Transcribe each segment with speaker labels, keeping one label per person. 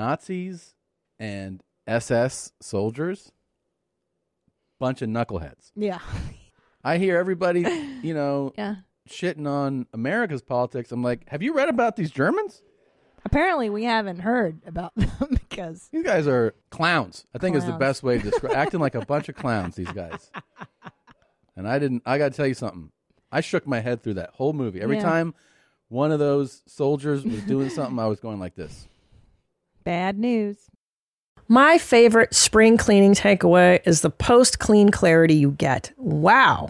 Speaker 1: Nazis and SS soldiers, bunch of knuckleheads.
Speaker 2: Yeah.
Speaker 1: I hear everybody, you know,
Speaker 2: Yeah.
Speaker 1: shitting on America's politics. I'm like, have you read about these Germans?
Speaker 2: Apparently, we haven't heard about them because
Speaker 1: These guys are clowns. I think is the
Speaker 2: Clowns.
Speaker 1: best way to describe acting like a bunch of clowns. These guys. And I didn't. I got to tell you something. I shook my head through that whole movie. Every
Speaker 2: Yeah.
Speaker 1: time one of those soldiers was doing something, I was going like this.
Speaker 2: bad news.
Speaker 3: My favorite spring cleaning takeaway is the post clean clarity you get. Wow,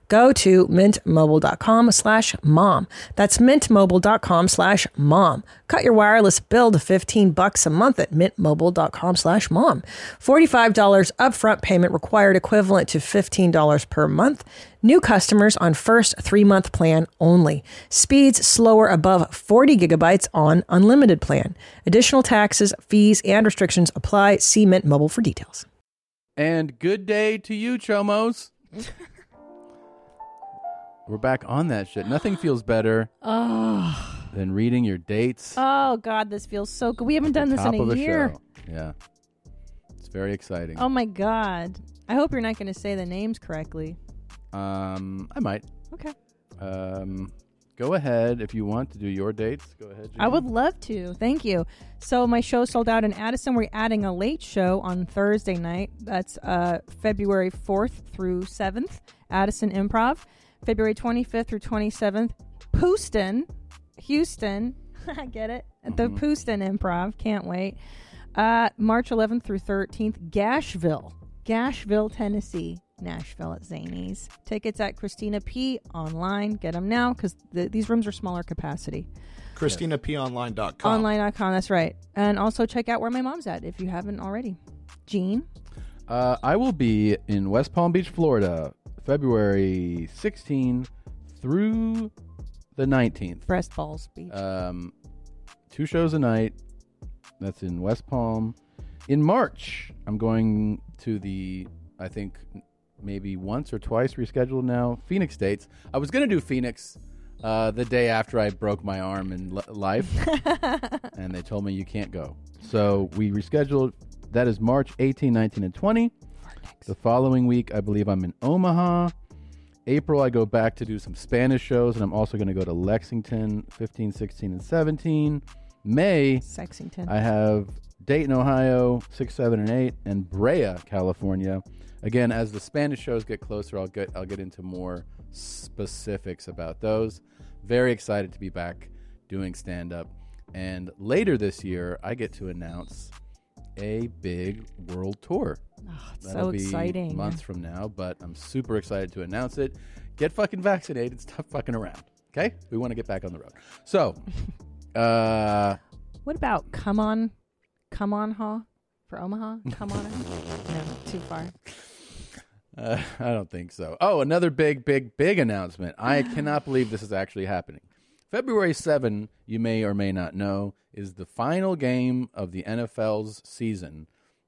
Speaker 3: go to mintmobile.com slash mom. That's mintmobile.com slash mom. Cut your wireless bill to 15 bucks a month at mintmobile.com slash mom. $45 upfront payment required equivalent to $15 per month. New customers on first three-month plan only. Speeds slower above 40 gigabytes on unlimited plan. Additional taxes, fees, and restrictions apply. See Mint Mobile for details.
Speaker 1: And good day to you, chomos. We're back on that shit. Nothing feels better
Speaker 2: Oh.
Speaker 1: than reading your dates.
Speaker 2: Oh God, this feels so good. We haven't done this
Speaker 1: top
Speaker 2: in a
Speaker 1: of the
Speaker 2: year.
Speaker 1: show. Yeah, it's very exciting.
Speaker 2: Oh my God. I hope you're not going to say the names correctly.
Speaker 1: Um, I might.
Speaker 2: Oh. Okay.
Speaker 1: Um, go ahead if you want to do your dates. Go ahead.
Speaker 2: I would love to. Thank you. So my show sold out in Addison. We're adding a late show on Thursday night. That's uh, February 4th through 7th, Addison Improv. February 25th through 27th, Houston, Houston. I get it. At The Houston Improv. Can't wait. Uh, March 11th through 13th, Gashville, Gashville, Tennessee. Nashville at Zanies. Tickets at Christina P online. Get them now because these rooms are smaller capacity
Speaker 4: ChristinaPOnline.com.
Speaker 2: online.com that's right and also check out where my mom's at if you haven't already jean
Speaker 1: Uh, I will be in West Palm Beach, Florida, February 16 through the 19th.
Speaker 2: breast balls beach
Speaker 1: Um, two shows a night. That's in West Palm. In March, I'm going to the, I think, maybe once or twice rescheduled now, Phoenix dates. I was going to do Phoenix uh, the day after I broke my arm in li life, and they told me you can't go. So we rescheduled. That is March 18, 19, and 20. The following week, I believe I'm in Omaha. April, I go back to do some Spanish shows, and I'm also going to go to Lexington 15, 16, and 17. May,
Speaker 2: sexington
Speaker 1: I have Dayton, Ohio 6, 7, and 8, and Brea, California. Again, as the Spanish shows get closer, I'll get I'll get into more specifics about those. Very excited to be back doing stand up. And later this year, I get to announce a big world tour. That'll
Speaker 2: Ah, so
Speaker 1: be
Speaker 2: exciting
Speaker 1: Months from now, but I'm super excited to announce it. Get fucking vaccinated. Stop fucking around. Okay, we want to get back on the road. So, uh,
Speaker 2: what about come on come on ha for omaha come on no too far
Speaker 1: uh, I don't think so. Oh, another big, big, big announcement. I cannot believe this is actually happening. February 7, you may or may not know, is the final game of the NFL's season.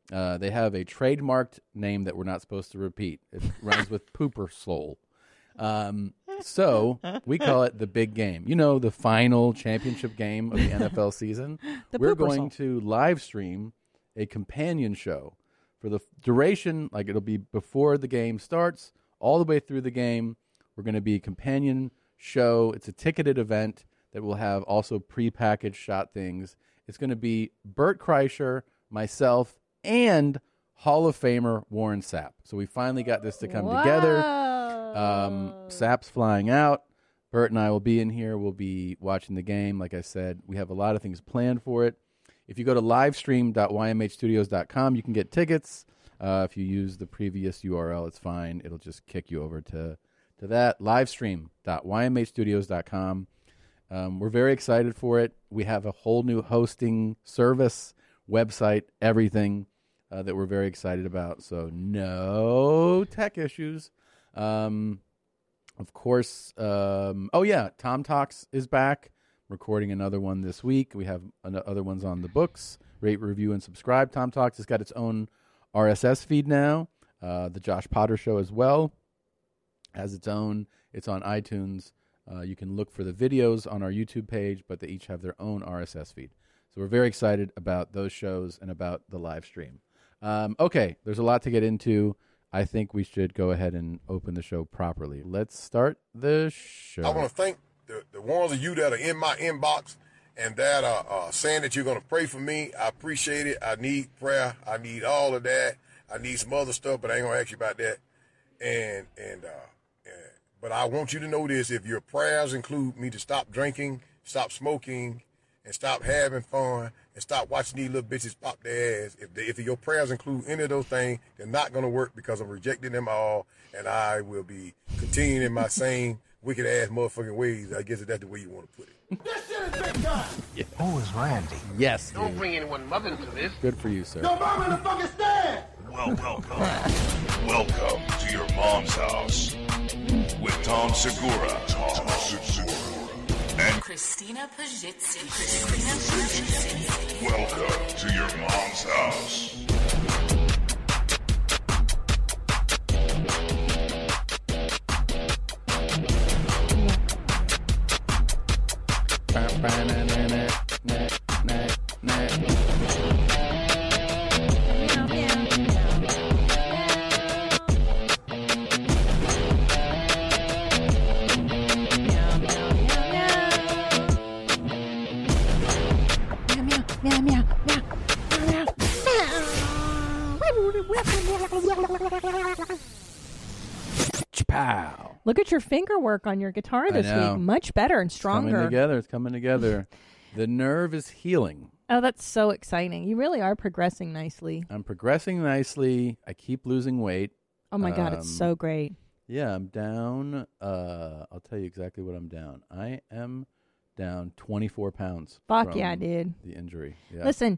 Speaker 1: Uh, they have a trademarked name that we're not supposed to repeat. It rhymes with pooper soul. Um, so we call it the big game. You know, the final championship game of the NFL season.
Speaker 2: The
Speaker 1: We're
Speaker 2: pooper
Speaker 1: going to
Speaker 2: soul.
Speaker 1: live stream a companion show for the f- duration. Like it'll be before the game starts, all the way through the game. We're going to be a companion show. It's a ticketed event that will have also prepackaged shot things. It's going to be Bert Kreischer, myself, and Hall of Famer Warren Sapp. So we finally got this to come together. Um, Sap's flying out. Bert and I will be in here. We'll be watching the game. Like I said, we have a lot of things planned for it. If you go to livestream.ymhstudios.com, you can get tickets. Uh, if you use the previous URL, it's fine. It'll just kick you over to to that livestream.ymhstudios.com. Um, we're very excited for it. We have a whole new hosting service, website, everything uh, that we're very excited about. So no tech issues. Um, of course. Um, oh yeah, Tom Talks is back. Recording another one this week. We have an- other ones on the books. Rate, review, and subscribe. Tom Talks has got its own RSS feed now. Uh, the Josh Potter Show as well has its own. It's on iTunes. Uh, you can look for the videos on our YouTube page, but they each have their own RSS feed. So we're very excited about those shows and about the live stream. Um, okay, there's a lot to get into. I think we should go ahead and open the show properly. Let's start the show.
Speaker 5: I want to thank the, the ones of you that are in my inbox and that are uh, saying that you're going to pray for me. I appreciate it. I need prayer. I need all of that. I need some other stuff, but I ain't going to ask you about that. And and uh, and, but I want you to know this: if your prayers include me to stop drinking, stop smoking, and stop having fun, and stop watching these little bitches pop their ass, if they, if your prayers include any of those things, they're not going to work because I'm rejecting them all, and I will be continuing in my same wicked ass motherfucking ways. I guess that's the way you want to put it.
Speaker 6: Who is Randy?
Speaker 1: Yes, dude.
Speaker 7: bring anyone mother into this.
Speaker 1: good for you, sir.
Speaker 8: mama in the fucking stand!
Speaker 6: Well, welcome. welcome to your mom's house with Tom Segura. Tom Segura. And
Speaker 9: Christina Pajitsin. Christina Pajitsin.
Speaker 6: welcome to your mom's house.
Speaker 1: Pow!
Speaker 2: Look at your finger work on your guitar this
Speaker 1: know.
Speaker 2: week. Much better and
Speaker 1: Coming
Speaker 2: stronger.
Speaker 1: together. It's coming together. the nerve is healing.
Speaker 2: Oh, that's so exciting. You really are progressing nicely.
Speaker 1: I'm progressing nicely. I keep losing weight.
Speaker 2: Oh my God, it's
Speaker 1: Um,
Speaker 2: so great.
Speaker 1: Yeah, I'm down. Uh, I'll tell you exactly what I'm down. I am down 24 pounds.
Speaker 2: Fuck
Speaker 1: from
Speaker 2: yeah, dude.
Speaker 1: The injury. Yeah.
Speaker 2: Listen,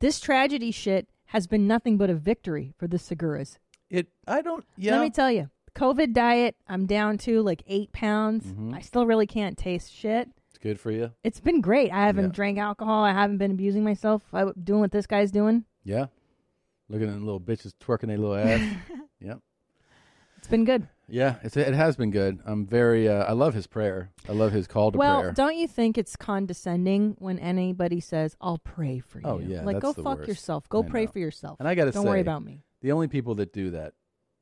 Speaker 2: this tragedy shit has been nothing but a victory for the Seguras.
Speaker 1: it. I don't. Yeah.
Speaker 2: Let me tell you, COVID diet, I'm down to like eight pounds.
Speaker 1: Mm-hmm.
Speaker 2: I still really can't taste shit.
Speaker 1: it's good for you.
Speaker 2: It's been great. I haven't
Speaker 1: Yeah.
Speaker 2: drank alcohol. I haven't been abusing myself. I doing what this guy's doing.
Speaker 1: Yeah. Looking at them little bitches twerking their little ass. yeah.
Speaker 2: It's been good.
Speaker 1: Yeah. It's, it has been good. I'm very. Uh, I love his prayer. I love his call to
Speaker 2: well,
Speaker 1: prayer.
Speaker 2: don't you think it's condescending when anybody says, "I'll pray for you"?
Speaker 1: Oh, yeah,
Speaker 2: like go
Speaker 1: that's the
Speaker 2: fuck
Speaker 1: worst.
Speaker 2: yourself. Go
Speaker 1: I
Speaker 2: pray
Speaker 1: know.
Speaker 2: for yourself.
Speaker 1: And I gotta
Speaker 2: don't worry
Speaker 1: say-
Speaker 2: about me.
Speaker 1: the only people that do that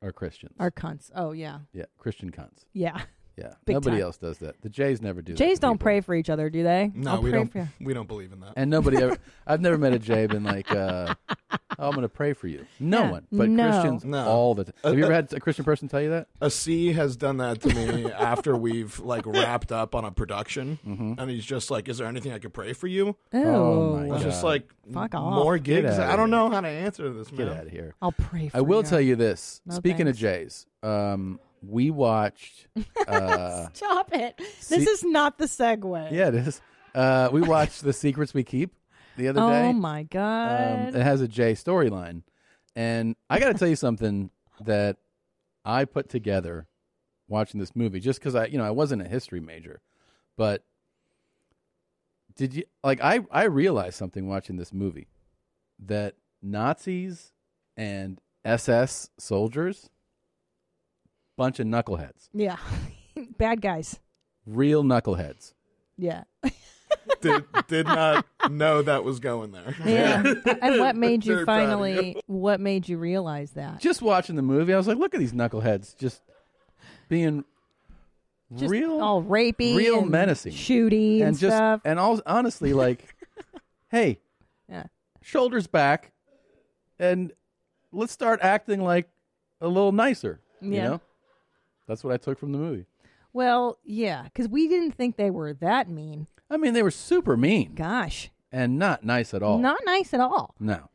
Speaker 1: are Christians.
Speaker 2: Our cunts. Oh yeah,
Speaker 1: yeah. Christian cons.
Speaker 2: yeah.
Speaker 1: Yeah.
Speaker 2: Big
Speaker 1: nobody
Speaker 2: time.
Speaker 1: else does that. The Jays never do. that
Speaker 2: Jays
Speaker 1: to
Speaker 2: don't
Speaker 1: people.
Speaker 2: pray for each other, do they?
Speaker 4: No,
Speaker 2: I'll
Speaker 4: we
Speaker 2: pray
Speaker 4: don't.
Speaker 2: For you.
Speaker 4: We don't believe in that.
Speaker 1: And nobody ever. I've never met a Jay been like, uh, oh, "I'm going to pray for you." No
Speaker 2: Yeah.
Speaker 1: one, but
Speaker 2: No.
Speaker 1: Christians
Speaker 4: No. Uh,
Speaker 1: all the time. Have you ever had a Christian person tell you that?
Speaker 4: a C has done that to me after we've like wrapped up on a production,
Speaker 2: Mm-hmm.
Speaker 4: and he's just like, "Is there anything I could pray for you?"
Speaker 1: Oh, my
Speaker 4: I was
Speaker 1: God.
Speaker 4: just like,
Speaker 2: Fuck off.
Speaker 4: "More
Speaker 1: Get
Speaker 4: gigs."
Speaker 1: outta
Speaker 4: I
Speaker 1: here.
Speaker 4: don't know how to answer this,
Speaker 1: Get
Speaker 4: man.
Speaker 1: out of here.
Speaker 2: I'll pray. for
Speaker 1: I will
Speaker 2: you.
Speaker 1: tell you this.
Speaker 2: No
Speaker 1: Speaking of Jays, um, we watched. Uh,
Speaker 2: Stop it.
Speaker 1: See-
Speaker 2: This is not the segue.
Speaker 1: yeah, it is. Uh, we watched "The Secrets We Keep" the other day.
Speaker 2: Oh my
Speaker 1: Um,
Speaker 2: god.
Speaker 1: it has a Jay storyline, and I got to tell you something that I put together watching this movie, just because I, you know, I wasn't a history major, but did you like? I I realized something watching this movie that Nazis and SS soldiers, bunch of knuckleheads,
Speaker 2: yeah. Bad guys.
Speaker 1: real knuckleheads.
Speaker 2: Yeah.
Speaker 4: did, did not know that was going there.
Speaker 2: Yeah. and what made you
Speaker 4: Very proud of
Speaker 2: finally what made you realize that?
Speaker 1: Just watching the movie, I was like, look at these knuckleheads just being
Speaker 2: Just
Speaker 1: real
Speaker 2: all rapey.
Speaker 1: real
Speaker 2: and
Speaker 1: menacing.
Speaker 2: Shooty and,
Speaker 1: just
Speaker 2: stuff.
Speaker 1: and all honestly like hey
Speaker 2: Yeah.
Speaker 1: shoulders back and let's start acting like a little nicer you
Speaker 2: Yeah.
Speaker 1: know that's what i took from the movie
Speaker 2: well, yeah, because we didn't think they were that mean.
Speaker 1: i mean they were super mean
Speaker 2: Gosh.
Speaker 1: Oh. and not nice at all
Speaker 2: Not nice at all.
Speaker 1: no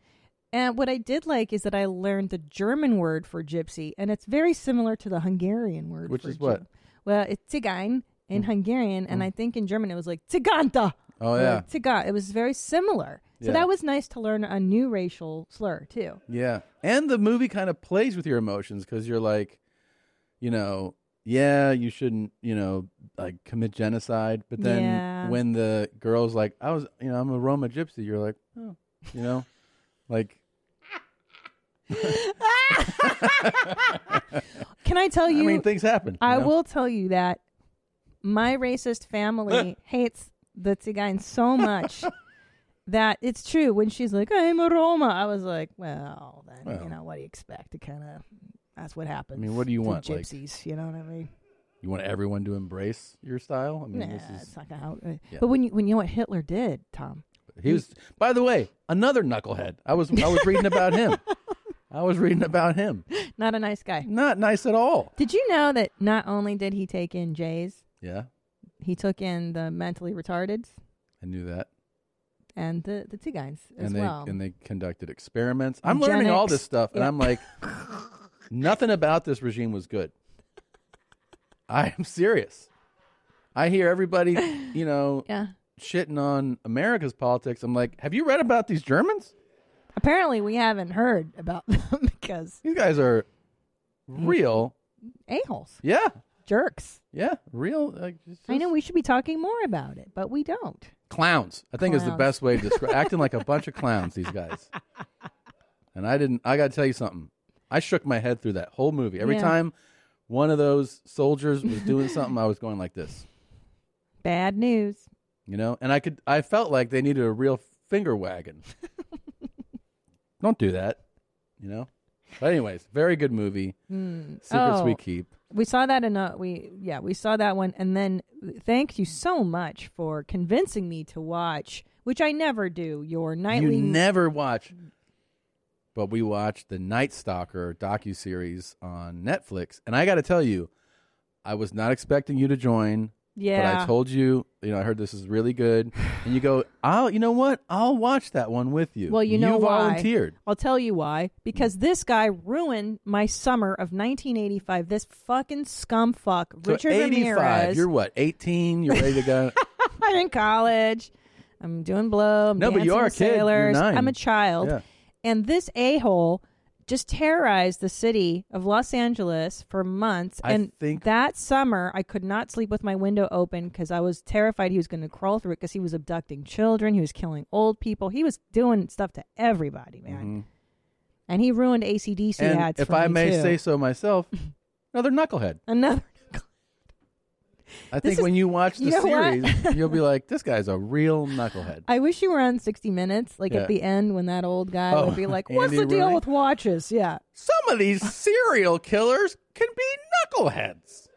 Speaker 2: And what I did like is that I learned the German word for gypsy, and it's very similar to the Hungarian word.
Speaker 1: Which
Speaker 2: for
Speaker 1: is
Speaker 2: gyp-
Speaker 1: what?
Speaker 2: Well, it's Zigein in Hungarian, and I think in German it was like Ziganta.
Speaker 1: Hmm. Oh,
Speaker 2: Or
Speaker 1: yeah.
Speaker 2: like Ziga. It was very similar. So
Speaker 1: Yeah.
Speaker 2: that was nice to learn a new racial slur too.
Speaker 1: Yeah. And the movie kind of plays with your emotions because you're like, you know, yeah, you shouldn't, you know, like commit genocide. But then
Speaker 2: Yeah.
Speaker 1: when the girl's like, I was, you know, I'm a Roma gypsy, you're like, oh, you know, like,
Speaker 2: Can I tell you?
Speaker 1: I mean, things happen.
Speaker 2: I
Speaker 1: you know?
Speaker 2: will tell you that my racist family hates the Tsigain so much that it's true. When she's like, I'm a Roma, I was like, well, then,
Speaker 1: Well.
Speaker 2: you know, what do you expect? It kind of, that's what happens.
Speaker 1: mean, what do you
Speaker 2: to
Speaker 1: want, like-
Speaker 2: Gypsies, you know what I mean?
Speaker 1: You want everyone to embrace your style? I mean,
Speaker 2: nah,
Speaker 1: this
Speaker 2: it's
Speaker 1: is,
Speaker 2: not gonna how. uh,
Speaker 1: Yeah.
Speaker 2: But when you, when you know what Hitler did, Tom,
Speaker 1: he was, by the way, another knucklehead. I was, I was reading about him. I was reading about him.
Speaker 2: not a nice guy.
Speaker 1: Not nice at all.
Speaker 2: Did you know that not only did he take in Jays,
Speaker 1: Yeah.
Speaker 2: he took in the mentally retarded
Speaker 1: I knew that.
Speaker 2: and the the Tsigains as
Speaker 1: and they
Speaker 2: well.
Speaker 1: and they conducted experiments. I'm learning all this
Speaker 2: Eugenics.
Speaker 1: stuff, and
Speaker 2: Yeah.
Speaker 1: I'm like, nothing about this regime was good. I am serious. I hear everybody, you know,
Speaker 2: yeah.
Speaker 1: shitting on America's politics. I'm like, have you read about these Germans?
Speaker 2: Apparently, we haven't heard about them because
Speaker 1: These guys are real.
Speaker 2: a-holes,
Speaker 1: Yeah,
Speaker 2: Mm. jerks.
Speaker 1: yeah, real. Like, just,
Speaker 2: I know we should be talking more about it, but we don't.
Speaker 1: clowns. I think is the
Speaker 2: Clowns.
Speaker 1: best way to describe acting like a bunch of clowns. These guys. And I didn't. I got to tell you something. I shook my head through that whole movie. Every
Speaker 2: Yeah.
Speaker 1: time one of those soldiers was doing something, I was going like this,
Speaker 2: Bad news.
Speaker 1: you know. And I could. I felt like they needed a real finger wagon. Don't do that, you know. But anyways, very good movie. Secrets
Speaker 2: Oh.
Speaker 1: we keep.
Speaker 2: We saw that in a we yeah we saw that one, and then thank you so much for convincing me to watch, which I never do. Your nightly
Speaker 1: You never watch. But we watched the Night Stalker docu series on Netflix, and I got to tell you, I was not expecting you to join.
Speaker 2: yeah
Speaker 1: But I told you, you know, I heard this is really good, and you go, "I'll, you know what? I'll watch that one with you."
Speaker 2: Well, you know why.
Speaker 1: volunteered.
Speaker 2: I'll tell you why. Because this guy ruined my summer of 1985. This fucking scumfuck, Richard
Speaker 1: so 85,
Speaker 2: Ramirez.
Speaker 1: you're what? 18. You're ready to go.
Speaker 2: I'm in college. I'm doing blow. I'm
Speaker 1: No, but you
Speaker 2: dancing
Speaker 1: are a
Speaker 2: with
Speaker 1: kid. You're
Speaker 2: Sailors.
Speaker 1: nine.
Speaker 2: I'm a child.
Speaker 1: Yeah.
Speaker 2: And this a hole just terrorized the city of Los Angeles for months.
Speaker 1: I
Speaker 2: and
Speaker 1: think-
Speaker 2: that summer, I could not sleep with my window open because I was terrified he was going to crawl through it because he was abducting children. He was killing old people. He was doing stuff to everybody, man. And he ruined ACDC
Speaker 1: Mm-hmm. and
Speaker 2: ads.
Speaker 1: if
Speaker 2: for
Speaker 1: I
Speaker 2: me,
Speaker 1: may
Speaker 2: too.
Speaker 1: say so myself, another knucklehead.
Speaker 2: another.
Speaker 1: I
Speaker 2: This
Speaker 1: think
Speaker 2: is-
Speaker 1: when you watch the
Speaker 2: you know what?
Speaker 1: series, you'll be like, "This guy's a real knucklehead."
Speaker 2: I wish you were on 60 Minutes, like
Speaker 1: Yeah.
Speaker 2: at the end when that old guy
Speaker 1: Oh,
Speaker 2: would be like, What's
Speaker 1: Andy
Speaker 2: the deal
Speaker 1: Rooney?
Speaker 2: with watches? Yeah.
Speaker 1: some of these serial killers can be knuckleheads.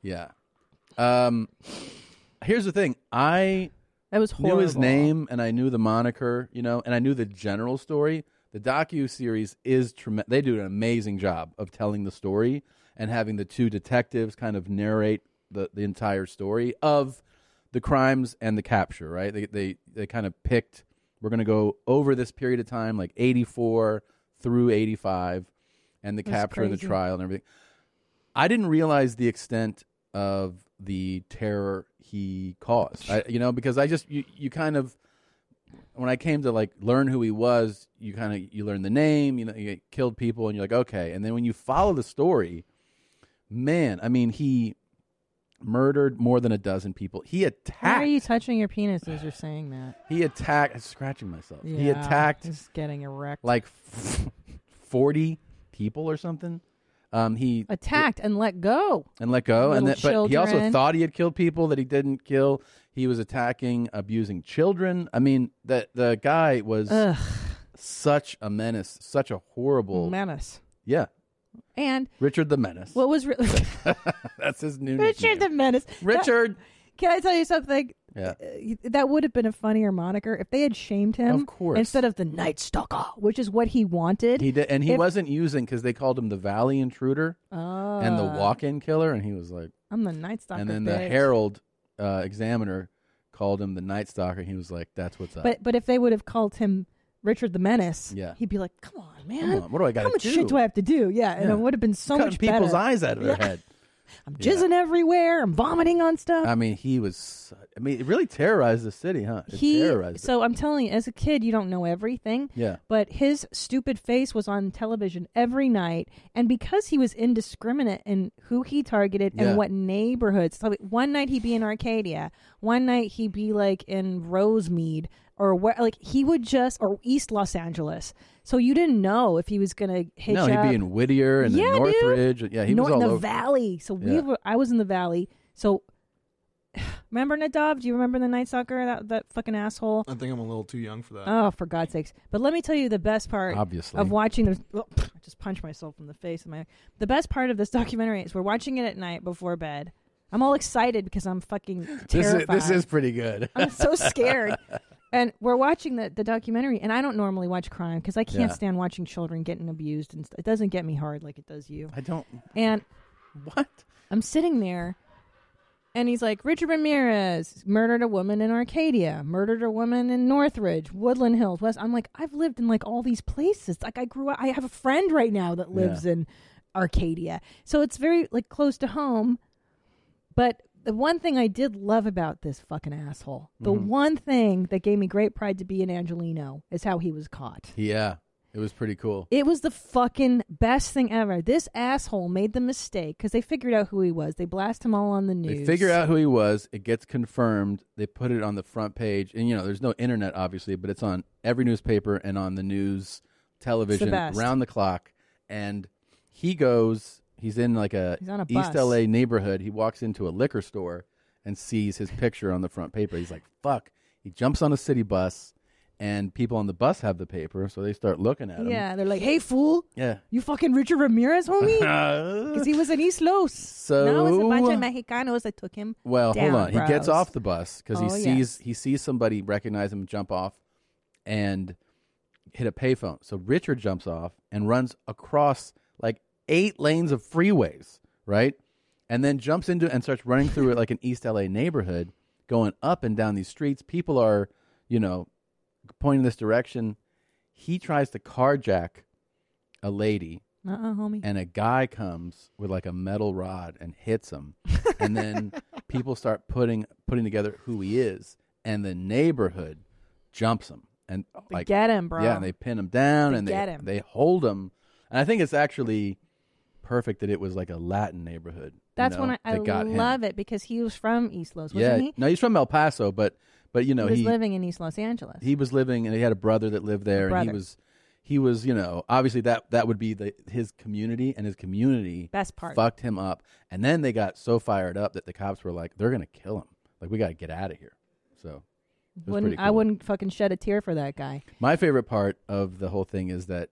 Speaker 1: Yeah. Um here's the thing. I
Speaker 2: That was horrible.
Speaker 1: knew his name and I knew the moniker, you know, and I knew the general story. The docu series is tremendous. They do an amazing job of telling the story and having the two detectives kind of narrate the, the entire story of the crimes and the capture. Right? They they they kind of picked. We're going to go over this period of time, like eighty four through eighty five, and the
Speaker 2: That's
Speaker 1: capture and the
Speaker 2: crazy.
Speaker 1: trial and everything. I didn't realize the extent of the terror he caused. I, you know, because I just you, you kind of when I came to like learn who he was, you kind of you learn the name, you know, you killed people, and you're like okay. And then when you follow the story, man, I mean, he murdered more than a dozen people. He
Speaker 2: Why
Speaker 1: attacked.
Speaker 2: are you touching your penis as you're saying that?
Speaker 1: he attacked. I'm scratching myself. He
Speaker 2: Yeah,
Speaker 1: attacked
Speaker 2: He's getting erect.
Speaker 1: like forty people or something. Um, he
Speaker 2: Attacked and let go.
Speaker 1: and let go. And that,
Speaker 2: Little
Speaker 1: but he also
Speaker 2: children.
Speaker 1: thought he had killed people that he didn't kill. He was attacking, abusing children. I mean, the the guy was
Speaker 2: Ugh.
Speaker 1: such a menace, such a horrible.
Speaker 2: Menace.
Speaker 1: yeah,
Speaker 2: And
Speaker 1: Richard the Menace.
Speaker 2: what was re-
Speaker 1: That's his new
Speaker 2: Richard the
Speaker 1: nickname.
Speaker 2: Menace?
Speaker 1: Richard.
Speaker 2: That- can I tell you something?
Speaker 1: Yeah.
Speaker 2: Uh, That would have been a funnier moniker if they had shamed him.
Speaker 1: Of course.
Speaker 2: Instead of the Night Stalker, which is what he wanted.
Speaker 1: He did, and he
Speaker 2: If-
Speaker 1: wasn't using because they called him the Valley Intruder
Speaker 2: Oh,
Speaker 1: and the Walk-in Killer, and he was like,
Speaker 2: I'm the Night Stalker.
Speaker 1: and then the
Speaker 2: bitch.
Speaker 1: Herald uh, Examiner called him the Night Stalker. And he was like, "That's what's up."
Speaker 2: But but if they would have called him Richard the Menace,
Speaker 1: Yeah.
Speaker 2: he'd be like, "Come on, man,
Speaker 1: on, what do I gotta
Speaker 2: How much
Speaker 1: do?"
Speaker 2: shit do I have to do?" Yeah, and
Speaker 1: Yeah.
Speaker 2: uh, it would have been so
Speaker 1: Cutting
Speaker 2: much
Speaker 1: people's
Speaker 2: better.
Speaker 1: eyes out of their
Speaker 2: Yeah.
Speaker 1: head.
Speaker 2: I'm jizzing everywhere. I'm vomiting on stuff.
Speaker 1: I mean, he was. su- I mean, it really terrorized the city, huh? It
Speaker 2: he
Speaker 1: terrorized. it.
Speaker 2: so I'm telling you, as a kid, you don't know everything.
Speaker 1: Yeah.
Speaker 2: But his stupid face was on television every night, and because he was indiscriminate in who he targeted
Speaker 1: Yeah.
Speaker 2: and what neighborhoods. So one night he'd be in Arcadia, one night he'd be like in Rosemead or where, like he would just or East Los Angeles. So you didn't know if he was gonna hit
Speaker 1: No,
Speaker 2: you
Speaker 1: he'd
Speaker 2: up.
Speaker 1: be in Whittier and
Speaker 2: Yeah,
Speaker 1: then
Speaker 2: dude.
Speaker 1: Northridge. Yeah, he
Speaker 2: Nor-
Speaker 1: was all
Speaker 2: the
Speaker 1: over.
Speaker 2: valley. So we
Speaker 1: Yeah.
Speaker 2: were, I was in the valley. So remember Nadav? Do you remember the night soccer that that fucking asshole?
Speaker 4: I think I'm a little too young for that.
Speaker 2: Oh, for God's sakes! But let me tell you the best part.
Speaker 1: Obviously.
Speaker 2: of watching the. Oh, I just punched myself in the face. in My the best part of this documentary is we're watching it at night before bed. I'm all excited because I'm fucking
Speaker 1: this is
Speaker 2: terrified.
Speaker 1: this is pretty good.
Speaker 2: I'm so scared. And we're watching the, the documentary, and I don't normally watch crime because I can't
Speaker 1: Yeah.
Speaker 2: stand watching children getting abused, and st- it doesn't get me hard like it does you.
Speaker 1: I don't.
Speaker 2: And
Speaker 1: What?
Speaker 2: I'm sitting there, and he's like, Richard Ramirez murdered a woman in Arcadia, murdered a woman in Northridge, Woodland Hills, West. I'm like, I've lived in like all these places. Like I grew up. I have a friend right now that lives in Arcadia, so it's very like close to home. But the one thing I did love about this fucking asshole, the
Speaker 1: Mm-hmm.
Speaker 2: one thing that gave me great pride to be an Angelino, is how he was caught.
Speaker 1: Yeah, it was pretty cool.
Speaker 2: It was the fucking best thing ever. This asshole made the mistake because they figured out who he was. They blast him all on the news.
Speaker 1: They figure out who he was. It gets confirmed. They put it on the front page, and you know, there's no internet, obviously, but it's on every newspaper and on the news, television,
Speaker 2: best.
Speaker 1: round the clock. And he goes. He's in like a,
Speaker 2: He's on a
Speaker 1: East
Speaker 2: bus.
Speaker 1: LA neighborhood. He walks into a liquor store and sees his picture on the front paper. He's like, "Fuck!" He jumps on a city bus, and people on the bus have the paper, so they start looking at him.
Speaker 2: Yeah, they're like, "Hey, fool,
Speaker 1: Yeah.
Speaker 2: you fucking Richard Ramirez, homie," because he was in East Los.
Speaker 1: So-
Speaker 2: now it's a bunch of Mexicanos that took him.
Speaker 1: Well,
Speaker 2: down,
Speaker 1: hold on. He gets
Speaker 2: bros.
Speaker 1: off the bus because he
Speaker 2: Oh,
Speaker 1: sees
Speaker 2: yes.
Speaker 1: he sees somebody recognize him, jump off, and hit a payphone. So Richard jumps off and runs across like eight lanes of freeways, right? And then jumps into and starts running through like an East LA neighborhood, going up and down these streets. People are, you know, pointing this direction. He tries to carjack a lady
Speaker 2: Uh, uh homie.
Speaker 1: and a guy comes with like a metal rod and hits him and then people start putting putting together who he is and the neighborhood jumps him and
Speaker 2: They
Speaker 1: like
Speaker 2: get him, bro.
Speaker 1: yeah and they pin him down
Speaker 2: They
Speaker 1: and they
Speaker 2: get him.
Speaker 1: they hold him and i think it's actually perfect that it was like a latin neighborhood you
Speaker 2: That's
Speaker 1: know,
Speaker 2: when I, I
Speaker 1: that got
Speaker 2: love
Speaker 1: him.
Speaker 2: it because he was from East Los,
Speaker 1: yeah
Speaker 2: wasn't he?
Speaker 1: no he's from el paso but but you know
Speaker 2: he was
Speaker 1: he
Speaker 2: living in East Los Angeles.
Speaker 1: he was living and he had a brother that lived there and
Speaker 2: brother.
Speaker 1: he was he was you know obviously that that would be the his community and his community
Speaker 2: Best part.
Speaker 1: fucked him up and then they got so fired up that the cops were like they're gonna kill him like we gotta get out of here so it was
Speaker 2: wouldn't
Speaker 1: pretty
Speaker 2: I
Speaker 1: cool.
Speaker 2: wouldn't fucking shed a tear for that guy.
Speaker 1: my favorite part of the whole thing is that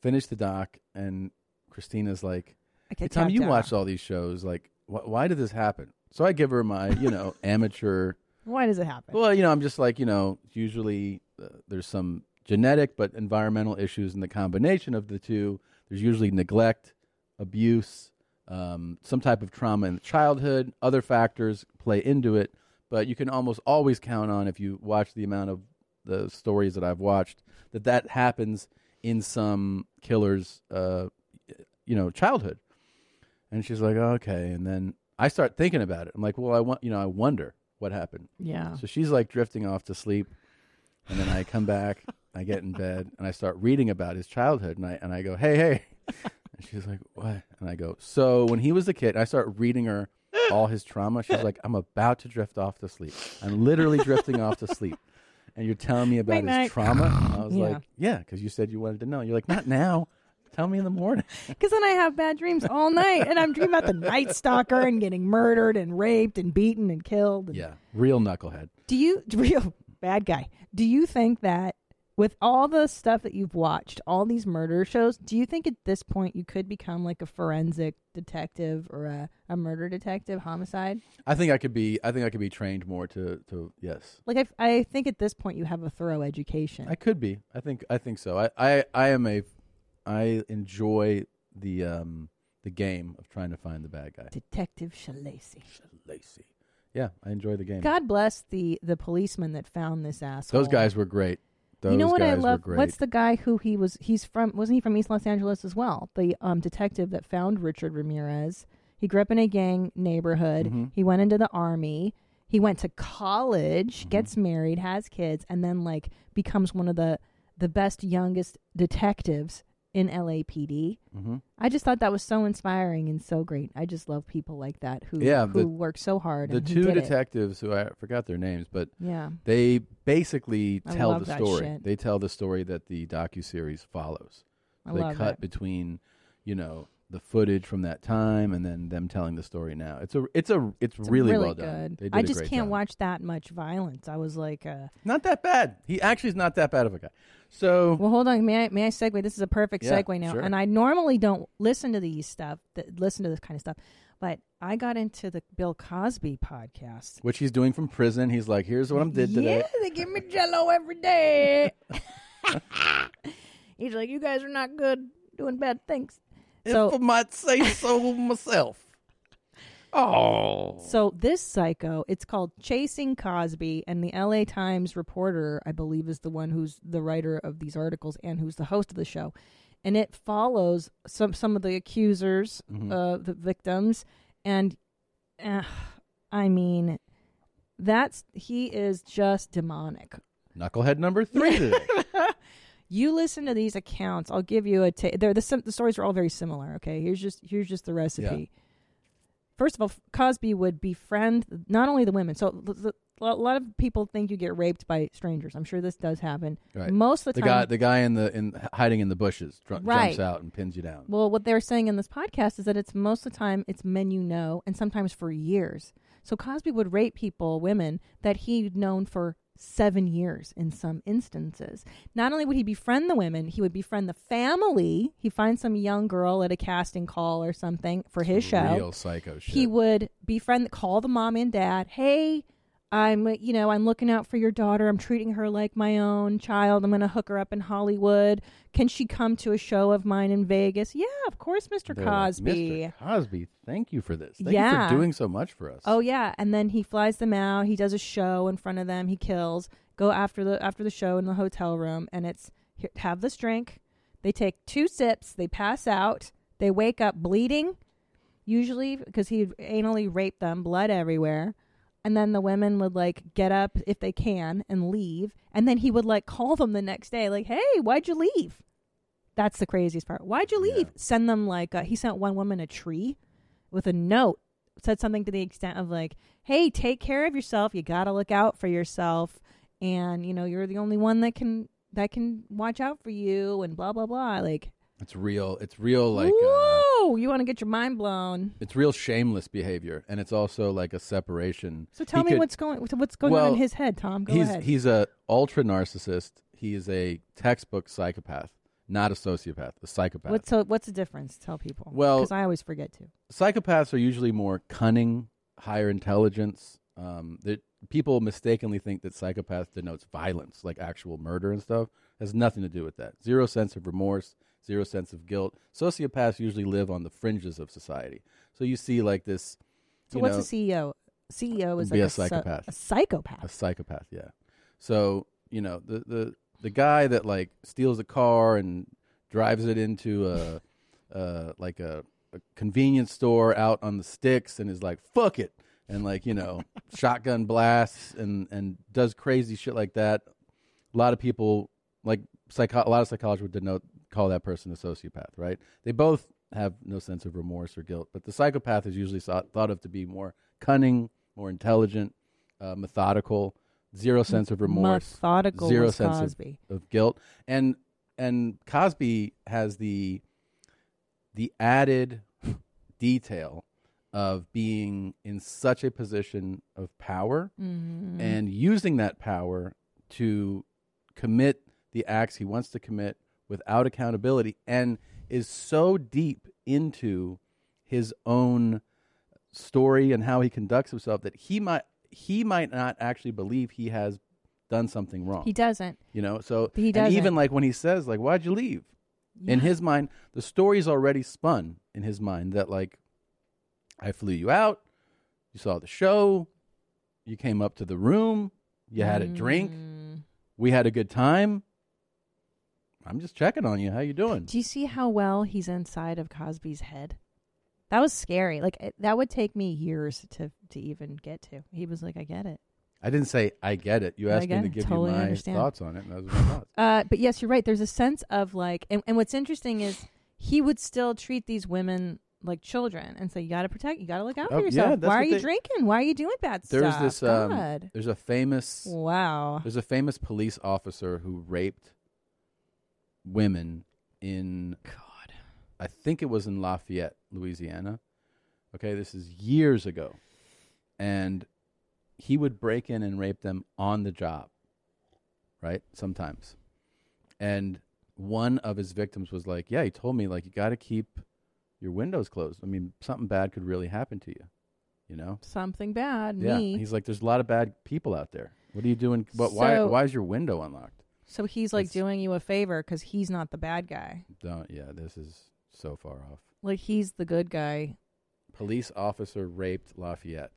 Speaker 1: finish the doc and christina's like
Speaker 2: I
Speaker 1: hey,
Speaker 2: get
Speaker 1: tom
Speaker 2: tapped
Speaker 1: you
Speaker 2: out.
Speaker 1: watched all these shows like wh- why did this happen so i give her my you know amateur
Speaker 2: Why does it happen?
Speaker 1: well, you know, I'm just like, you know, usually uh, there's some genetic but environmental issues in the combination of the two. There's usually neglect, abuse, um, some type of trauma in childhood, other factors play into it. But you can almost always count on, if you watch the amount of the stories that I've watched, that that happens in some killer's, uh, you know, childhood. And she's like, oh, okay. And then I start thinking about it. I'm like, well, I want, you know, I wonder what happened.
Speaker 2: yeah.
Speaker 1: So she's like drifting off to sleep, and then I come back, I get in bed, and I start reading about his childhood, and I and I go, hey, hey, and she's like, what? And I go, so when he was a kid, I start reading her all his trauma. She's like, I'm about to drift off to sleep. I'm literally drifting off to sleep. And you're telling me about his
Speaker 2: Night-night.
Speaker 1: trauma. And I was
Speaker 2: Yeah.
Speaker 1: like, yeah, because you said you wanted to know. You're like, not now. Tell me in the morning.
Speaker 2: Because then I have bad dreams all night, and I'm dreaming about the Night Stalker and getting murdered and raped and beaten and killed. and-
Speaker 1: Yeah, real knucklehead.
Speaker 2: Do you real bad guy? Do you think that with all the stuff that you've watched, all these murder shows, do you think at this point you could become like a forensic detective or a, a murder detective, homicide?
Speaker 1: I think I could be. I think I could be trained more to. To yes.
Speaker 2: Like I, I think at this point you have a thorough education.
Speaker 1: I could be. I think. I think so. I. I, I am a. I enjoy the um the game of trying to find the bad guy.
Speaker 2: detective Shalacy.
Speaker 1: Lacy. Yeah, I enjoy the game.
Speaker 2: God bless the the policeman that found this asshole.
Speaker 1: Those guys were great. Those
Speaker 2: you know what I
Speaker 1: guys were
Speaker 2: love?
Speaker 1: great.
Speaker 2: What's the guy who he was? He's from. Wasn't he from East Los Angeles as well? The um, detective that found Richard Ramirez. He grew up in a gang neighborhood.
Speaker 1: Mm-hmm.
Speaker 2: He went into the army. He went to college,
Speaker 1: Mm-hmm.
Speaker 2: gets married, has kids, and then like becomes one of the the best youngest detectives in LAPD.
Speaker 1: Mm-hmm.
Speaker 2: I just thought that was so inspiring and so great. I just love people like that who
Speaker 1: Yeah,
Speaker 2: who
Speaker 1: the-
Speaker 2: work so hard.
Speaker 1: the
Speaker 2: and who
Speaker 1: two
Speaker 2: did it.
Speaker 1: detectives who I forgot their names, but
Speaker 2: Yeah.
Speaker 1: they basically
Speaker 2: I
Speaker 1: tell
Speaker 2: love
Speaker 1: the
Speaker 2: that
Speaker 1: story.
Speaker 2: shit.
Speaker 1: They tell the story that the docu series follows.
Speaker 2: I
Speaker 1: they
Speaker 2: love
Speaker 1: cut
Speaker 2: that.
Speaker 1: between, you know, the footage from that time and then them telling the story now. It's a it's a it's,
Speaker 2: It's
Speaker 1: really, well done.
Speaker 2: good.
Speaker 1: They did
Speaker 2: I
Speaker 1: a
Speaker 2: just
Speaker 1: great
Speaker 2: can't
Speaker 1: job.
Speaker 2: watch that much violence. I was like, uh,
Speaker 1: Not that bad. He actually is not that bad of a guy. So
Speaker 2: well, hold on. May I, may I segue? This is a perfect
Speaker 1: Yeah,
Speaker 2: segue now.
Speaker 1: sure.
Speaker 2: And I normally don't listen to these stuff, th- listen to this kind of stuff. But I got into the Bill Cosby podcast.
Speaker 1: which he's doing from prison, he's like, "Here's what I'm did today."
Speaker 2: Yeah, they give me jello every day. He's like, you guys are not good doing bad things. So,
Speaker 1: if I might say so myself. Oh,
Speaker 2: So this psycho, it's called Chasing Cosby, and the LA Times reporter, I believe, is the one who's the writer of these articles and who's the host of the show. And it follows some some of the accusers, uh, the victims, and uh, I mean, that's he is just demonic.
Speaker 1: knucklehead number three today.
Speaker 2: You listen to these accounts. I'll give you a ta- they're the sim- the stories are all very similar. Okay, here's just here's just the recipe. First of all, F- Cosby would befriend not only the women. So l- l- a lot of people think you get raped by strangers. I'm sure this does happen.
Speaker 1: Right.
Speaker 2: Most of
Speaker 1: the
Speaker 2: the, time,
Speaker 1: guy, the guy in the in hiding in the bushes, dr-
Speaker 2: Right.
Speaker 1: jumps out and pins you down.
Speaker 2: Well, what they're saying in this podcast is that it's most of the time it's men you know, and sometimes for years. So Cosby would rape people, women that he'd known for seven years in some instances. Not only would he befriend the women, he would befriend the family. He finds some young girl at a casting call or something for his show.
Speaker 1: Real psycho shit.
Speaker 2: He would befriend, call the mom and dad. Hey, I'm, you know, I'm looking out for your daughter. I'm treating her like my own child. I'm going to hook her up in Hollywood. Can she come to a show of mine in Vegas? Yeah, of course, mister
Speaker 1: They're like,
Speaker 2: Cosby.
Speaker 1: Mr. Cosby, thank you for this. Thank you
Speaker 2: Yeah.
Speaker 1: for doing so much for us.
Speaker 2: Oh yeah, and then he flies them out. He does a show in front of them. He kills. Go after the after the show in the hotel room, and it's here, have this drink. They take two sips. They pass out. They wake up bleeding, usually because he anally raped them, blood everywhere. And then the women would like get up if they can and leave. And then he would like call them the next day, like, "Hey, why'd you leave?" That's the craziest part. Why'd you leave? Send them like uh, he sent one woman a tree with a note said something to the extent of like, "Hey, take care of yourself. You got to look out for yourself, and you know you're the only one that can that can watch out for you." And blah blah blah. Like,
Speaker 1: It's real. It's real. Like uh,
Speaker 2: whoa, you want to get your mind blown?
Speaker 1: it's real shameless behavior, and it's also like a separation.
Speaker 2: So tell
Speaker 1: He
Speaker 2: me
Speaker 1: could-
Speaker 2: what's going what's going on
Speaker 1: well,
Speaker 2: in his head, Tom. Go
Speaker 1: he's
Speaker 2: ahead.
Speaker 1: he's a ultra narcissist. He is a textbook psychopath, not a sociopath. A psychopath.
Speaker 2: what's so what's the difference? Tell people.
Speaker 1: Well-
Speaker 2: because I always forget to.
Speaker 1: psychopaths are usually more cunning, higher intelligence. Um, that people mistakenly think that psychopath denotes violence, like actual murder and stuff. Has nothing to do with that. Zero sense of remorse, zero sense of guilt. Sociopaths usually live on the fringes of society. So you see, like this.
Speaker 2: So
Speaker 1: you
Speaker 2: what's
Speaker 1: know,
Speaker 2: a E CEO? CEO is
Speaker 1: Be
Speaker 2: like
Speaker 1: a
Speaker 2: so-
Speaker 1: psychopath.
Speaker 2: a psychopath.
Speaker 1: A psychopath, yeah. So you know the the the guy that like steals a car and drives it into a uh like a, a convenience store out on the sticks and is like fuck it and like you know shotgun blasts and and does crazy shit like that. A lot of people like psycho- a lot of psychologists would denote call that person a sociopath, right? They both have no sense of remorse or guilt, but the psychopath is usually thought, thought of to be more cunning, more intelligent, uh, methodical, zero sense of remorse,
Speaker 2: Methodical
Speaker 1: zero
Speaker 2: was
Speaker 1: sense of-
Speaker 2: Cosby.
Speaker 1: Of, guilt, and and Cosby has the the added detail of being in such a position of power
Speaker 2: Mm-hmm.
Speaker 1: and using that power to commit the acts he wants to commit without accountability and is so deep into his own story and how he conducts himself that he might he might not actually believe he has done something wrong
Speaker 2: He doesn't.
Speaker 1: you know so
Speaker 2: He
Speaker 1: and even
Speaker 2: doesn't.
Speaker 1: like when he says like why'd you leave in his mind the story's already spun in his mind that like i flew you out you saw the show
Speaker 2: Mm.
Speaker 1: you came up to the room you had a drink we had a good time I'm just checking on you. How you doing?
Speaker 2: Do you see how well he's inside of Cosby's head? That was scary. Like it, that would take me years to to even get to. He was like, "I get it."
Speaker 1: I didn't say I get it. You
Speaker 2: I
Speaker 1: asked me
Speaker 2: get
Speaker 1: to
Speaker 2: it.
Speaker 1: give
Speaker 2: Totally
Speaker 1: you my
Speaker 2: understand.
Speaker 1: thoughts on it, and those are my thoughts.
Speaker 2: Uh, but yes, you're right. There's a sense of like, and, and what's interesting is he would still treat these women like children and say, "You got to protect. You got to look out
Speaker 1: Oh, yeah,
Speaker 2: for yourself.
Speaker 1: that's
Speaker 2: Why are
Speaker 1: what
Speaker 2: you
Speaker 1: they-
Speaker 2: drinking? Why are you doing bad
Speaker 1: There's
Speaker 2: stuff?"
Speaker 1: this. Um,
Speaker 2: God.
Speaker 1: there's a famous.
Speaker 2: wow.
Speaker 1: There's a famous police officer who raped women in
Speaker 2: God.
Speaker 1: I think it was in Lafayette, Louisiana. Okay, this is years ago. And he would break in and rape them on the job, right? Sometimes. And one of his victims was like, Yeah, he told me, like, you got to keep your windows closed. I mean, something bad could really happen to you, you know?
Speaker 2: Something bad.
Speaker 1: Yeah.
Speaker 2: Me.
Speaker 1: He's like, There's a lot of bad people out there. What are you doing? But why,
Speaker 2: So-
Speaker 1: why is your window unlocked?
Speaker 2: so he's like doing you a favor because he's not the bad guy.
Speaker 1: Don't, yeah, this is so far off.
Speaker 2: Like he's the good guy.
Speaker 1: Police officer raped Lafayette.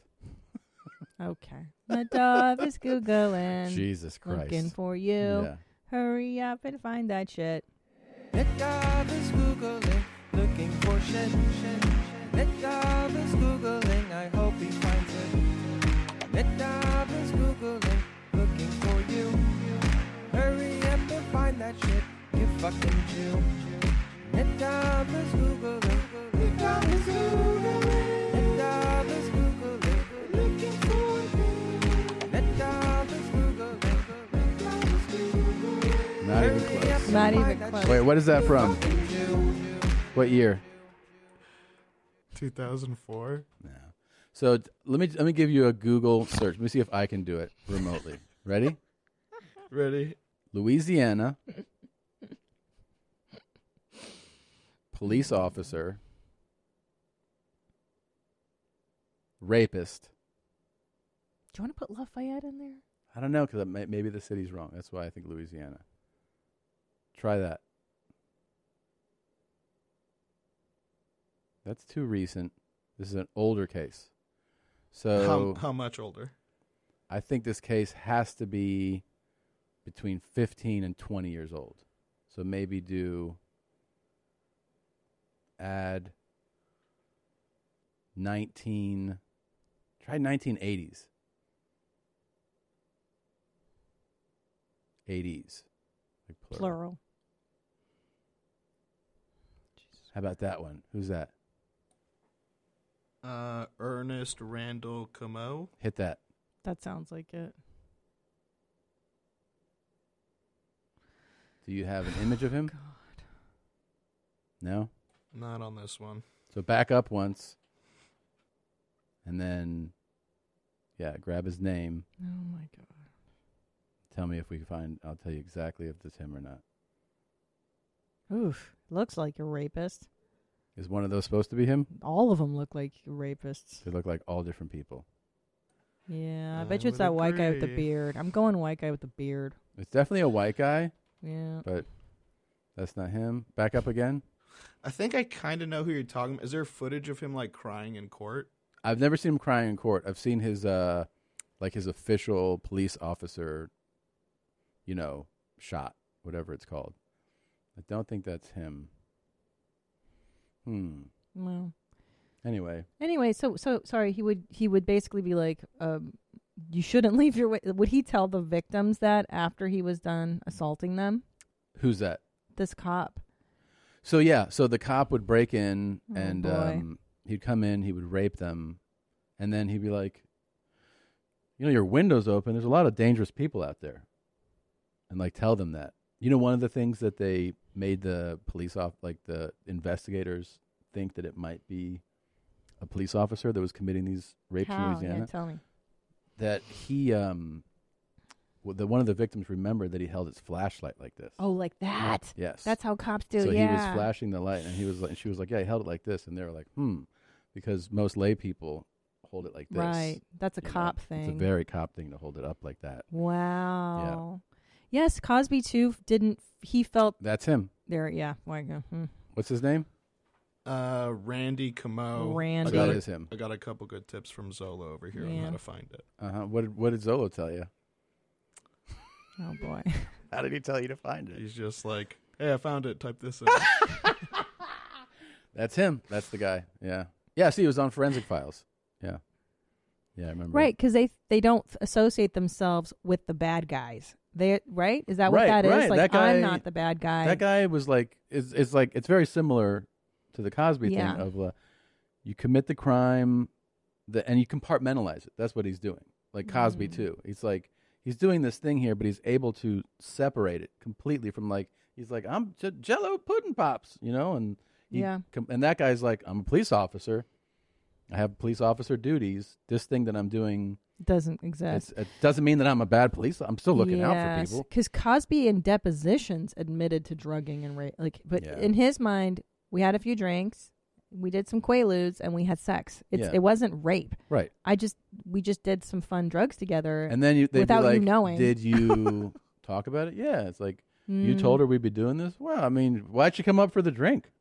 Speaker 2: Okay. The dove is googling.
Speaker 1: Jesus Christ.
Speaker 2: Looking for you.
Speaker 1: Yeah.
Speaker 2: Hurry up and find that shit.
Speaker 7: The dove is googling, looking for shit. The dove is googling, I hope he finds it. The dove is googling, looking for you. Hurry up and find that shit, you fucking Jew. The dove is googling, the dove is googling, the dove is googling, looking for you. The dove is googling, the dove is googling.
Speaker 1: Not even
Speaker 7: Hurry
Speaker 1: close.
Speaker 7: up and
Speaker 2: Not
Speaker 7: find
Speaker 2: even
Speaker 7: that
Speaker 2: close.
Speaker 7: shit,
Speaker 1: Wait, what is that from?
Speaker 7: Jew.
Speaker 1: What year?
Speaker 4: 2004.
Speaker 1: So t- let me let me give you a Google search. Let me see if I can do it remotely. Ready?
Speaker 4: Ready?
Speaker 1: Louisiana police officer rapist.
Speaker 2: Do you want to put Lafayette in there?
Speaker 1: I don't know because may, maybe the city's wrong. That's why I think Louisiana. Try that. That's too recent. This is an older case. So
Speaker 4: how, how much older?
Speaker 1: I think this case has to be between 15 and 20 years old. So maybe do add 19 try 1980s. 80s. Like plural.
Speaker 2: Plural.
Speaker 1: How about that one? Who's that?
Speaker 4: Uh, Ernest Randall Camo.
Speaker 1: Hit that.
Speaker 2: That sounds like it.
Speaker 1: Do you have an image of him?
Speaker 2: God.
Speaker 1: No.
Speaker 4: Not on this one.
Speaker 1: So back up once. And then yeah, grab his name.
Speaker 2: Oh my God.
Speaker 1: Tell me if we can find. I'll tell you exactly if it's him or not.
Speaker 2: Oof. Looks like a rapist.
Speaker 1: Is one of those supposed to be him?
Speaker 2: All of them look like rapists.
Speaker 1: They look like all different people.
Speaker 2: Yeah, I,
Speaker 4: I
Speaker 2: bet you it's
Speaker 4: would
Speaker 2: that white guy with the
Speaker 4: agree.
Speaker 2: beard. I'm going white guy with the beard.
Speaker 1: It's definitely a white guy,
Speaker 2: Yeah.
Speaker 1: but that's not him. Back up again.
Speaker 4: I think I kind of know who you're talking about. Is there footage of him like crying in court?
Speaker 1: I've never seen him crying in court. I've seen his uh, like his official police officer, you know, shot, whatever it's called. I don't think that's him. Hmm.
Speaker 2: Well.
Speaker 1: Anyway,
Speaker 2: Anyway, so so sorry. He would he would basically be like, um, you shouldn't leave your. Wi-. Would he tell the victims that after he was done assaulting them?
Speaker 1: who's that?
Speaker 2: This cop.
Speaker 1: So yeah, so the cop would break in
Speaker 2: Oh,
Speaker 1: and
Speaker 2: boy.
Speaker 1: um, he'd come in, he would rape them, and then he'd be like, "You know, your window's open. There's a lot of dangerous people out there," and like tell them that. You know, one of the things that they made the police off, like the investigators, think that it might be a police officer that was committing these rapes in
Speaker 2: How?
Speaker 1: Louisiana
Speaker 2: Yeah, tell me.
Speaker 1: that he um w- the one of the victims remembered that he held his flashlight like this.
Speaker 2: Oh, like that.
Speaker 1: Yes.
Speaker 2: That's how cops do.
Speaker 1: So
Speaker 2: yeah.
Speaker 1: he was flashing the light, and he was like, and she was like, "Yeah, he held it like this," and they were like, "Hmm," because most lay people hold it like this.
Speaker 2: Right. That's a
Speaker 1: you know?
Speaker 2: cop thing.
Speaker 1: It's a very cop thing to hold it up like that.
Speaker 2: wow. Yes, Cosby too f- didn't. He felt
Speaker 1: That's him.
Speaker 2: there. Yeah. Why go? Hmm.
Speaker 1: What's his name?
Speaker 4: Uh, Randy Camo.
Speaker 2: Randy.
Speaker 4: I got,
Speaker 1: That
Speaker 4: a,
Speaker 1: is him.
Speaker 4: I got a couple good tips from Zolo over here on
Speaker 2: Yeah.
Speaker 4: how to find it.
Speaker 1: Uh huh. What did, What did Zolo tell you?
Speaker 2: Oh boy.
Speaker 1: How did he tell you to find
Speaker 4: He's just like, Hey, I found it. Type this in.
Speaker 1: That's him. That's the guy. Yeah. Yeah. See, it was on Forensic Files. Yeah. Yeah, I remember.
Speaker 10: Right, because they they don't associate themselves with the bad guys. They right? Is that what
Speaker 1: Right,
Speaker 10: that is?
Speaker 1: right.
Speaker 10: Like
Speaker 1: That guy-
Speaker 10: I'm not the bad guy.
Speaker 1: that guy was like, it's, it's like, it's very similar to the Cosby
Speaker 10: Yeah.
Speaker 1: thing of uh, you commit the crime the, and you compartmentalize it. That's what he's doing. Like Cosby,
Speaker 10: Mm.
Speaker 1: too. He's like, he's doing this thing here, but he's able to separate it completely from like, he's like, I'm J- Jello Pudding Pops, you know? And he,
Speaker 10: Yeah.
Speaker 1: com- And that guy's like, I'm a police officer. I have police officer duties. This thing that I'm doing
Speaker 10: Doesn't exist.
Speaker 1: It's, it doesn't mean that I'm a bad police. I'm still looking out for people.
Speaker 10: Because Cosby in depositions admitted to drugging and rape. Like, but
Speaker 1: Yeah.
Speaker 10: in his mind, we had a few drinks, we did some quaaludes, and we had sex. It's,
Speaker 1: Yeah.
Speaker 10: It wasn't rape.
Speaker 1: Right.
Speaker 10: I just we just did some fun drugs together.
Speaker 1: And then you, they'd
Speaker 10: without
Speaker 1: be like,
Speaker 10: you knowing,
Speaker 1: "Did you talk about it?" Yeah, it's like you
Speaker 10: Mm.
Speaker 1: told her we'd be doing this. Well, I mean, why'd you come up for the drink?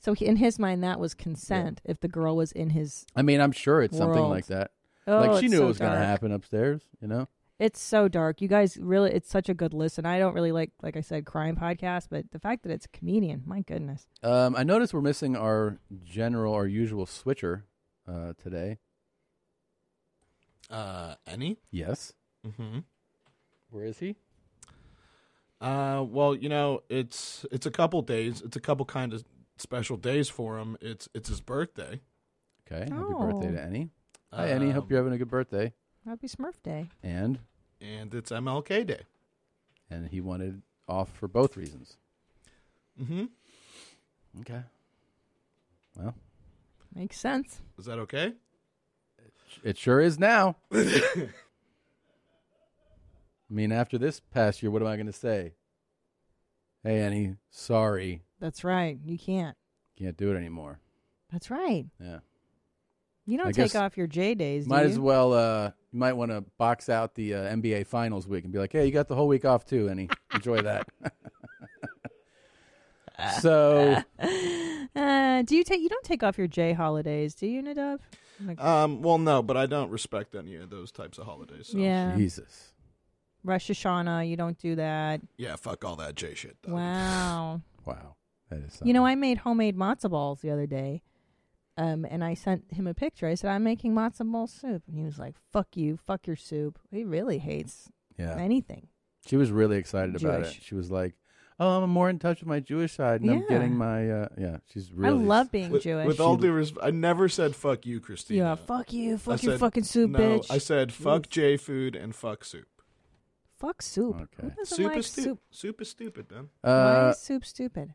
Speaker 10: so he, in his mind that was consent if the girl was in his.
Speaker 1: I mean, I'm sure it's something
Speaker 10: World.
Speaker 1: like that.
Speaker 10: Oh,
Speaker 1: like she
Speaker 10: it's
Speaker 1: knew
Speaker 10: so
Speaker 1: it was gonna
Speaker 10: dark.
Speaker 1: happen upstairs. You know,
Speaker 10: It's so dark. You guys really, it's such a good listen. I don't really like, like I said, crime podcast, but the fact that it's a comedian, my goodness.
Speaker 1: um, I noticed we're missing our general, our usual switcher uh, today.
Speaker 4: Uh, any?
Speaker 1: Yes,
Speaker 4: Mm-hmm.
Speaker 1: where is he?
Speaker 4: Uh, well, you know, it's it's a couple days. It's a couple kind of special days for him. It's it's his birthday. Um,
Speaker 1: Okay,
Speaker 10: Oh.
Speaker 1: happy birthday to Annie. Hi, Annie. Hope you're having a good birthday.
Speaker 10: Happy Smurf Day.
Speaker 1: And
Speaker 4: And it's MLK Day.
Speaker 1: and he wanted off for both reasons.
Speaker 4: Mm-hmm.
Speaker 1: Okay. Well,
Speaker 10: Makes sense.
Speaker 4: Is that okay?
Speaker 1: It sure is now. I mean, after this past year, what am I going to say? Hey, Annie, sorry,
Speaker 10: That's right. You can't.
Speaker 1: can't do it anymore.
Speaker 10: That's right.
Speaker 1: Yeah,
Speaker 10: You don't
Speaker 1: I
Speaker 10: take
Speaker 1: guess-
Speaker 10: off your J days. do
Speaker 1: might as
Speaker 10: you?
Speaker 1: well. Uh, you might want to box out the uh, NBA Finals week and be like, "Hey, you got the whole week off too, Annie. Enjoy that." so
Speaker 10: Uh, do you take? You don't take off your J holidays, do you, Nadav? Like,
Speaker 4: Um, well, no, but I don't respect any of those types of holidays. So.
Speaker 10: yeah,
Speaker 1: Jesus,
Speaker 10: Rosh Hashanah. You don't do that.
Speaker 4: Yeah, fuck all that J shit. Though.
Speaker 10: Wow.
Speaker 1: Oh, wow, that is something.
Speaker 10: you know, I made homemade matzo balls the other day, um, and I sent him a picture. I said, "I'm making matzo ball soup," and he was like, "Fuck you, fuck your soup." He really hates
Speaker 1: yeah.
Speaker 10: anything.
Speaker 1: She was really excited about it.
Speaker 10: Jewish.
Speaker 1: She was like, "Oh, I'm more in touch with my Jewish side, and I'm
Speaker 10: Yeah.
Speaker 1: getting my uh, yeah." She's really.
Speaker 10: I love being
Speaker 4: With,
Speaker 10: Jewish.
Speaker 4: with all due respect, I never said fuck you, Christina.
Speaker 10: yeah, Uh, fuck you,
Speaker 4: I
Speaker 10: fuck your
Speaker 4: said-
Speaker 10: fucking soup,
Speaker 4: no,
Speaker 10: bitch.
Speaker 4: I said fuck J food and fuck soup.
Speaker 10: fuck soup. Who
Speaker 1: Okay.
Speaker 10: doesn't
Speaker 4: Soup
Speaker 10: like
Speaker 4: is stupid.
Speaker 10: soup?
Speaker 4: Soup. is stupid, man.
Speaker 10: Why
Speaker 1: Uh,
Speaker 10: is soup stupid?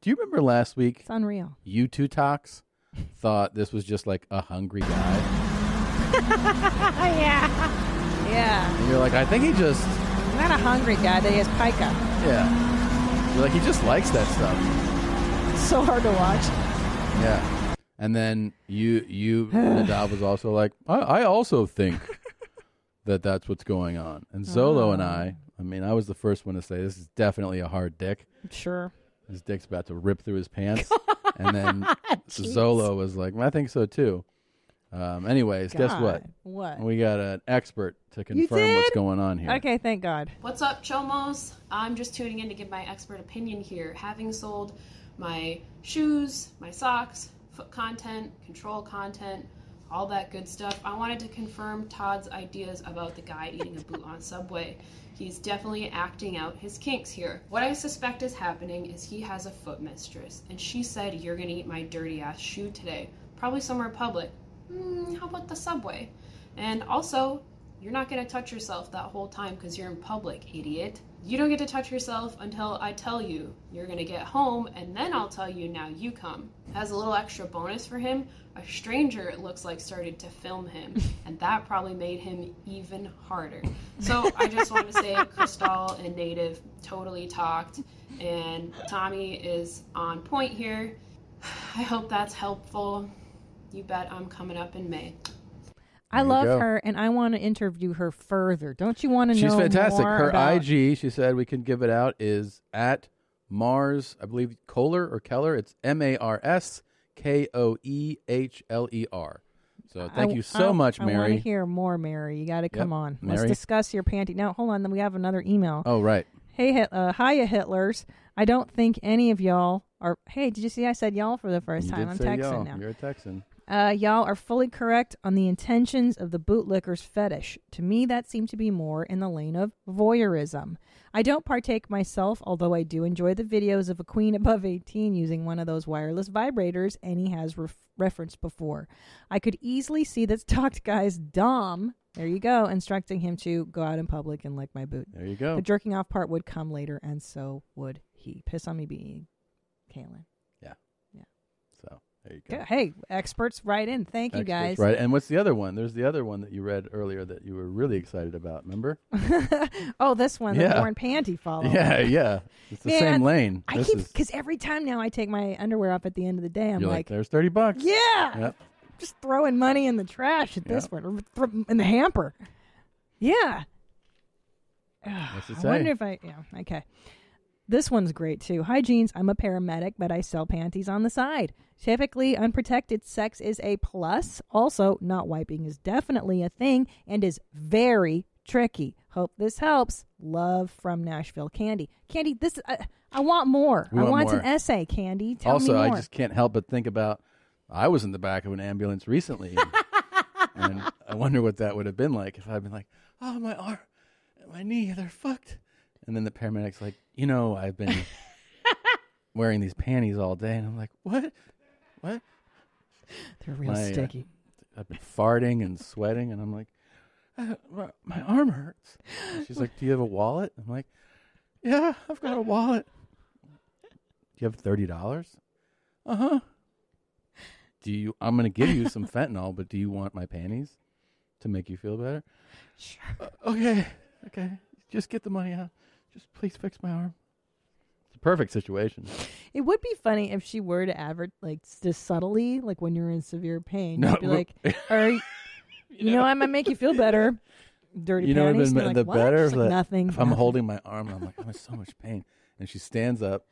Speaker 1: Do you remember last week?
Speaker 2: It's unreal.
Speaker 1: You two talks thought this was just like a hungry guy.
Speaker 2: yeah. Yeah.
Speaker 1: And you're like, I think he just,
Speaker 2: I'm not a hungry guy that he has pica.
Speaker 1: yeah. You're like, he just likes that stuff.
Speaker 3: It's so hard to watch.
Speaker 1: Yeah. And then you, you, Nadav was also like, I, I also think that that's what's going on. And Zolo and I,
Speaker 2: Ah.
Speaker 1: I mean, I was the first one to say this is definitely a hard dick.
Speaker 2: Sure.
Speaker 1: His dick's about to rip through his pants. and then Zolo was like, I think so too. Um, anyways, guess what?
Speaker 2: God, what?
Speaker 1: We got an expert to confirm what's
Speaker 2: did?
Speaker 1: going on here.
Speaker 2: Okay, thank God.
Speaker 10: What's up, Chomos? I'm just tuning in to give my expert opinion here. Having sold my shoes, my socks, foot content, control content, all that good stuff, I wanted to confirm Todd's ideas about the guy eating a boot on Subway. He's definitely acting out his kinks here. What I suspect is happening is he has a foot mistress, and she said, You're gonna eat my dirty ass shoe today. Probably somewhere public. Hmm, how about the subway? And also, you're not going to touch yourself that whole time because you're in public, idiot. You don't get to touch yourself until I tell you. You're going to get home, and then I'll tell you now you come. As a little extra bonus for him, a stranger, it looks like, started to film him, and that probably made him even harder. So I just want to say Kristal and Native totally talked, and Tommy is on point here. I hope that's helpful. You bet I'm coming up in May.
Speaker 2: I
Speaker 1: There you
Speaker 2: love
Speaker 1: go.
Speaker 2: her, and I want to interview her further. Don't you want to
Speaker 1: She's
Speaker 2: know?
Speaker 1: fantastic.
Speaker 2: more
Speaker 1: Her
Speaker 2: about-
Speaker 1: IG, she said we can give it out, is at Mars, I believe Kohler or Keller. It's M A R S K O E H L E R. So thank
Speaker 2: I-
Speaker 1: you so
Speaker 2: I-
Speaker 1: much,
Speaker 2: I want
Speaker 1: Mary.
Speaker 2: to hear more, Mary. You got to come on. Let's
Speaker 1: Mary.
Speaker 2: discuss your panty. Now, hold on. Then we have another email.
Speaker 1: oh, right.
Speaker 2: Hey, Hit- uh, hiya, Hitlers. I don't think any of y'all are. Hey, did you see I said y'all for the first
Speaker 1: You
Speaker 2: time?
Speaker 1: did
Speaker 2: I'm
Speaker 1: say
Speaker 2: Texan
Speaker 1: y'all.
Speaker 2: now.
Speaker 1: You're a Texan.
Speaker 2: Uh, y'all are fully correct on the intentions of the bootlicker's fetish. To me, that seemed to be more in the lane of voyeurism. I don't partake myself, although I do enjoy the videos of a queen above 18 using one of those wireless vibrators Annie has ref- referenced before. I could easily see this talked guy's Dom, there you go, instructing him to go out in public and lick my boot.
Speaker 1: There you go.
Speaker 2: The jerking off part would come later, and so would he. Piss on me, being Kaylin.
Speaker 1: so there you go.
Speaker 2: Go- Hey, experts, right in. Thank you,
Speaker 1: Experts,
Speaker 2: guys.
Speaker 1: Right. And what's the other one? There's the other one that you read earlier that you were really excited about, remember?
Speaker 2: oh, this one, the
Speaker 1: Yeah.
Speaker 2: worn panty follow.
Speaker 1: Yeah, yeah. It's the
Speaker 2: Oh. Man,
Speaker 1: same lane.
Speaker 2: I
Speaker 1: This
Speaker 2: keep
Speaker 1: is-
Speaker 2: because every time now I take my underwear off at the end of the day, I'm
Speaker 1: you're
Speaker 2: like,
Speaker 1: there's 30 bucks.
Speaker 2: yeah,
Speaker 1: Yep.
Speaker 2: just throwing money in the trash at this one or thro- in the hamper. Yeah.
Speaker 1: What's it
Speaker 2: I wonder
Speaker 1: say?
Speaker 2: if I. Yeah. Okay. This one's great too. Hi, jeans. I'm a paramedic, but I sell panties on the side. Typically, unprotected sex is a plus. Also, not wiping is definitely a thing and is very tricky. Hope this helps. Love from Nashville, Candy. Candy, this I, I want more.
Speaker 1: We
Speaker 2: I
Speaker 1: want
Speaker 2: want an
Speaker 1: more.
Speaker 2: essay, Candy. Tell
Speaker 1: also,
Speaker 2: me more.
Speaker 1: I just can't help but think about I was in the back of an ambulance recently, and, and I wonder what that would have been like if I'd been like, "Oh, my arm, my knee, they're fucked," and then the paramedic's like, "You know, I've been wearing these panties all day," and I'm like, "What? What?
Speaker 2: They're real
Speaker 1: my, uh,
Speaker 2: sticky.
Speaker 1: I've been farting and sweating," and I'm like, uh, my, "My arm hurts." And she's like, "Do you have a wallet?" I'm like, "Yeah, I've got a wallet." Do you have thirty dollars? Uh huh. Do you? I'm gonna give you some fentanyl, but do you want my panties to make you feel better? Sure. okay. Okay. Just get the money out. uh, Just please fix my arm. It's a perfect situation.
Speaker 2: It would be funny if she were to advert like s- just subtly, like when you're in severe pain,
Speaker 1: No,
Speaker 2: you'd be
Speaker 1: we-
Speaker 2: like, "Are you, you know I might make you feel better." Dirty
Speaker 1: you know, what
Speaker 2: panties.
Speaker 1: would've
Speaker 2: and
Speaker 1: been
Speaker 2: you're
Speaker 1: the
Speaker 2: like, what?
Speaker 1: better
Speaker 2: She's
Speaker 1: if,
Speaker 2: like,
Speaker 1: that-
Speaker 2: nothing.
Speaker 1: if I'm
Speaker 2: nothing."
Speaker 1: holding my arm and I'm like, I'm in so much pain, and she stands up,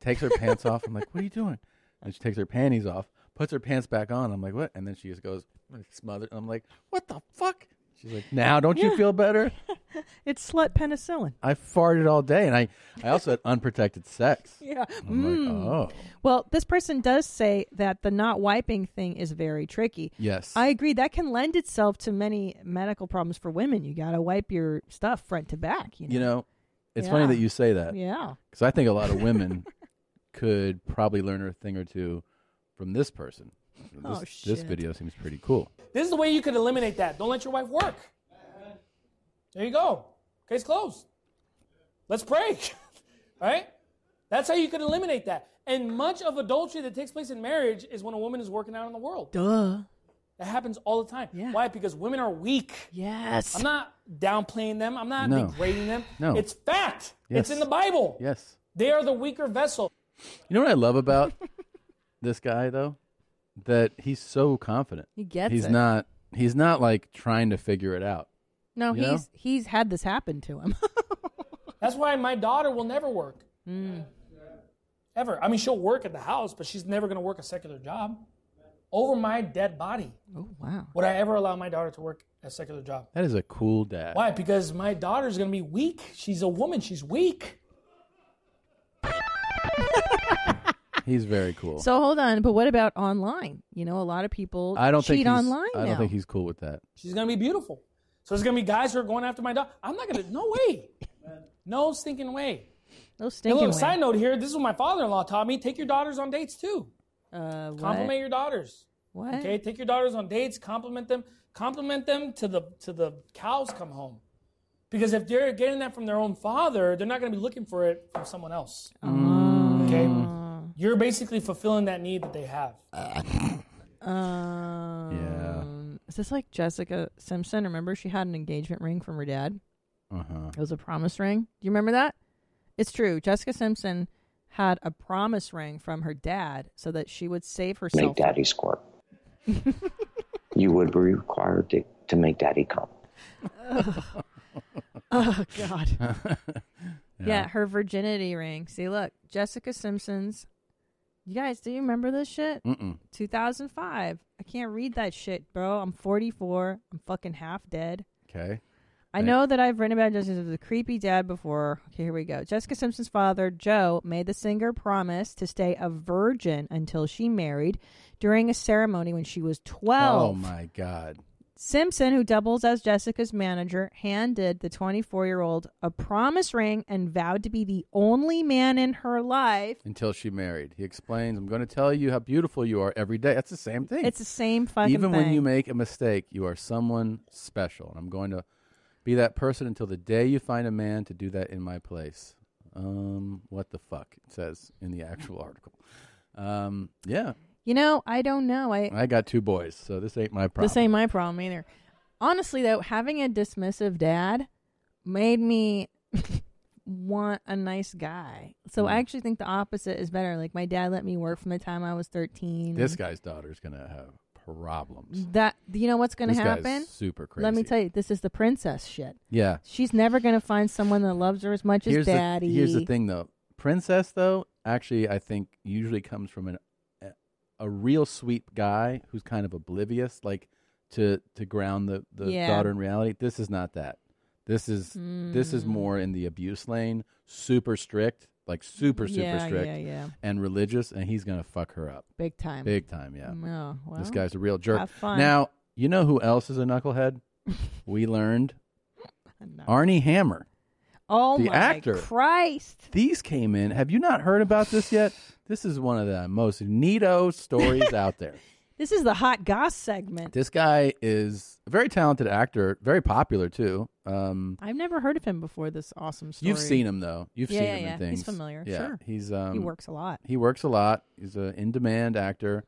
Speaker 1: takes her pants off. I'm like, what are you doing? And she takes her panties off, puts her pants back on. I'm like, what? And then she just goes smothered. I'm like, what the fuck? She's like, now don't you feel better?
Speaker 2: it's slut penicillin.
Speaker 1: I farted all day, and I, I also had unprotected sex.
Speaker 2: Yeah.
Speaker 1: I'm like, oh.
Speaker 2: Well, this person does say that the not wiping thing is very tricky.
Speaker 1: Yes.
Speaker 2: I agree. That can lend itself to many medical problems for women. You got to wipe your stuff front to back. You know?
Speaker 1: You know, it's funny
Speaker 2: Yeah.
Speaker 1: that you say that.
Speaker 2: Yeah.
Speaker 1: Because I think a lot of women could probably learn a thing or two from this person. This,
Speaker 11: Oh,
Speaker 1: this
Speaker 11: shit.
Speaker 1: video seems pretty cool.
Speaker 11: This is the way you could eliminate that. Don't let your wife work. There you go. Case closed. Let's pray. All right? That's how you could eliminate that. And much of adultery that takes place in marriage is when a woman is working out in the world.
Speaker 2: Duh.
Speaker 11: That happens all the time. Why? Because women are weak.
Speaker 2: Yes.
Speaker 11: I'm not downplaying them. I'm not
Speaker 1: No.
Speaker 11: degrading them.
Speaker 1: No.
Speaker 11: It's fact.
Speaker 1: Yes.
Speaker 11: It's in the Bible.
Speaker 1: Yes.
Speaker 11: They are the weaker vessel.
Speaker 1: You know what I love about this guy though? That he's so confident.
Speaker 2: He gets
Speaker 1: He's
Speaker 2: it.
Speaker 1: not he's not like trying to figure it out.
Speaker 2: No,
Speaker 1: You know?
Speaker 2: he's he's had this happen to him.
Speaker 11: That's why my daughter will never work.
Speaker 2: Mm.
Speaker 11: Ever. I mean, she'll work at the house, but she's never going to work a secular job. Over my dead body.
Speaker 2: Oh, wow.
Speaker 11: Would I ever allow my daughter to work a secular job?
Speaker 1: That is a cool dad.
Speaker 11: Why? Because my daughter's going to be weak. She's a woman. She's weak.
Speaker 1: He's very cool.
Speaker 2: So hold on, but what about online? You know, a lot of people
Speaker 1: I don't
Speaker 2: cheat
Speaker 1: think he's,
Speaker 2: online
Speaker 1: I don't
Speaker 2: now.
Speaker 1: think he's cool with that.
Speaker 11: She's going to be beautiful. So there's going to be guys who are going after my daughter. I'm not going to, no way. No stinking way.
Speaker 2: No
Speaker 11: And
Speaker 2: stinking
Speaker 11: look,
Speaker 2: way.
Speaker 11: side note here this is what my father in law taught me take your daughters on dates too.
Speaker 2: Uh, what?
Speaker 11: Compliment your daughters.
Speaker 2: What?
Speaker 11: Okay, take your daughters on dates, compliment them, compliment them to the to the cows come home. Because if they're getting that from their own father, they're not going to be looking for it from someone else.
Speaker 2: Ah.
Speaker 11: Okay? You're basically fulfilling that need that they have.
Speaker 2: Um, Is this like Jessica Simpson? Remember, she had an engagement ring from her dad.
Speaker 1: Uh-huh.
Speaker 2: It was a promise ring. Do you remember that? It's true. Jessica Simpson had a promise ring from her dad so that she would save herself.
Speaker 12: make daddy squirt. you would be required to, to make daddy come.
Speaker 2: Ugh. oh God.
Speaker 1: yeah.
Speaker 2: her virginity ring. See, look, Jessica Simpson's. You guys, do you remember this shit?
Speaker 1: Mm-mm.
Speaker 2: 2005. I can't read that shit, bro. I'm 44. I'm fucking half dead.
Speaker 1: Okay.
Speaker 2: I know that I've written about Jessica as a creepy dad before. Okay, here we go. Jessica Simpson's father, Joe, made the singer promise to stay a virgin until she married during a ceremony when she was 12.
Speaker 1: Oh my god.
Speaker 2: Simpson, who doubles as Jessica's manager, handed the 24 year old a promise ring and vowed to be the only man in her life.
Speaker 1: Until she married. He explains, I'm gonna tell you how beautiful you are every day. That's the same thing.
Speaker 2: It's the same fucking
Speaker 1: Even when
Speaker 2: thing.
Speaker 1: you make a mistake, you are someone special. And I'm going to be that person until the day you find a man to do that in my place. Um, what the fuck? It says in the actual article. Um, yeah.
Speaker 2: You know, I don't know. I,
Speaker 1: I got two boys, so this ain't my problem.
Speaker 2: This ain't my problem either. Honestly, though, having a dismissive dad made me want a nice guy. So
Speaker 1: Hmm.
Speaker 2: I actually think the opposite is better. Like my dad let me work from the time I was thirteen.
Speaker 1: This guy's daughter's gonna have problems.
Speaker 2: That you know what's going to
Speaker 1: This guy's
Speaker 2: happen?
Speaker 1: super
Speaker 2: Let me
Speaker 1: crazy.
Speaker 2: tell you, this is the princess shit.
Speaker 1: Yeah.
Speaker 2: she's never going to find someone that loves her as much as
Speaker 1: here's
Speaker 2: daddy.
Speaker 1: The, here's the thing, though. Princess, though, actually, I think usually comes from an a, a real sweet guy who's kind of oblivious, like to to ground the the
Speaker 2: Yeah.
Speaker 1: daughter in reality. This is not that. This is this
Speaker 2: Hmm.
Speaker 1: is more in the abuse lane. Super strict, like super super
Speaker 2: Yeah,
Speaker 1: strict,
Speaker 2: yeah, yeah.
Speaker 1: and religious, and he's gonna fuck her up
Speaker 2: Big time.
Speaker 1: big time. Yeah,
Speaker 2: No, well,
Speaker 1: this guy's a real jerk.
Speaker 2: have fun.
Speaker 1: Now you know who else is a knucklehead. we learned Arnie Hammer.
Speaker 2: Oh
Speaker 1: the
Speaker 2: my
Speaker 1: actor.
Speaker 2: Christ!
Speaker 1: These came in. Have you not heard about this yet? This is one of the most neato stories out there.
Speaker 2: This is the hot goss segment.
Speaker 1: This guy is a very talented actor, very popular too. Um,
Speaker 2: I've never heard of him before. This awesome story.
Speaker 1: you've seen him though. You've
Speaker 2: Yeah,
Speaker 1: seen
Speaker 2: yeah,
Speaker 1: him
Speaker 2: yeah.
Speaker 1: in things.
Speaker 2: He's familiar.
Speaker 1: Yeah,
Speaker 2: Sure.
Speaker 1: he's um,
Speaker 2: he works a lot.
Speaker 1: He works a lot. He's an in-demand actor.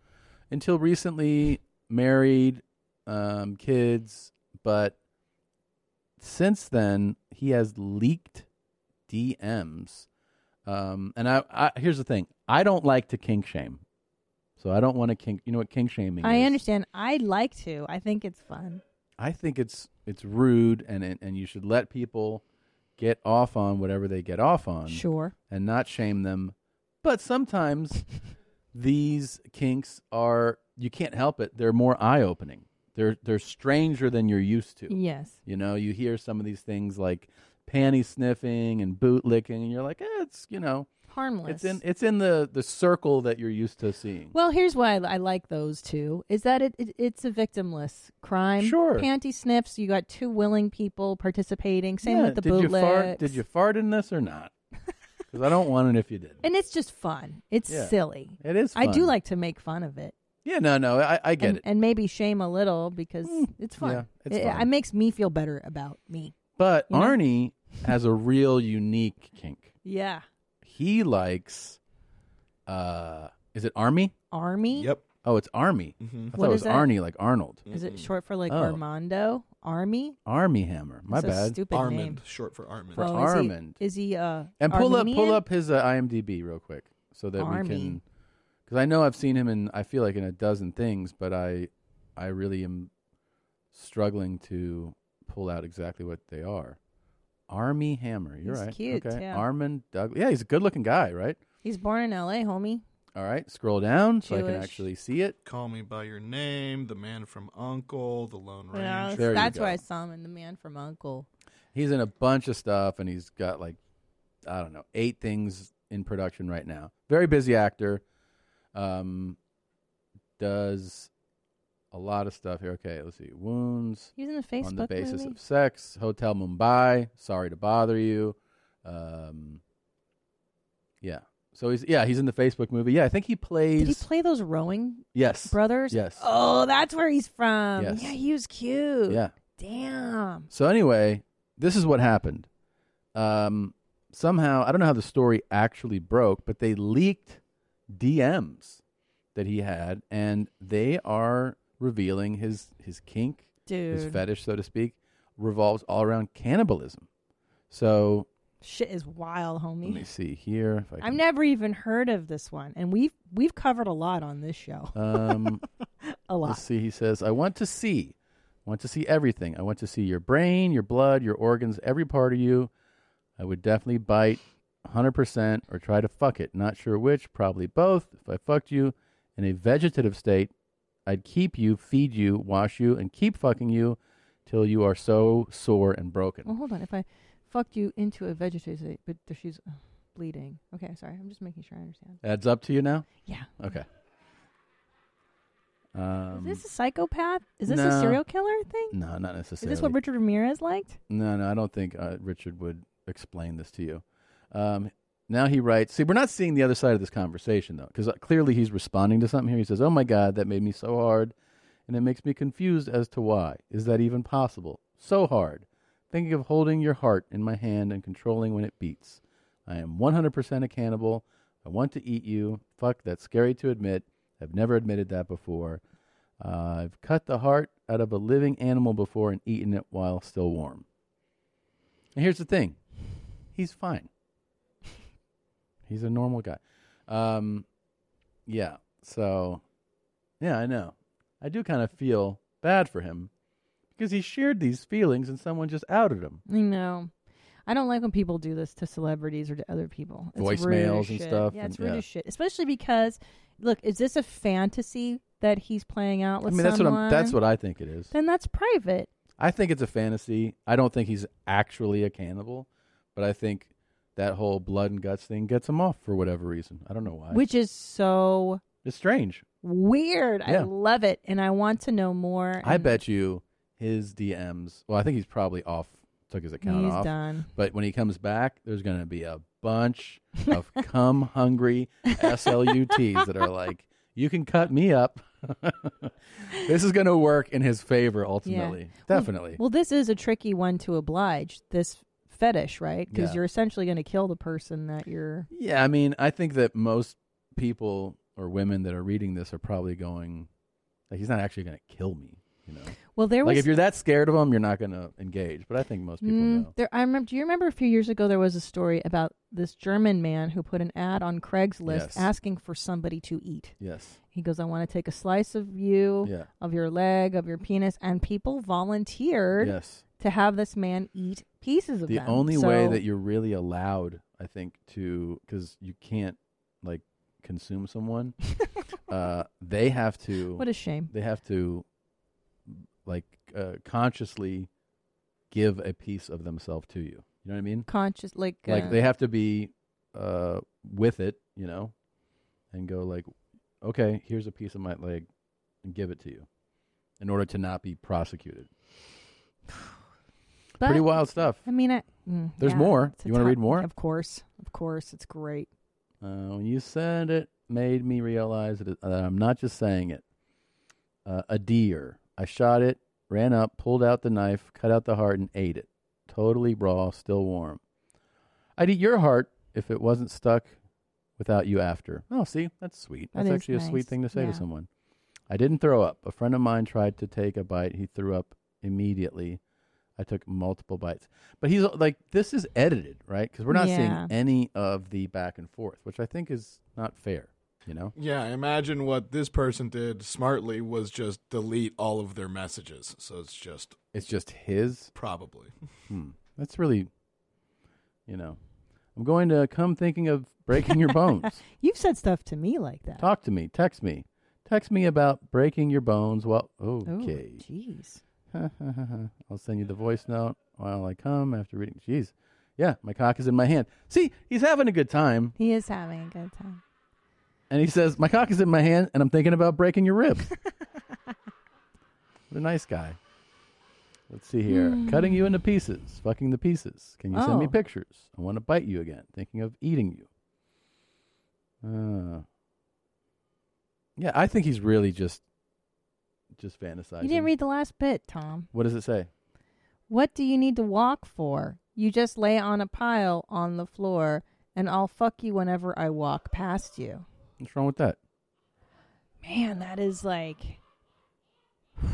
Speaker 1: Until recently, married, um, kids, but since then he has leaked DMs. Um, and I, I here's the thing: I don't like to kink shame, so I don't want to kink. You know what kink shaming
Speaker 2: I
Speaker 1: is?
Speaker 2: understand. I like to. I think it's fun.
Speaker 1: I think it's it's rude, and it, and you should let people get off on whatever they get off on,
Speaker 2: Sure.
Speaker 1: and not shame them. But sometimes these kinks are you can't help it; they're more eye opening They're they're stranger than you're used to.
Speaker 2: Yes.
Speaker 1: You know, you hear some of these things like panty sniffing and boot licking, and you're like, eh, it's you know,
Speaker 2: Harmless.
Speaker 1: it's in it's in the the circle that you're used to seeing.
Speaker 2: Well, here's why I, I like those two is that it, it it's a victimless crime.
Speaker 1: Sure.
Speaker 2: Panty sniffs. You got two willing people participating. Same
Speaker 1: Yeah,
Speaker 2: with the
Speaker 1: did you fart?
Speaker 2: bootleg.
Speaker 1: Did you fart in this or not? Because I don't want it if you did.
Speaker 2: And it's just fun. It's
Speaker 1: Yeah.
Speaker 2: silly.
Speaker 1: It is
Speaker 2: I do
Speaker 1: fun.
Speaker 2: like to make fun of it.
Speaker 1: Yeah, no, no, I, I get
Speaker 2: and,
Speaker 1: it. Mm.
Speaker 2: and maybe shame a little because it's fun.
Speaker 1: yeah, it's
Speaker 2: it,
Speaker 1: fun.
Speaker 2: it makes me feel better about me.
Speaker 1: But
Speaker 2: you know?
Speaker 1: Arnie has a real unique kink.
Speaker 2: Yeah.
Speaker 1: He likes, uh, is it Army?
Speaker 2: Army? Yep.
Speaker 1: Oh, it's Army. I thought
Speaker 2: What
Speaker 1: it was
Speaker 2: is that?
Speaker 1: Arnie, like Arnold.
Speaker 2: Is it short for like
Speaker 1: Oh.
Speaker 2: Armando? Army?
Speaker 1: Army Hammer. My
Speaker 2: That's a
Speaker 1: bad.
Speaker 2: stupid Armand, name.
Speaker 4: short for Armand.
Speaker 1: For
Speaker 2: Oh, is he-
Speaker 1: Armand.
Speaker 2: Is he uh
Speaker 1: and pull up, pull
Speaker 2: Armenian?
Speaker 1: up his uh, IMDb real quick so that
Speaker 2: Army.
Speaker 1: we can, because I know I've seen him in, I feel like in a dozen things, but I, I really am struggling to pull out exactly what they are. Army Hammer. You're
Speaker 2: He's
Speaker 1: right.
Speaker 2: cute,
Speaker 1: okay.
Speaker 2: yeah.
Speaker 1: Armand Douglas. Yeah, he's a good-looking guy, right?
Speaker 2: He's born in LA, homie.
Speaker 1: All right, scroll down so I can
Speaker 2: Jewish.
Speaker 1: actually see it.
Speaker 4: Call me by your name, the man from Uncle, the Lone Ranger.
Speaker 2: Yeah,
Speaker 1: There you
Speaker 2: that's
Speaker 1: go.
Speaker 2: where I saw him in The Man from Uncle.
Speaker 1: He's in a bunch of stuff, and he's got like, I don't know, eight things in production right now. Very busy actor. Um, does a lot of stuff here. Okay, let's see. Wounds.
Speaker 2: He was in the
Speaker 1: on the
Speaker 2: Facebook
Speaker 1: basis
Speaker 2: movie.
Speaker 1: of sex. Hotel Mumbai. Sorry to bother you. Um, yeah. So he's yeah he's in the Facebook movie. Yeah, I think he plays.
Speaker 2: Did he play those rowing
Speaker 1: yes.
Speaker 2: brothers?
Speaker 1: Yes.
Speaker 2: Oh, that's where he's from.
Speaker 1: Yes.
Speaker 2: Yeah, he was cute.
Speaker 1: Yeah.
Speaker 2: Damn.
Speaker 1: So anyway, this is what happened. Um, somehow, I don't know how the story actually broke, but they leaked DMs that he had, and they are revealing his his kink, his
Speaker 2: Dude.
Speaker 1: fetish, so to speak, revolves all around cannibalism. So
Speaker 2: Shit is wild, homie.
Speaker 1: let me see here. If I
Speaker 2: I've never even heard of this one, and we've we've covered a lot on this show.
Speaker 1: Um,
Speaker 2: A lot.
Speaker 1: Let's see. He says, "I want to see, I want to see everything. I want to see your brain, your blood, your organs, every part of you. I would definitely bite, hundred percent, or try to fuck it. Not sure which. Probably both. If I fucked you in a vegetative state, I'd keep you, feed you, wash you, and keep fucking you till you are so sore and broken."
Speaker 2: Well, hold on. If I fucked you into a vegetative state, but there- she's uh, bleeding. Okay, sorry. I'm just making sure I understand.
Speaker 1: Adds up to you now.
Speaker 2: Yeah.
Speaker 1: Okay. Um,
Speaker 2: Is this a psychopath? Is this a
Speaker 1: no.
Speaker 2: serial killer thing?
Speaker 1: No, not
Speaker 2: Is this what
Speaker 1: necessarily.
Speaker 2: Richard Ramirez liked?
Speaker 1: No, no, I don't think uh, Richard would explain this to you. Um, now he writes. See, we're not seeing the other side of this conversation though, because clearly he's responding to something here. He says, "Oh my God, that made me so hard, and it makes me confused as to why. Is that even possible? So hard. Thinking of holding your heart in my hand and controlling when it beats. I am 100% a cannibal. I want to eat you. Fuck, that's scary to admit. I've never admitted that before. Uh, I've cut the heart out of a living animal before and eaten it while still warm. And here's the thing he's fine. He's a normal guy. Um, yeah. So, yeah, I know. I do kind of feel bad for him because he shared these feelings and someone just outed him.
Speaker 2: I know. I don't like when people do this to celebrities or to other people. It's rude as
Speaker 1: Voicemails and
Speaker 2: shit.
Speaker 1: stuff
Speaker 2: Yeah, it's
Speaker 1: and-
Speaker 2: rude
Speaker 1: yeah.
Speaker 2: as shit. Especially because, look, is this a fantasy that he's playing out
Speaker 1: I
Speaker 2: with
Speaker 1: mean, that's what I'm, that's
Speaker 2: someone?
Speaker 1: what I think it is.
Speaker 2: Then that's private.
Speaker 1: I think it's a fantasy. I don't think he's actually a cannibal, but I think that whole blood and guts thing gets him off for whatever reason. I don't know why.
Speaker 2: Which is so
Speaker 1: it's strange.
Speaker 2: weird. I
Speaker 1: Yeah.
Speaker 2: love it, and I want to know more.
Speaker 1: I
Speaker 2: and
Speaker 1: bet you his DMs. Well, I think he's probably off. Took his account
Speaker 2: He's
Speaker 1: off.
Speaker 2: done.
Speaker 1: But when he comes back, there's going to be a bunch of cum hungry SLUTs that are like, "You can cut me up." this is going to work in his favor ultimately.
Speaker 2: Well-
Speaker 1: Definitely.
Speaker 2: Well, this is a tricky one to oblige. This fetish, right? Because
Speaker 1: Yeah.
Speaker 2: you're essentially going to kill the person that you're.
Speaker 1: Yeah, I mean, I think that most people or women that are reading this are probably going, like, he's not actually going to kill me. You know,
Speaker 2: Well, there
Speaker 1: like
Speaker 2: was-
Speaker 1: if you're that scared of him, you're not going to engage. But I think most people
Speaker 2: Mm,
Speaker 1: know.
Speaker 2: There, I remember. Do you remember a few years ago there was a story about this German man who put an ad on Craigslist
Speaker 1: Yes.
Speaker 2: asking for somebody to eat.
Speaker 1: Yes.
Speaker 2: He goes, "I want to take a slice of you,
Speaker 1: Yeah.
Speaker 2: of your leg, of your penis," and people volunteered
Speaker 1: Yes.
Speaker 2: to have this man eat pieces of
Speaker 1: The
Speaker 2: them.
Speaker 1: only way
Speaker 2: So-
Speaker 1: that you're really allowed, I think, to because you can't like consume someone, uh, they have to.
Speaker 2: What a shame.
Speaker 1: They have to like uh, consciously give a piece of themselves to you. You know what I mean?
Speaker 2: Conscious, like,
Speaker 1: like
Speaker 2: uh,
Speaker 1: they have to be uh, with it, you know, and go like, okay, here's a piece of my leg, and give it to you, in order to not be prosecuted.
Speaker 2: But-
Speaker 1: Pretty wild stuff.
Speaker 2: I mean, I, mm,
Speaker 1: There's
Speaker 2: yeah,
Speaker 1: more.
Speaker 2: it's a
Speaker 1: You want to
Speaker 2: top-
Speaker 1: read more?
Speaker 2: Of course, of course, it's great.
Speaker 1: Uh, when you said it, made me realize that, it- that I'm not just saying it. Uh, a deer. I shot it, ran up, pulled out the knife, cut out the heart, and ate it. Totally raw, still warm. I'd eat your heart if it wasn't stuck without you after. Oh, see, that's sweet.
Speaker 13: That
Speaker 1: That's
Speaker 13: is
Speaker 1: actually a sweet
Speaker 13: nice.
Speaker 1: thing to say
Speaker 13: Yeah.
Speaker 1: to someone. I didn't throw up. A friend of mine tried to take a bite. He threw up immediately. I took multiple bites. But he's like, this is edited, right? Because we're not
Speaker 4: Yeah.
Speaker 1: seeing any of the back and forth, which I think is not fair, you know?
Speaker 4: Yeah, imagine what this person did smartly was just delete all of their messages. So it's just
Speaker 1: It's just his.
Speaker 4: probably.
Speaker 1: Hmm. That's really, you know, I'm going to come thinking of breaking your bones.
Speaker 2: You've said stuff to me like that.
Speaker 1: Talk to me. Text me. Text me about breaking your bones. Well, okay.
Speaker 2: Jeez.
Speaker 1: I'll send you the voice note while I come after reading. Jeez. Yeah, my cock is in my hand. See, he's having a good time.
Speaker 2: He is having a good time.
Speaker 1: And he says, My cock is in my hand, and I'm thinking about breaking your ribs. what a nice guy. Let's see here.
Speaker 13: Hmm.
Speaker 1: Cutting you into pieces, fucking the pieces. Can you send me
Speaker 13: Oh.
Speaker 1: pictures? I want to bite you again. Thinking of eating you. Uh, yeah, I think he's really just just fantasizing.
Speaker 2: You didn't read the last bit, Tom.
Speaker 1: what does it say?
Speaker 2: What do you need to walk for? You just lay on a pile on the floor, and I'll fuck you whenever I walk past you.
Speaker 1: What's wrong with that?
Speaker 2: Man, that is like.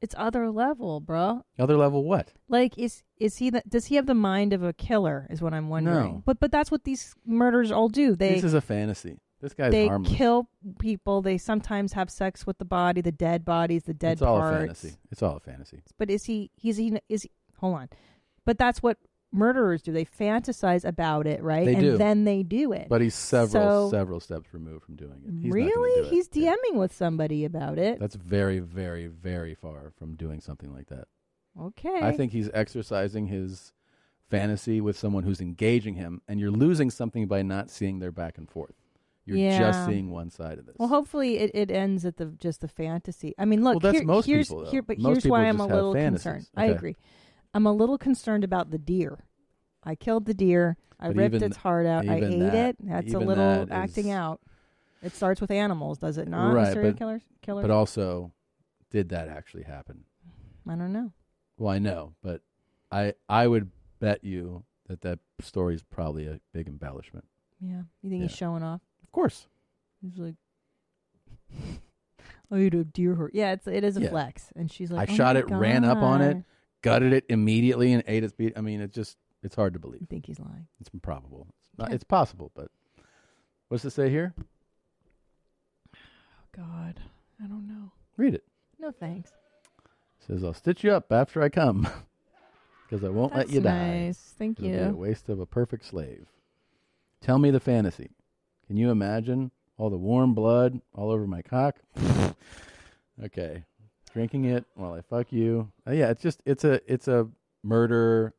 Speaker 2: It's other level, bro.
Speaker 1: Other level what?
Speaker 2: Like, is is he? The, does he have the mind of a killer? Is what I'm wondering.
Speaker 1: No.
Speaker 2: But but that's what these murders all do. They
Speaker 1: this is a fantasy. This guy's
Speaker 2: they
Speaker 1: harmless.
Speaker 2: kill people. They sometimes have sex with the body, the dead bodies, the dead
Speaker 1: it's all
Speaker 2: parts.
Speaker 1: a fantasy. It's all a fantasy.
Speaker 2: But is he? He's he is he? Hold on. But that's what murderers do. They fantasize about it, right?
Speaker 1: They
Speaker 2: and
Speaker 1: do.
Speaker 2: then they do it.
Speaker 1: But he's several
Speaker 2: So-
Speaker 1: several steps removed from doing it. He's not gonna
Speaker 2: really,
Speaker 1: do it.
Speaker 2: he's DMing with somebody about it.
Speaker 1: That's very, very, very far from doing something like that.
Speaker 2: Okay.
Speaker 1: I think he's exercising his fantasy with someone who's engaging him, and you're losing something by not seeing their back and forth. You're just
Speaker 2: Yeah.
Speaker 1: seeing one side of this.
Speaker 2: Well, hopefully it, it ends at the just the fantasy. I mean, look,
Speaker 1: Well, that's
Speaker 2: here-
Speaker 1: most
Speaker 2: here's,
Speaker 1: people, though.
Speaker 2: here, but
Speaker 1: Most
Speaker 2: here's why
Speaker 1: people
Speaker 2: I'm a
Speaker 1: just have
Speaker 2: little
Speaker 1: fantasies.
Speaker 2: concerned. I
Speaker 1: Okay.
Speaker 2: agree. I'm a little concerned about the deer. I killed the deer. I
Speaker 1: But
Speaker 2: ripped
Speaker 1: even-
Speaker 2: its heart out. I
Speaker 1: even
Speaker 2: ate
Speaker 1: that-
Speaker 2: it. That's a
Speaker 1: even
Speaker 2: little
Speaker 1: that
Speaker 2: acting
Speaker 1: is-
Speaker 2: out. It starts with animals, does it not?
Speaker 1: right,
Speaker 2: serial
Speaker 1: but,
Speaker 2: killers. Killers.
Speaker 1: but also, did that actually happen?
Speaker 2: I don't know.
Speaker 1: Well, I know, but I I would bet you that that story is probably a big embellishment.
Speaker 2: Yeah. You think he's showing off?
Speaker 1: Of course.
Speaker 2: He's like, oh, you do a deer heart. Yeah, it's it is a
Speaker 1: Yeah.
Speaker 2: flex. And she's like,
Speaker 1: I
Speaker 2: "Oh
Speaker 1: shot
Speaker 2: my
Speaker 1: it, ran up on
Speaker 2: God."
Speaker 1: it, gutted it immediately, and ate its beat. I mean, it's just it's hard to believe. I
Speaker 2: think he's lying.
Speaker 1: It's improbable. It's, not,
Speaker 2: Okay.
Speaker 1: it's possible, but what's it say here?
Speaker 2: God, I don't know.
Speaker 1: Read it.
Speaker 2: No thanks.
Speaker 1: It says I'll stitch you up after I come, because I won't
Speaker 2: That's
Speaker 1: let you die.
Speaker 2: nice. Thank
Speaker 1: It'll be
Speaker 2: you.
Speaker 1: a waste of a perfect slave. Tell me the fantasy. Can you imagine all the warm blood all over my cock? okay, drinking it while I fuck you. Uh, yeah, it's just it's a it's a murder,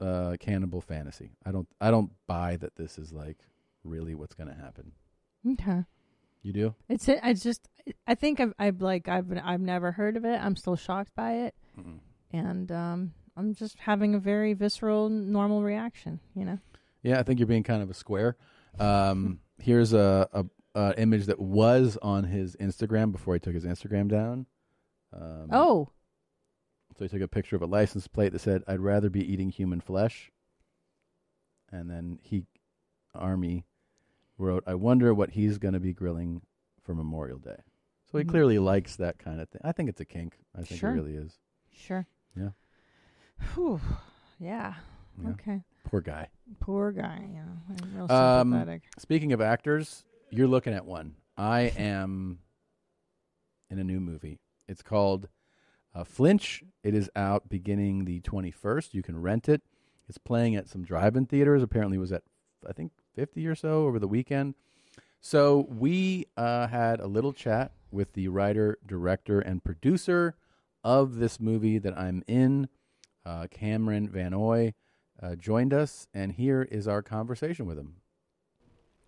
Speaker 1: uh, cannibal fantasy. I don't I don't buy that this is like really what's gonna happen.
Speaker 2: Okay.
Speaker 1: You do?
Speaker 2: It's it. I just I think I've I've like I've been, I've never heard of it. I'm still shocked by it,
Speaker 1: Mm-mm.
Speaker 2: and um, I'm just having a very visceral, normal reaction. You know.
Speaker 1: Yeah, I think you're being kind of a square. Um, here's a, a, a image that was on his Instagram before he took his Instagram down. Um,
Speaker 2: oh.
Speaker 1: So he took a picture of a license plate that said, "I'd rather be eating human flesh." And then he, Army, wrote, "I wonder what he's going to be grilling for Memorial Day." So he
Speaker 2: Mm.
Speaker 1: clearly likes that kind of thing. I think it's a kink. I think
Speaker 2: Sure.
Speaker 1: it really is.
Speaker 2: Sure.
Speaker 1: Yeah.
Speaker 2: Whew. Yeah. Okay.
Speaker 1: Poor guy.
Speaker 2: Poor guy. Yeah. I'm real
Speaker 1: Um,
Speaker 2: sympathetic.
Speaker 1: speaking of actors, you're looking at one. I am in a new movie. It's called uh, Flinch. It is out beginning the 21st. You can rent it. It's playing at some drive-in theaters. Apparently, it was at I think 50 or so over the weekend. So we uh, had a little chat with the writer, director, and producer of this movie that I'm in, uh, Cameron Vanoy, uh, joined us, and here is our conversation with him.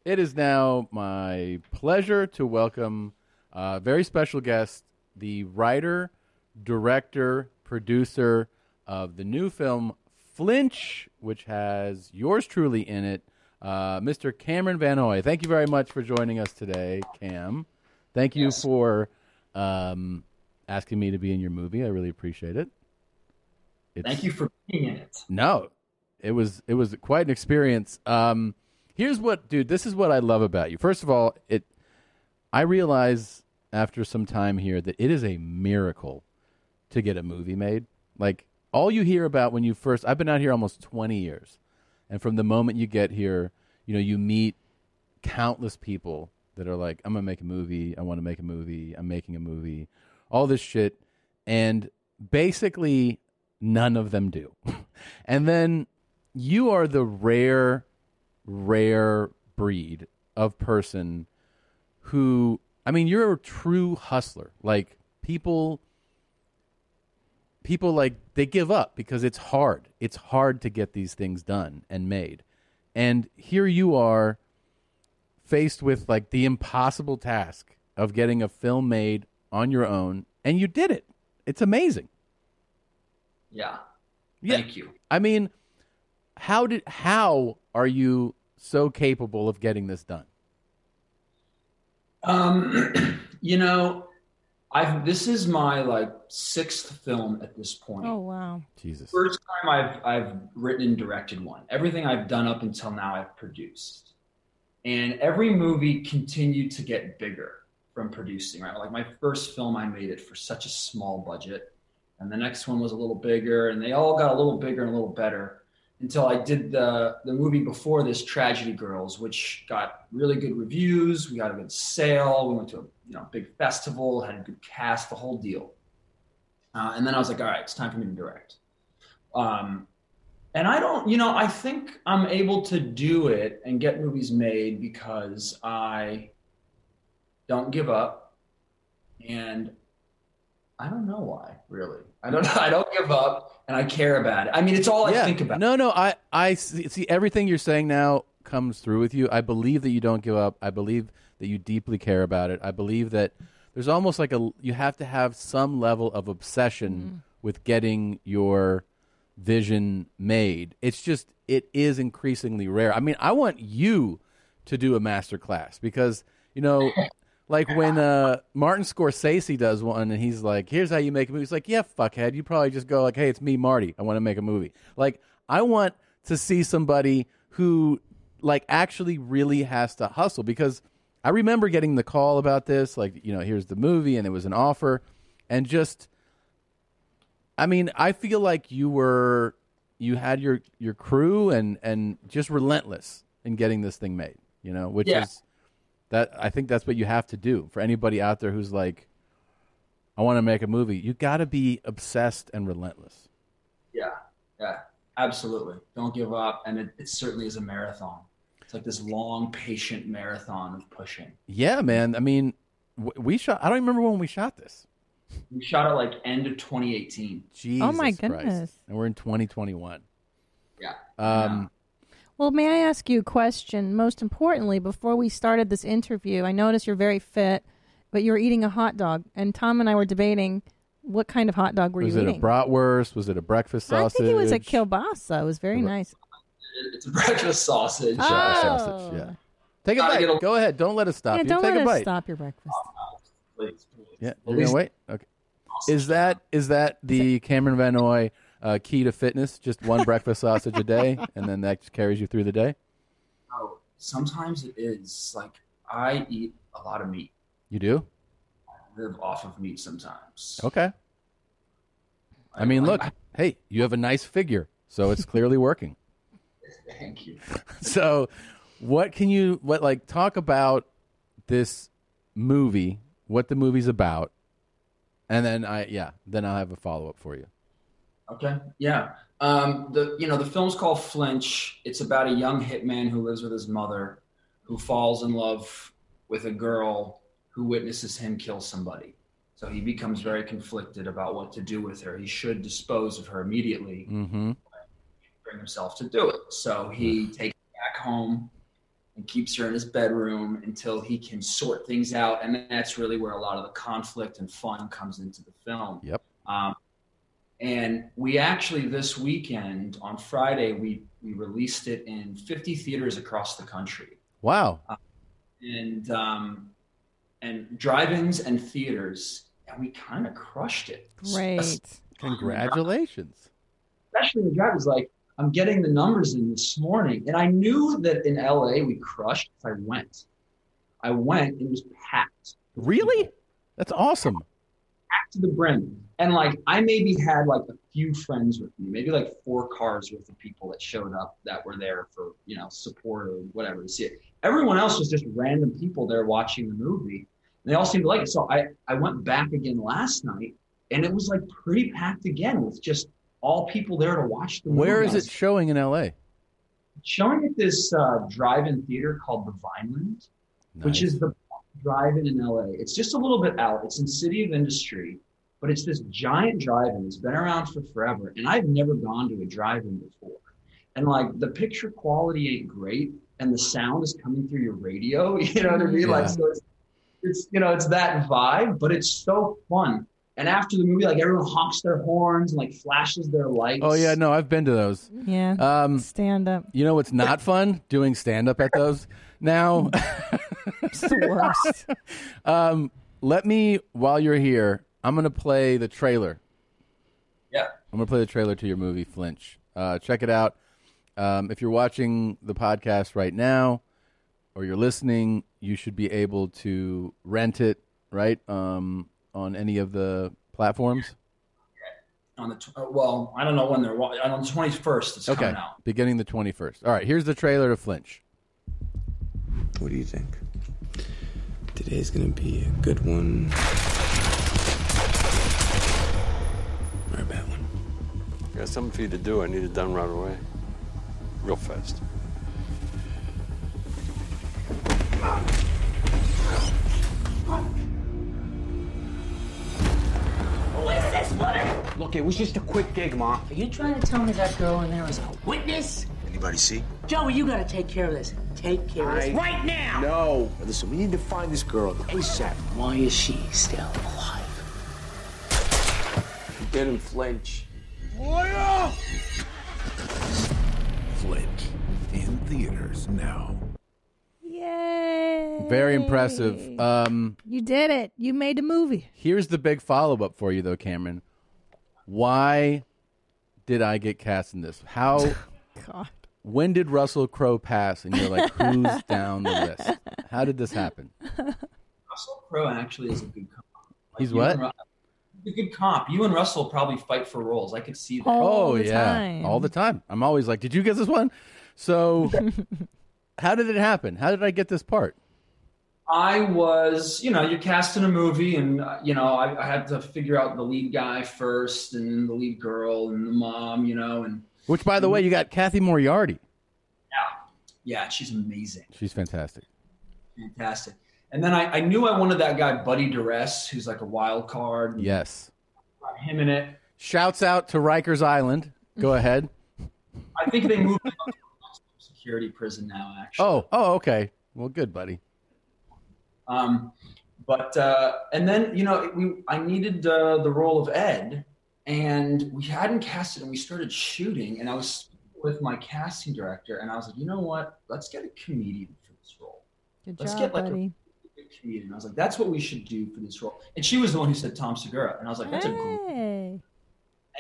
Speaker 1: It is now my pleasure to welcome a very special guest, the writer, director, producer of the new film Flinch, which has yours truly in it, uh, Mr. Cameron Vanoy. Thank you very much for joining us today, Cam. Thank you for um, asking me to be in your movie. I really appreciate it.
Speaker 13: Thank you for being in it.
Speaker 1: No, it was it was quite an experience. Um, here's what, dude. This is what I love about you. First of all, it I realize after some time here that it is a miracle to get a movie made. Like all you hear about when you first I've been out here almost 20 years. And from the moment you get here, you know, you meet countless people that are like I'm going to make a movie, I want to make a movie, I'm making a movie, all this shit and basically none of them do. and then you are the rare rare breed of person who I mean, you're a true hustler. Like people people like they give up because it's hard. It's hard to get these things done and made. And here you are faced with like the impossible task of getting a film made on your own and you did it. It's amazing.
Speaker 13: Yeah.
Speaker 1: Yeah.
Speaker 13: Thank you.
Speaker 1: I mean, how did how are you so capable of getting this done?
Speaker 13: Um, you know, I've this is my like sixth film at this point.
Speaker 2: Oh wow.
Speaker 1: Jesus.
Speaker 13: First time I've I've written and directed one. Everything I've done up until now I've produced. And every movie continued to get bigger from producing, right? Like my first film I made it for such a small budget. And the next one was a little bigger, and they all got a little bigger and a little better until I did the the movie before this, Tragedy Girls, which got really good reviews. We got a good sale. We went to a you know big festival, had a good cast, the whole deal. Uh, and then I was like, all right, it's time for me to direct. Um, and I don't, you know, I think I'm able to do it and get movies made because I don't give up, and I don't know why, really. I don't. I don't give up, and I care about it. I mean, it's all I think about.
Speaker 1: No, no, I, I see, see everything you're saying now comes through with you. I believe that you don't give up. I believe that you deeply care about it. I believe that there's almost like a you have to have some level of obsession with getting your vision made. It's just it is increasingly rare. I mean, I want you to do a master class because you know like when uh, Martin Scorsese does one and he's like, here's how you make a movie. He's like, yeah, fuckhead. You probably just go like, hey, it's me, Marty. I want to make a movie. Like, I want to see somebody who like actually really has to hustle because I remember getting the call about this, like, you know, here's the movie and it was an offer and just I mean, I feel like you were you had your your crew and and just relentless in getting this thing made, you know, which
Speaker 13: Yeah.
Speaker 1: is that I think that's what you have to do for anybody out there who's like I want to make a movie. You got to be obsessed and relentless.
Speaker 13: Yeah, yeah, absolutely. Don't give up, and it, it certainly is a marathon. It's like this long, patient marathon of pushing.
Speaker 1: Yeah, man. I mean, w- we shot I don't remember when we shot this.
Speaker 13: We shot it like end of 2018.
Speaker 1: Jesus
Speaker 2: Oh, my
Speaker 1: Christ.
Speaker 2: goodness.
Speaker 1: And we're in 2021.
Speaker 13: Yeah.
Speaker 1: Um
Speaker 2: Well, may I ask you a question? Most importantly, before we started this interview, I noticed you're very fit, but you were eating a hot dog, and Tom and I were debating what kind of hot dog were
Speaker 1: was
Speaker 2: you
Speaker 1: it
Speaker 2: eating.
Speaker 1: a bratwurst? Was it a breakfast
Speaker 2: I
Speaker 1: sausage?
Speaker 2: think it was a kielbasa. It was very nice.
Speaker 13: It's a breakfast sausage.
Speaker 2: Oh. Sausage,
Speaker 1: yeah. Take a
Speaker 13: Gotta
Speaker 1: bite.
Speaker 13: get a-
Speaker 1: Go ahead. Don't let us stop
Speaker 2: yeah,
Speaker 1: you.
Speaker 2: don't
Speaker 1: Take
Speaker 2: let
Speaker 1: a
Speaker 2: us
Speaker 1: bite.
Speaker 2: stop your breakfast.
Speaker 13: Please,
Speaker 1: Yeah,
Speaker 13: Well,
Speaker 1: you're gonna
Speaker 13: these-
Speaker 1: wait. Okay. Is that is that the Cameron Vanoy uh, key to fitness? Just one breakfast sausage a day, and then that just carries you through the day.
Speaker 13: Oh, sometimes it is like I eat a lot of meat.
Speaker 1: You do
Speaker 13: I live off of meat sometimes.
Speaker 1: okay. I mean, look, hey, you have a nice figure, so it's clearly working.
Speaker 13: Thank you.
Speaker 1: so what can you what like talk about this movie what the movie's about and then i yeah then i'll have a follow-up for you
Speaker 13: Okay. Yeah. Um, the you know the film's called Flinch. It's about a young hitman who lives with his mother, who falls in love with a girl who who witnesses him kill somebody. So he becomes very conflicted about what to do with her. He should dispose of her immediately,
Speaker 1: Mm-hmm.
Speaker 13: bring himself to do it. So he takes her back home and keeps her in his bedroom until he can sort things out. And that's really where a lot of the conflict and fun comes into the film.
Speaker 1: Yep.
Speaker 13: Um, and we actually, this weekend on Friday, we, we released it in 50 theaters across the country.
Speaker 1: Wow.
Speaker 13: And, um, and drive ins and theaters. And we kind of crushed it.
Speaker 2: Great.
Speaker 1: Congratulations.
Speaker 13: Especially the drive is like, I'm getting the numbers in this morning. And I knew that in LA we crushed because I went. I went and it was packed.
Speaker 1: Really? That's awesome.
Speaker 13: Packed to the brim. And like I maybe had like a few friends with me, maybe like four cars worth of people that showed up that were there for, you know, support or whatever to see it. Everyone else was just random people there watching the movie. And they all seemed to like it. So I, I went back again last night and it was like pretty packed again with just all people there to watch the movie.
Speaker 1: Where
Speaker 13: I
Speaker 1: is
Speaker 13: was
Speaker 1: it showing in L.A.?
Speaker 13: showing at this uh, drive-in theater called the Vineland, which is the drive-in in LA. It's just a little bit out. It's in City of Industry, but it's this giant drive-in. It's been around for forever, and I've never gone to a drive-in before. And like the picture quality ain't great, and the sound is coming through your radio. You know what I mean?
Speaker 14: Yeah.
Speaker 13: Like so it's, it's you know it's that vibe, but it's so fun. And after the movie, like everyone honks their horns and like flashes their lights.
Speaker 1: Oh yeah, no, I've been to those.
Speaker 2: Yeah.
Speaker 1: Um,
Speaker 2: stand up.
Speaker 1: You know what's not fun? Doing stand up at those. Now,
Speaker 2: it's the worst.
Speaker 1: um, let me while you're here. I'm gonna play the trailer.
Speaker 13: Yeah.
Speaker 1: I'm gonna play the trailer to your movie Flinch. Uh, check it out. Um, if you're watching the podcast right now, or you're listening, you should be able to rent it right um, on any of the platforms.
Speaker 13: on the tw- uh, well, I don't know when they're wa- on the twenty first. It's
Speaker 1: Okay,
Speaker 13: coming out.
Speaker 1: beginning the 21st. All right, here's the trailer to Flinch.
Speaker 15: What do you think? Today's gonna be a good one or a bad one.
Speaker 16: I got something for you to do. I need it done right away. Real fast.
Speaker 9: Who is this woman?
Speaker 17: Look, it was just a quick gig, Mom.
Speaker 9: Are you trying to tell me that girl in there is a witness?
Speaker 17: Anybody see?
Speaker 9: Joey, you gotta take care of this. Take care of this right now.
Speaker 17: No. Listen, we need to find this girl ASAP. Why is she still alive?
Speaker 16: Didn't flinch.
Speaker 17: Lawyer!
Speaker 18: Flinch in theaters now.
Speaker 2: Yay.
Speaker 1: Very impressive. Um,
Speaker 2: You did it. You made a movie.
Speaker 1: here's the big follow up for you, though, Cameron. Why did I get cast in this? How?
Speaker 2: God.
Speaker 1: When did Russell Crowe pass? And you're like, who's down the list? How did this happen?
Speaker 13: Russell Crowe actually is a good cop. Like,
Speaker 1: He's
Speaker 13: you
Speaker 1: what?
Speaker 13: and Ru- He's a good cop. You and Russell probably fight for roles. I could see that.
Speaker 1: oh yeah, all the time. I'm always like, did you get this one? So, how did it happen? How did I get this part?
Speaker 13: I was, you know, you're cast in a movie, and uh, you know, I, I had to figure out the lead guy first, and then the lead girl, and the mom, you know, and
Speaker 1: Which, by the way, you got Kathy Moriarty.
Speaker 13: yeah, she's amazing.
Speaker 1: She's fantastic.
Speaker 13: fantastic. And then I, I knew I wanted that guy Buddy Duress, who's like a wild card.
Speaker 1: Yes.
Speaker 13: Him in it.
Speaker 1: Shouts out to Rikers Island. Go ahead.
Speaker 13: I think they moved him up to a maximum security prison now, actually.
Speaker 1: Oh, oh, okay. Well, good, buddy.
Speaker 13: Um, but uh, and then you know we I needed uh, the role of Ed, and we hadn't cast it, and we started shooting, and I was with my casting director, and I was like, you know what, let's get a comedian for this role.
Speaker 2: Good
Speaker 13: let's
Speaker 2: job,
Speaker 13: get like
Speaker 2: buddy.
Speaker 13: a good comedian. I was like, that's what we should do for this role, and she was the one who said Tom Segura, and I was like, that's a great
Speaker 2: Hey.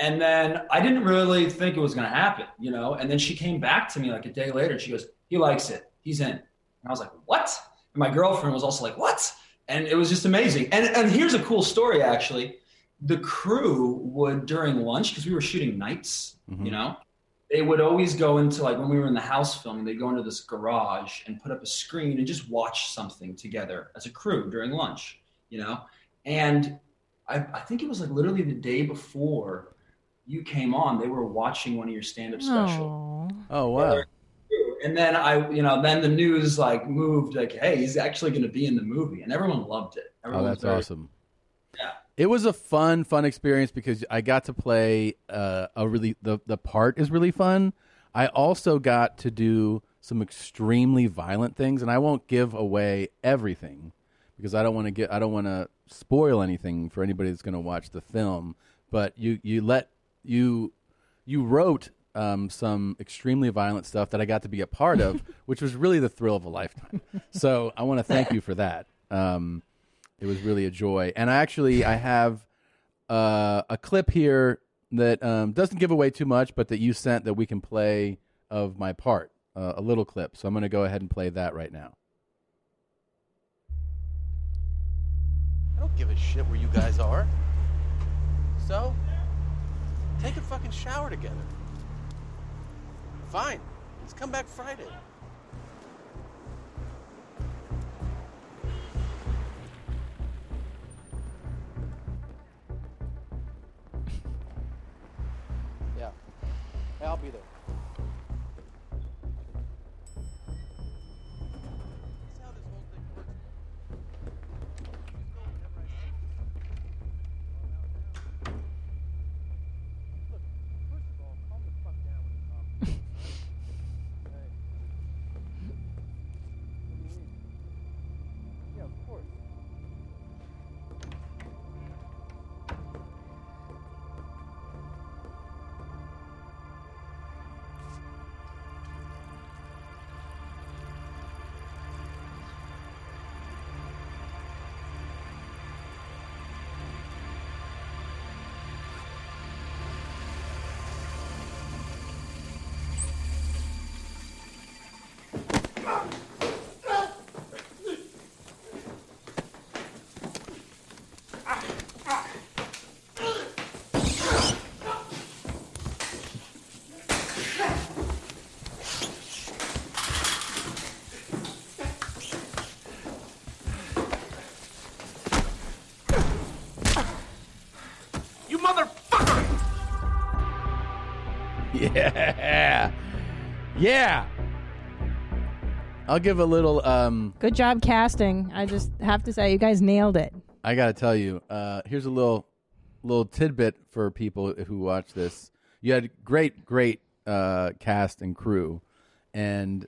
Speaker 13: and then I didn't really think it was going to happen, you know. And then she came back to me like a day later. and She goes, "He likes it. He's in." And I was like, "What?" And my girlfriend was also like, "What?" And it was just amazing. And and here's a cool story actually. The crew would during lunch because we were shooting nights, you know. They would always go into like when we were in the house filming, they'd go into this garage and put up a screen and just watch something together as a crew during lunch, you know. And I, I think it was like literally the day before you came on, they were watching one of your stand-up specials.
Speaker 1: Oh wow.
Speaker 13: And then I, you know, then the news like moved like, hey, he's actually going to be in the movie, and everyone loved it. Everyone
Speaker 1: Oh,
Speaker 13: was
Speaker 1: that's
Speaker 13: very-
Speaker 1: awesome. Yeah. It was a fun, fun experience because I got to play uh, a really the the part is really fun. I also got to do some extremely violent things, and I won't give away everything because I don't want to get I don't want to spoil anything for anybody that's going to watch the film. But you you let you you wrote um, some extremely violent stuff that I got to be a part of, which was really the thrill of a lifetime. So I want to thank you for that. Um, it was really a joy, and I actually I have uh, a clip here that um, doesn't give away too much, but that you sent that we can play of my part, uh, a little clip. So I'm going to go ahead and play that right now.
Speaker 14: I don't give a shit where you guys are. So, take a fucking shower together. Fine. Let's come back Friday. Yeah. Hey, I'll be there. Yeah, of course.
Speaker 8: You motherfucker!
Speaker 1: Yeah, yeah. I'll give a little. Um,
Speaker 2: Good job casting. I just have to say, you guys nailed it.
Speaker 1: I gotta tell you, uh, here's a little little tidbit for people who watch this. You had great, great uh, cast and crew, and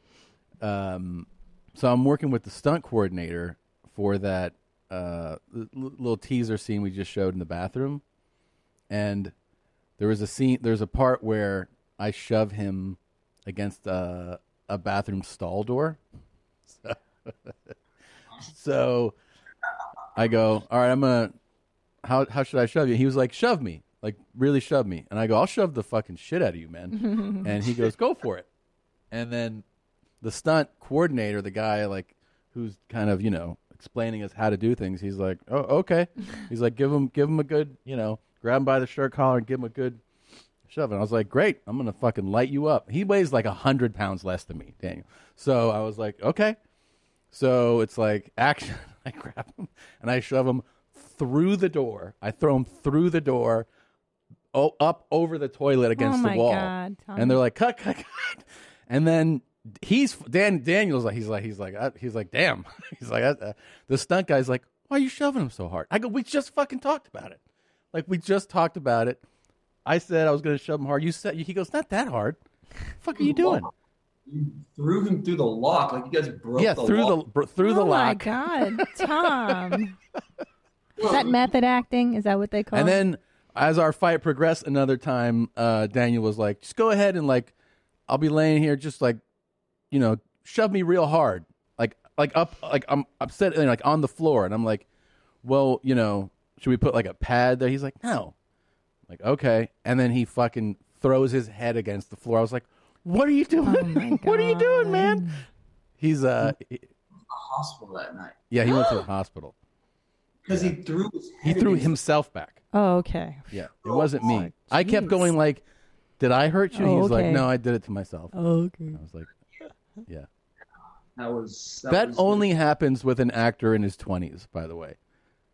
Speaker 1: um, so I'm working with the stunt coordinator for that uh, l- l- little teaser scene we just showed in the bathroom, and there was a scene. There's a part where I shove him against a, a bathroom stall door. So, so I go, all right, I'm gonna. How how should I shove you? He was like, shove me, like really shove me. And I go, I'll shove the fucking shit out of you, man. and he goes, go for it. And then the stunt coordinator, the guy like who's kind of you know explaining us how to do things, he's like, oh okay. He's like, give him give him a good you know grab him by the shirt collar and give him a good shove. And I was like, great, I'm gonna fucking light you up. He weighs like a hundred pounds less than me, Daniel. So I was like, okay. So it's like action. I grab him and I shove him through the door. I throw him through the door, o- up over the toilet against
Speaker 2: Oh my
Speaker 1: the wall.
Speaker 2: God, Tommy.
Speaker 1: and they're like, cut, cut, cut. And then he's Dan. Daniel's like, he's like, he's like, uh, he's like, damn. He's like, uh, uh, the stunt guy's like, why are you shoving him so hard? I go, we just fucking talked about it. Like we just talked about it. I said I was going to shove him hard. You said he goes, not that hard. fuck are you doing?
Speaker 13: Threw him through the lock like you guys broke.
Speaker 1: yeah,
Speaker 13: the
Speaker 1: through the
Speaker 13: lock.
Speaker 1: br- through the
Speaker 2: oh my
Speaker 1: lock.
Speaker 2: God, Tom. is that method acting? Is that what they call
Speaker 1: And
Speaker 2: it?
Speaker 1: then as our fight progressed another time, uh, Daniel was like, just go ahead and like, I'll be laying here, just like, you know, shove me real hard. Like, like up, like I'm upset and like on the floor. And I'm like, well, you know, should we put like a pad there? He's like, no. I'm like, okay. And then he fucking throws his head against the floor. I was like, what are you doing? what are you doing, man? He's, uh, he-
Speaker 13: hospital that night
Speaker 1: yeah, he went to the hospital.
Speaker 13: because he threw his
Speaker 1: He
Speaker 13: head
Speaker 1: threw
Speaker 13: against-
Speaker 1: himself back.
Speaker 2: Oh, okay.
Speaker 1: Yeah, it wasn't me. I kept going like, "Did I hurt you?"
Speaker 13: Oh,
Speaker 1: He's like,
Speaker 13: okay.
Speaker 1: "No, I did it to myself."
Speaker 13: Oh, okay.
Speaker 1: I was like, "Yeah."
Speaker 13: That was
Speaker 1: That,
Speaker 13: that, was
Speaker 1: only happens with an actor in his twenties, by the way.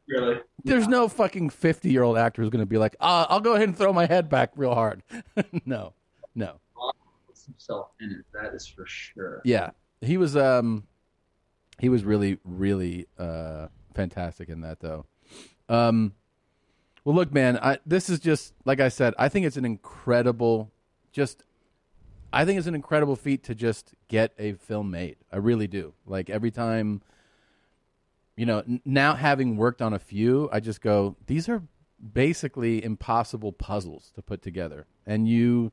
Speaker 13: really
Speaker 1: There's no fucking fifty-year-old actor who's going to be like, uh, "I'll go ahead and throw my head back real hard." no, no.
Speaker 13: himself in it. That is for sure.
Speaker 1: Yeah, he was um, he was really really uh fantastic in that though. Um, well, look, man, I this is just like I said. I think it's an incredible, just I think it's an incredible feat to just get a film made. I really do. Like every time, you know, n- now having worked on a few, I just go, these are basically impossible puzzles to put together. And you,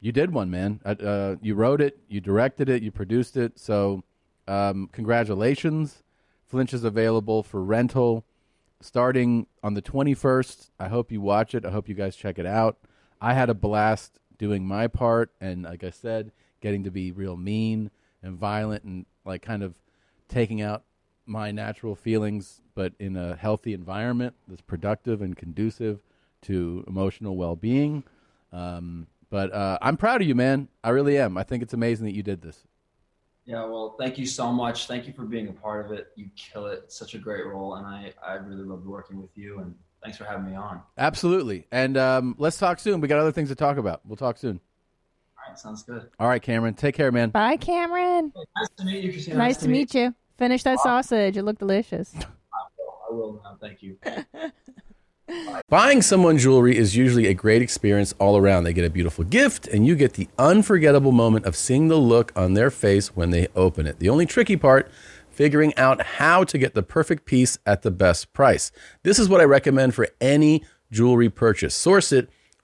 Speaker 1: you did one, man. Uh, Uh, you wrote it, you directed it, you produced it. So, um, congratulations. Flinch is available for rental starting on the 21st. I hope you watch it. I hope you guys check it out. I had a blast doing my part, and like I said, getting to be real mean and violent and like kind of taking out my natural feelings, but in a healthy environment that's productive and conducive to emotional well being. Um, but uh, I'm proud of you, man. I really am. I think it's amazing that you did this.
Speaker 13: Yeah, well, thank you so much. Thank you for being a part of it. You kill it. Such a great role, and I, I really loved working with you. And thanks for having me on.
Speaker 1: Absolutely. And um, let's talk soon. We got other things to talk about. We'll talk soon.
Speaker 13: All right, sounds good.
Speaker 1: All right, Cameron. Take care, man.
Speaker 2: Bye, Cameron.
Speaker 13: Nice to meet you, Christina.
Speaker 2: Nice to meet you. Finish that sausage. It looked delicious.
Speaker 13: I will now. Thank you.
Speaker 1: Buying someone jewelry is usually a great experience all around. They get a beautiful gift, and you get the unforgettable moment of seeing the look on their face when they open it. The only tricky part, figuring out how to get the perfect piece at the best price. This is what I recommend for any jewelry purchase. Source it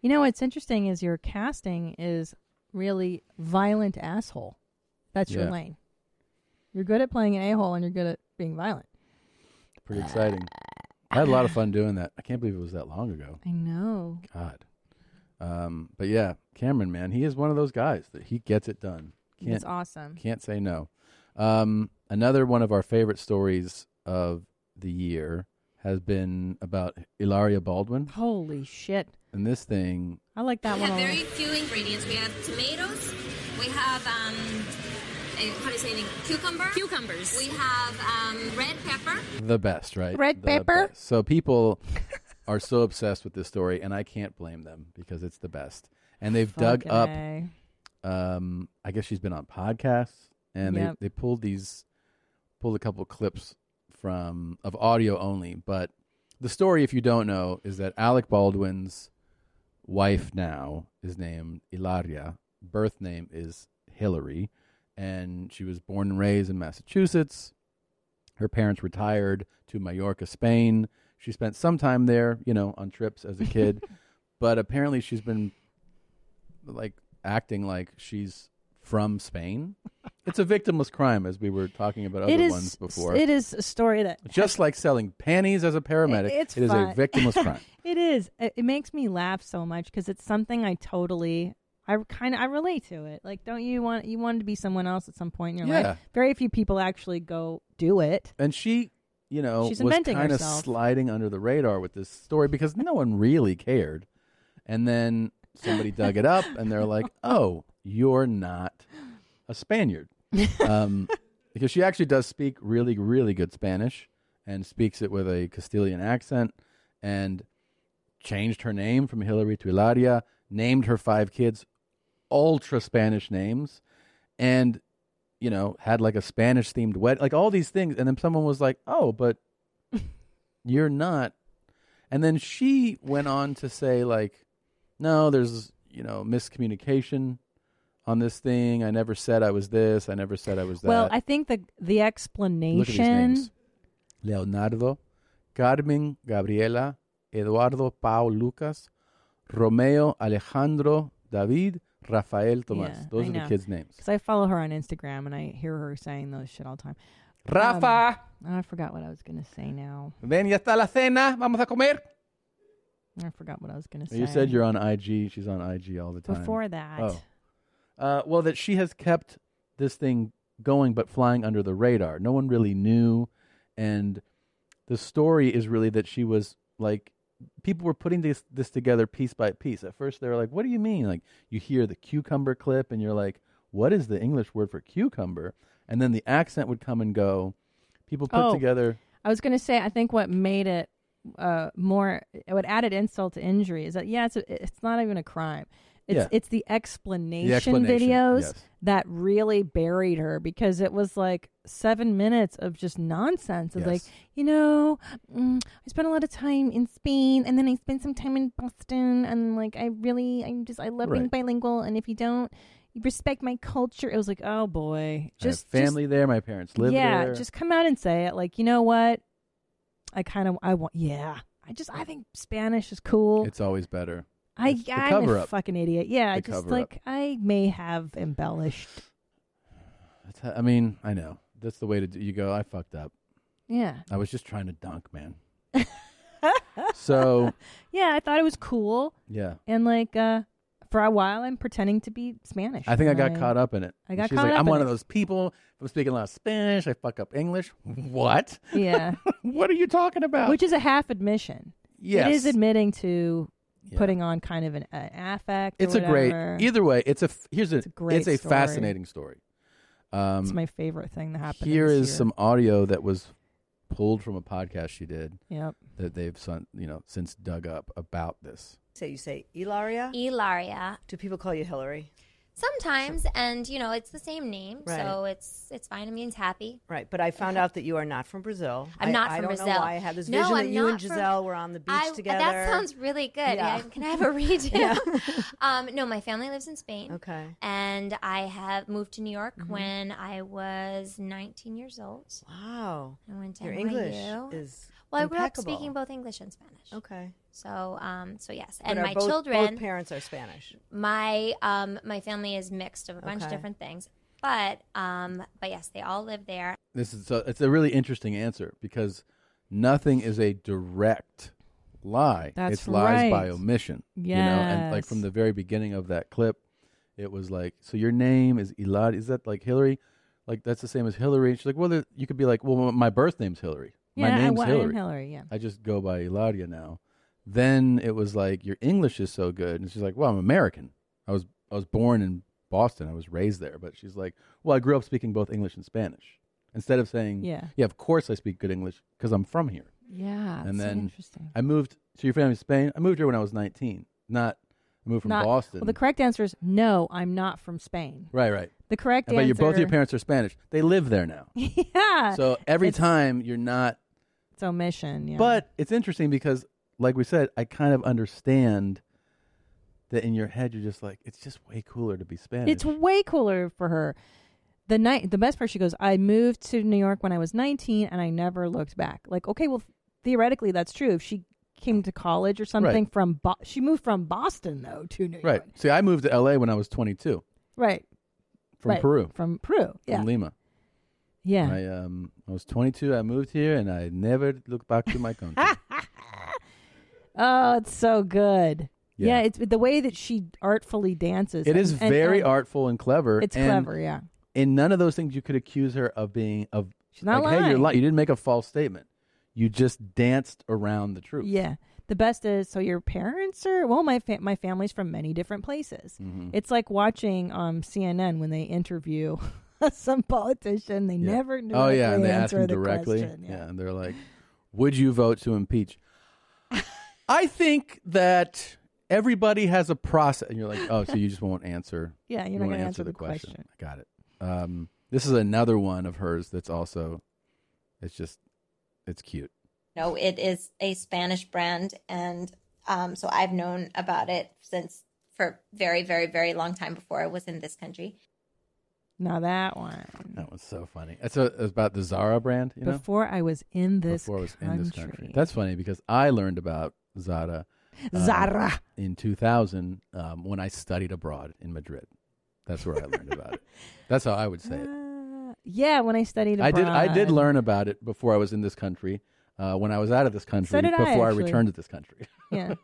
Speaker 2: You know what's interesting is your casting is really violent asshole. That's your
Speaker 1: Yeah.
Speaker 2: lane. You're good at playing an a hole and you're good at being violent.
Speaker 1: Pretty exciting. I had a lot of fun doing that. I can't believe it was that long ago.
Speaker 2: I know.
Speaker 1: God. Um, but yeah, Cameron, man, he is one of those guys that he gets it done.
Speaker 2: He's awesome.
Speaker 1: Can't say no. Um, another one of our favorite stories of the year has been about Ilaria Baldwin.
Speaker 2: Holy shit.
Speaker 1: And this thing,
Speaker 2: I like that
Speaker 19: we
Speaker 2: one.
Speaker 19: have
Speaker 2: already.
Speaker 19: very few ingredients. We have tomatoes. We have um, eh, how do you say it? Cucumber. Cucumbers. We have um, red pepper.
Speaker 1: the best, right?
Speaker 19: Red
Speaker 1: The
Speaker 19: pepper.
Speaker 1: best. So people are so obsessed with this story, and I can't blame them because it's the best. And they've dug
Speaker 2: Fucking
Speaker 1: up.
Speaker 2: A.
Speaker 1: Um, I guess she's been on podcasts, and
Speaker 2: Yep.
Speaker 1: they they pulled these pulled a couple clips from of audio only. But the story, if you don't know, is that Alec Baldwin's wife now is named Ilaria. Birth name is Hillary, and she was born and raised in Massachusetts. Her parents retired to Mallorca, Spain. She spent some time there, you know, on trips as a kid. but apparently she's been like acting like she's from Spain. It's a victimless crime as we were talking about other
Speaker 2: It is
Speaker 1: ones before.
Speaker 2: it is a story that
Speaker 1: just like selling panties as a paramedic.
Speaker 2: It's
Speaker 1: it is
Speaker 2: fun.
Speaker 1: a victimless crime.
Speaker 2: it is. It, it makes me laugh so much because it's something I totally, I kind of, I relate to it. Like, don't you want you wanted to be someone else at some point in your
Speaker 1: Yeah.
Speaker 2: life? Very few people actually go do it.
Speaker 1: And she, you know,
Speaker 2: She's
Speaker 1: was
Speaker 2: inventing
Speaker 1: kind of
Speaker 2: herself.
Speaker 1: sliding under the radar with this story because no one really cared. And then somebody dug it up and they're like, oh, you're not a Spaniard. Um, because she actually does speak really, really good Spanish and speaks it with a Castilian accent and changed her name from Hillary to Hilaria, named her five kids ultra Spanish names. And you know, had like a Spanish themed wedding, like all these things. And then someone was like, oh, but you're not. And then she went on to say, like, no, there's, you know, miscommunication on this thing. I never said I was this. I never said I was that.
Speaker 2: Well, I think the the
Speaker 1: Look at these
Speaker 2: explanation.
Speaker 1: names Leonardo Carmen Gabriela, Eduardo Pau Lucas, Romeo Alejandro David, Rafael Tomas.
Speaker 2: Yeah,
Speaker 1: Those
Speaker 2: I
Speaker 1: are the
Speaker 2: know.
Speaker 1: kids' names.
Speaker 2: Because I follow her on Instagram and I hear her saying those shit all the time.
Speaker 1: Rafa!
Speaker 2: Um, I forgot what I was gonna say now.
Speaker 1: Ven, ya está la cena. Vamos a comer.
Speaker 2: I forgot what I was gonna say.
Speaker 1: You said you're on IG. She's on IG all the time.
Speaker 2: Before that.
Speaker 1: Oh. Uh, well, that she has kept this thing going, but flying under the radar. No one really knew. And the story is really that she was like, people were putting this, this together piece by piece. At first, they were like, what do you mean? Like, you hear the cucumber clip and you're like, what is the English word for cucumber? And then the accent would come and go. People put
Speaker 2: Oh.
Speaker 1: together.
Speaker 2: I was gonna say I think what made it uh, more what added insult to injury is that yeah it's a, it's not even a crime. It's
Speaker 1: Yeah.
Speaker 2: it's the explanation,
Speaker 1: explanation,
Speaker 2: videos
Speaker 1: yes.
Speaker 2: that really buried her because it was like seven minutes of just nonsense. Of like
Speaker 20: Yes.
Speaker 2: you know mm, I spent a lot of time in Spain and then I spent some time in Boston and like I really I'm just I love being
Speaker 1: Right.
Speaker 2: bilingual and if you don't respect my culture it was like oh boy
Speaker 1: I have
Speaker 2: just just-
Speaker 1: family there. My parents live
Speaker 2: yeah,
Speaker 1: there.
Speaker 2: just come out and say it. Like, you know what? I kind of I want. Yeah, I just I think Spanish is cool.
Speaker 1: It's always better.
Speaker 2: I
Speaker 1: It's the
Speaker 2: I'm a
Speaker 1: cover-up.
Speaker 2: fucking idiot. Yeah, I
Speaker 1: The
Speaker 2: just
Speaker 1: cover-up.
Speaker 2: like I may have embellished.
Speaker 1: That's how- I mean, I know. That's the way to do You go, I fucked up.
Speaker 2: Yeah.
Speaker 1: I was just trying to dunk, man. so,
Speaker 2: Yeah, I thought it was cool.
Speaker 1: Yeah.
Speaker 2: and like uh for a while, I'm pretending to be Spanish.
Speaker 1: I think I
Speaker 2: and
Speaker 1: got caught up in it.
Speaker 2: I got
Speaker 1: She's
Speaker 2: caught
Speaker 1: like,
Speaker 2: up.
Speaker 1: I'm
Speaker 2: in
Speaker 1: one of
Speaker 2: it.
Speaker 1: those people. If I'm speaking a lot of Spanish. I fuck up English. What?
Speaker 2: Yeah.
Speaker 1: what are you talking about?
Speaker 2: Which is a half admission. It
Speaker 1: Yes.
Speaker 2: is admitting to
Speaker 1: Yeah.
Speaker 2: putting on kind of an, an affect. or
Speaker 1: It's a great.
Speaker 2: whatever.
Speaker 1: Either way, it's a. f- Here's a. It's a,
Speaker 2: great story.
Speaker 1: fascinating story. Um,
Speaker 2: It's my favorite thing that happened.
Speaker 1: Here
Speaker 2: this
Speaker 1: is
Speaker 2: year.
Speaker 1: some audio that was pulled from a podcast she did.
Speaker 2: Yep.
Speaker 1: That they've son, you know since dug up about this.
Speaker 21: Say you say Ilaria.
Speaker 22: Ilaria.
Speaker 21: Do people call you Hillary?
Speaker 22: Sometimes, and you know, it's the same name,
Speaker 21: Right.
Speaker 22: so it's it's fine. It means happy.
Speaker 21: Right, but I found out that you are not from Brazil.
Speaker 22: I'm
Speaker 21: I-
Speaker 22: not
Speaker 21: I
Speaker 22: from
Speaker 21: don't
Speaker 22: Brazil.
Speaker 21: know why I had this
Speaker 22: No,
Speaker 21: vision
Speaker 22: I'm
Speaker 21: that you and
Speaker 22: not from-
Speaker 21: Giselle were on the beach
Speaker 22: I-
Speaker 21: together.
Speaker 22: That sounds really good.
Speaker 21: Yeah.
Speaker 22: Yeah, Can I have a redo? um, no, my family lives in Spain.
Speaker 21: Okay.
Speaker 22: And I have moved to New York
Speaker 21: Mhm.
Speaker 22: when I was 19 years old.
Speaker 21: Wow.
Speaker 22: I went to
Speaker 21: Your
Speaker 22: NYU.
Speaker 21: English is
Speaker 22: well. I grew up
Speaker 21: impeccable.
Speaker 22: speaking both English and Spanish.
Speaker 21: Okay.
Speaker 22: So, um, so yes,
Speaker 21: But
Speaker 22: and
Speaker 21: are
Speaker 22: my
Speaker 21: both-
Speaker 22: children,
Speaker 21: Both parents are Spanish.
Speaker 22: my um, my family is mixed of a bunch of
Speaker 21: Okay.
Speaker 22: different things. But um, but yes, they all live there.
Speaker 1: This is so it's a really interesting answer because nothing is a direct lie.
Speaker 22: That's
Speaker 1: it's lies by
Speaker 22: right.
Speaker 1: omission. You know, and like from
Speaker 22: Yes.
Speaker 1: the very beginning of that clip, it was like, so your name is Elad. Is that like Hillary? Like that's the same as Hillary. She's like, well, there- you could be like, well, my birth name's Hillary.
Speaker 2: Yeah,
Speaker 1: my
Speaker 2: I
Speaker 1: name's
Speaker 2: wa- I am
Speaker 1: Hillary.
Speaker 2: Hillary, yeah.
Speaker 1: I just go by Eladia now. Then it was like your English is so good, and she's like, well, I'm American. I was I was born in Boston. I was raised there, but she's like, well, I grew up speaking both English and Spanish. Instead of saying,
Speaker 2: Yeah.
Speaker 1: yeah, of course I speak good English because I'm from here.
Speaker 2: Yeah,
Speaker 1: and
Speaker 2: it's so
Speaker 1: then
Speaker 2: interesting.
Speaker 1: I moved. So your family's Spain. I moved here when I was 19. Not I moved from
Speaker 2: Not-
Speaker 1: Boston.
Speaker 2: Well, the correct answer is no. I'm not from Spain.
Speaker 1: right, right.
Speaker 2: The correct
Speaker 1: But
Speaker 2: answer.
Speaker 1: you're both your parents are Spanish. They live there now.
Speaker 2: yeah.
Speaker 1: So every time you're not
Speaker 2: it's omission. Yeah.
Speaker 1: But it's interesting because, like we said, I kind of understand that in your head you're just like, it's just way cooler to be Spanish.
Speaker 2: It's way cooler for her. The night, the best part, she goes, I moved to New York when I was 19 and I never looked back. Like, okay, well, theoretically, that's true. If she came to college or something from, Bo- she moved from Boston, though, to New York.
Speaker 1: right. See, I moved to LA when I was 22
Speaker 2: Right.
Speaker 1: from
Speaker 2: Right.
Speaker 1: Peru.
Speaker 2: From Peru. Yeah.
Speaker 1: From Lima.
Speaker 2: Yeah.
Speaker 1: I um I was 22. I moved here and I never looked back to my country.
Speaker 2: Ah, Oh, it's so good.
Speaker 1: Yeah.
Speaker 2: Yeah. it's the way that she artfully dances.
Speaker 1: it is
Speaker 2: and- and-
Speaker 1: very
Speaker 2: and
Speaker 1: artful and clever.
Speaker 2: It's
Speaker 1: and
Speaker 2: clever, yeah.
Speaker 1: In none of those things you could accuse her of being of. She's
Speaker 2: not
Speaker 1: like, Hey, you're
Speaker 2: lying.
Speaker 1: lying. You didn't make a false statement. You just danced around the truth.
Speaker 2: Yeah. The best is so your parents are well my fa- my family's from many different places.
Speaker 1: Mhm.
Speaker 2: It's like watching um CNN when they interview some politician they
Speaker 1: Yeah.
Speaker 2: never
Speaker 1: Oh yeah, and
Speaker 2: directly
Speaker 1: they ask
Speaker 2: answer
Speaker 1: him
Speaker 2: the
Speaker 1: directly.
Speaker 2: question.
Speaker 1: yeah. and they're like, "Would you vote to impeach?" I think that everybody has a process, and you're like, "Oh, so you just won't answer?"
Speaker 2: Yeah, you're
Speaker 1: you
Speaker 2: not
Speaker 1: won't
Speaker 2: gonna
Speaker 1: answer
Speaker 2: answer
Speaker 1: the
Speaker 2: the
Speaker 1: question.
Speaker 2: question.
Speaker 1: I got it. Um, this is another one of hers that's also, it's just, it's cute.
Speaker 23: No, it is a Spanish brand, and um, so I've known about it since for very, very, very long time before I was in this country.
Speaker 2: Now that one.
Speaker 1: That was so funny. That's a, it's about the Zara brand, you know?
Speaker 2: Before I was in this
Speaker 1: Before I was in this country. That's funny because I learned about Zara. um,
Speaker 2: Zara.
Speaker 1: in 2000 um, when I studied abroad in Madrid. That's where I learned about it. That's how I would say it.
Speaker 2: Yeah, when I studied abroad.
Speaker 1: I did. I did learn about it before I was in this country. Uh, when I was out of this country,
Speaker 2: did I,
Speaker 1: before I,
Speaker 2: actually.
Speaker 1: returned to this country.
Speaker 2: yeah.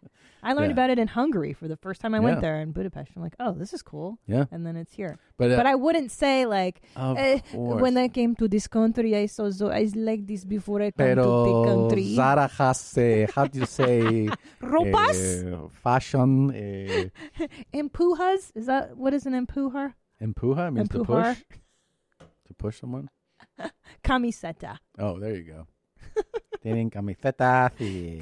Speaker 2: I learned
Speaker 1: Yeah.
Speaker 2: about it in Hungary for the first time I went
Speaker 1: Yeah.
Speaker 2: there in Budapest. I'm like, oh, this is cool.
Speaker 1: Yeah.
Speaker 2: And then it's here.
Speaker 1: But, uh,
Speaker 2: but I wouldn't say like
Speaker 1: Of
Speaker 2: "Eh,
Speaker 1: course.
Speaker 2: when I came to this country I saw so I like this before I come to the
Speaker 1: Pero
Speaker 2: country.
Speaker 1: Zara has, uh, how do you say,
Speaker 2: Ropas?
Speaker 1: uh, fashion uh,
Speaker 2: Empujas? Is that what is an empujar?
Speaker 1: empuja means to
Speaker 2: Empujar.
Speaker 1: push. To push someone.
Speaker 2: Camiseta.
Speaker 1: Oh, there you go. Tienen camiseta. sí.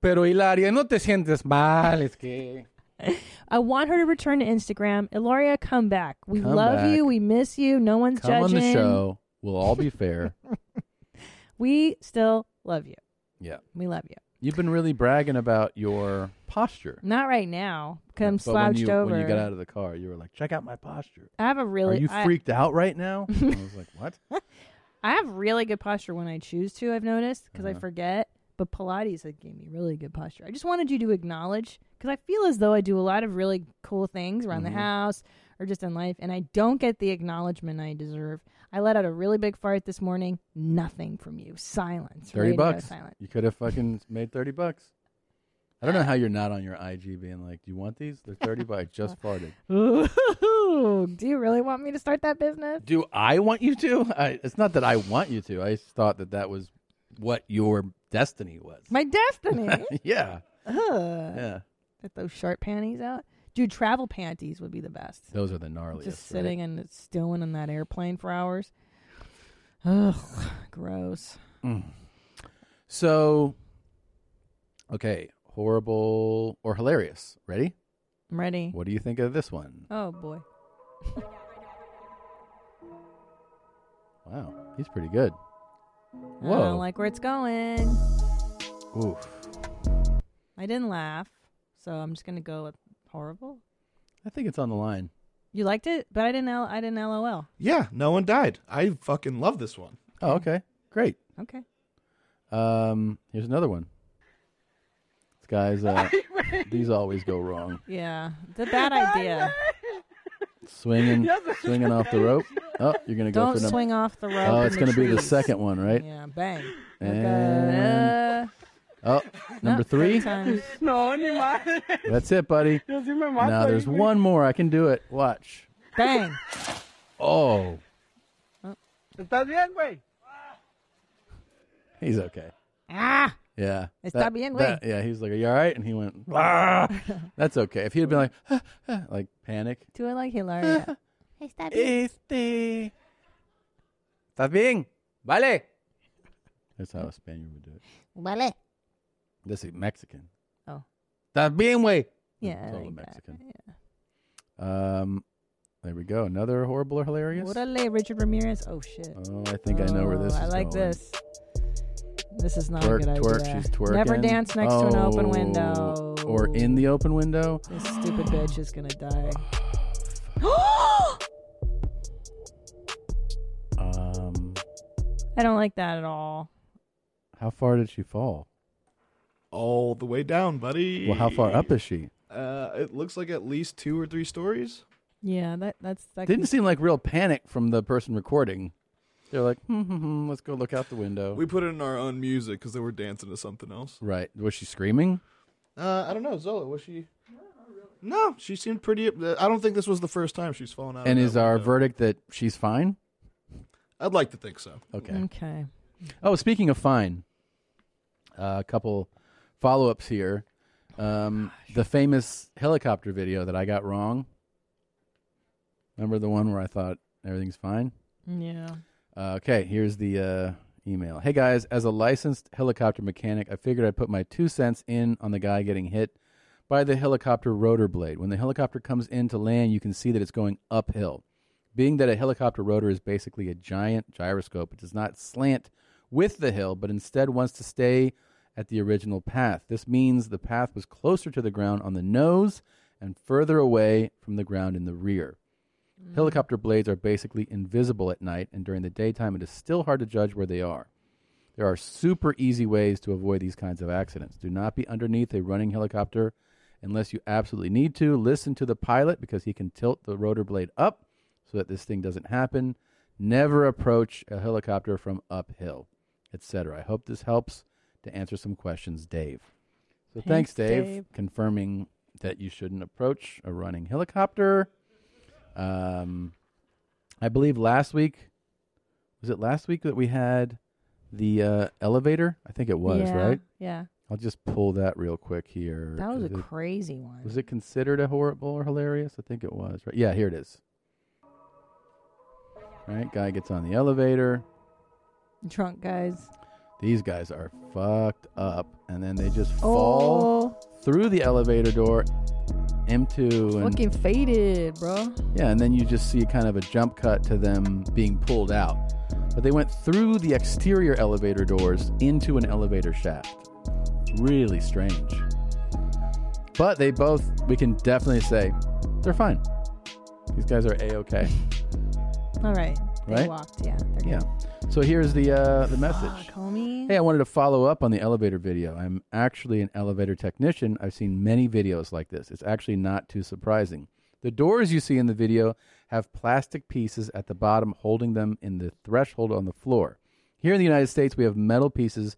Speaker 1: Pero Hilaria, no te sientes mal, es que.
Speaker 2: I want her to return to Instagram. Ilaria, come back. We
Speaker 1: Come
Speaker 2: love
Speaker 1: back.
Speaker 2: you. We miss you. No one's
Speaker 1: Come
Speaker 2: judging.
Speaker 1: on the show. We'll all be fair.
Speaker 2: We still love you.
Speaker 1: yeah.
Speaker 2: We love you.
Speaker 1: You've been really bragging about your posture.
Speaker 2: Not right now. Cause I'm
Speaker 1: But
Speaker 2: slouched
Speaker 1: when you,
Speaker 2: over.
Speaker 1: When you got out of the car, you were like, check out my posture.
Speaker 2: I have a really.
Speaker 1: Are you
Speaker 2: I-
Speaker 1: freaked out right now? I was like, what?
Speaker 2: I have really good posture when I choose to. I've noticed because I
Speaker 1: Uh-huh.
Speaker 2: forget. But Pilates had gave me really good posture. I just wanted you to acknowledge because I feel as though I do a lot of really cool things around
Speaker 1: Mm-hmm.
Speaker 5: Mhm.
Speaker 2: the house or just in life, and I don't get the acknowledgement I deserve. I let out a really big fart this morning. Nothing from you. Silence.
Speaker 1: 30
Speaker 2: Radio
Speaker 1: bucks.
Speaker 2: Silence.
Speaker 1: You could have fucking made 30 bucks. I don't know how you're not on your IG being like, do you want these? They're 30 bucks. I just farted.
Speaker 2: Ooh, do you really want me to start that business?
Speaker 1: Do I want you to? I, it's not that I want you to. I just thought that that was what your destiny was.
Speaker 2: My destiny.
Speaker 1: yeah.
Speaker 2: Ugh.
Speaker 1: Yeah.
Speaker 2: Get those short panties out. Dude, travel panties would be the best.
Speaker 1: Those are the gnarliest.
Speaker 2: Just
Speaker 1: right?
Speaker 2: sitting and stewing in that airplane for hours. Ugh, gross.
Speaker 1: Mm. So, okay, horrible or hilarious. Ready?
Speaker 2: I'm ready.
Speaker 1: What do you think of this one?
Speaker 2: Oh boy.
Speaker 1: Wow, he's pretty good.
Speaker 2: I
Speaker 1: Whoa.
Speaker 2: don't like where it's going.
Speaker 1: Oof.
Speaker 2: I didn't laugh, so I'm just gonna go with horrible.
Speaker 1: I think it's on the line.
Speaker 2: You liked it, but I didn't. L- I didn't. LOL.
Speaker 4: Yeah, no one died. I fucking love this one.
Speaker 1: Oh, okay. Great.
Speaker 2: Okay.
Speaker 1: Um, here's another one. This guy's uh, these always go wrong.
Speaker 2: Yeah, it's a bad idea.
Speaker 1: Swinging,
Speaker 2: Yes, it's
Speaker 1: swinging off the rope. Oh, you're gonna go
Speaker 2: Don't
Speaker 1: for number.
Speaker 2: swing off the rope
Speaker 1: Oh,
Speaker 2: in
Speaker 1: it's
Speaker 2: the
Speaker 1: gonna be the
Speaker 2: trees.
Speaker 1: second one, right?
Speaker 2: Yeah, bang. Uh,
Speaker 1: And- Oh, number
Speaker 2: nope,
Speaker 1: three.
Speaker 2: third time.
Speaker 5: No, ni madre.
Speaker 1: That's it, buddy.
Speaker 5: Yo sí me mato
Speaker 1: Now
Speaker 5: ahí,
Speaker 1: there's
Speaker 5: güey.
Speaker 1: one more. I can do it. Watch.
Speaker 2: Bang.
Speaker 1: Oh,
Speaker 5: ¿Estás bien, güey?
Speaker 1: he's okay.
Speaker 2: Ah.
Speaker 1: Yeah.
Speaker 5: Está
Speaker 1: That-
Speaker 5: bien, güey.
Speaker 1: that- Yeah, he was like, "Are you all right?" And he went, "Ah." "That's okay." If he had been like, "Ah, ah," like panic,
Speaker 2: Do I like Hilaria?
Speaker 1: Este. "Estás bien, vale." That's how a Spaniard would do it.
Speaker 22: Vale.
Speaker 1: This is Mexican.
Speaker 2: Oh.
Speaker 1: "Estás bien, güey."
Speaker 2: Yeah, I
Speaker 1: It's all
Speaker 2: like
Speaker 1: Mexican. Um, there we go. Another horrible or hilarious.
Speaker 2: Orale, Richard Ramirez. Oh shit.
Speaker 1: Oh, I think I know where this
Speaker 2: Oh, I
Speaker 1: is
Speaker 2: like
Speaker 1: going.
Speaker 2: this. This is not
Speaker 1: twerk,
Speaker 2: a good
Speaker 1: twerk.
Speaker 2: idea.
Speaker 1: She's twerking.
Speaker 2: Never dance next to an open
Speaker 1: Oh,
Speaker 2: window.
Speaker 1: Or in the open window.
Speaker 2: This stupid bitch is gonna die.
Speaker 1: Um,
Speaker 2: I don't like that at all.
Speaker 1: how far did she fall?
Speaker 4: All the way down, buddy.
Speaker 1: Well, how far up is she?
Speaker 4: Uh, it looks like at least two or three stories.
Speaker 2: Yeah, that that's that
Speaker 1: Didn't seem like real panic from the person recording. They're like, hmm, hmm, hmm, let's go look out the window.
Speaker 4: We put in our own music because they were dancing to something else.
Speaker 1: right. Was she screaming?
Speaker 4: Uh, I don't know, Zola. Was she? No, she seemed pretty. I don't think this was the first time she's fallen out.
Speaker 1: And
Speaker 4: of
Speaker 1: is our verdict that she's fine?
Speaker 4: that. I'd like to think so.
Speaker 1: Okay.
Speaker 2: Okay.
Speaker 1: Oh, speaking of fine, uh, a couple follow ups here. Um, the famous helicopter video that I got wrong. Remember the one where I thought everything's fine?
Speaker 2: Yeah.
Speaker 1: Uh, okay, here's the uh, email. Hey guys, as a licensed helicopter mechanic, I figured I'd put my two cents in on the guy getting hit by the helicopter rotor blade. When the helicopter comes in to land, you can see that it's going uphill. Being that a helicopter rotor is basically a giant gyroscope, it does not slant with the hill, but instead wants to stay at the original path. This means the path was closer to the ground on the nose and further away from the ground in the rear. Mm. Helicopter blades are basically invisible at night, and during the daytime, it is still hard to judge where they are. There are super easy ways to avoid these kinds of accidents. Do not be underneath a running helicopter unless you absolutely need to. Listen to the pilot because he can tilt the rotor blade up so that this thing doesn't happen. Never approach a helicopter from uphill, etc. I hope this helps to answer some questions, Dave. So
Speaker 2: Thanks,
Speaker 1: thanks, Dave,
Speaker 2: Dave.
Speaker 1: confirming that you shouldn't approach a running helicopter. Um, I believe last week was it last week that we had the uh, elevator? I think it was
Speaker 2: Yeah,
Speaker 1: right.
Speaker 2: yeah.
Speaker 1: I'll just pull that real quick here.
Speaker 2: That was
Speaker 1: Is
Speaker 2: a
Speaker 1: it-
Speaker 2: crazy one.
Speaker 1: Was it considered a horrible or hilarious? I think it was. Right. Yeah, here it is. All right, guy gets on the elevator.
Speaker 2: Drunk guys.
Speaker 1: These guys are fucked up, and then they just
Speaker 2: Oh.
Speaker 1: fall through the elevator door into and
Speaker 2: Fucking faded, bro.
Speaker 1: yeah, and then you just see kind of a jump cut to them being pulled out. But they went through the exterior elevator doors into an elevator shaft. Really strange. But they both, we can definitely say, they're fine. These guys are a okay,
Speaker 2: Oh, All right. They
Speaker 1: right?
Speaker 2: walked. Yeah. They're
Speaker 1: yeah. So here's the uh, the message.
Speaker 2: Comey.
Speaker 1: Hey, I wanted to follow up on the elevator video. I'm actually an elevator technician. I've seen many videos like this. It's actually not too surprising. The doors you see in the video have plastic pieces at the bottom holding them in the threshold on the floor. Here in the United States, we have metal pieces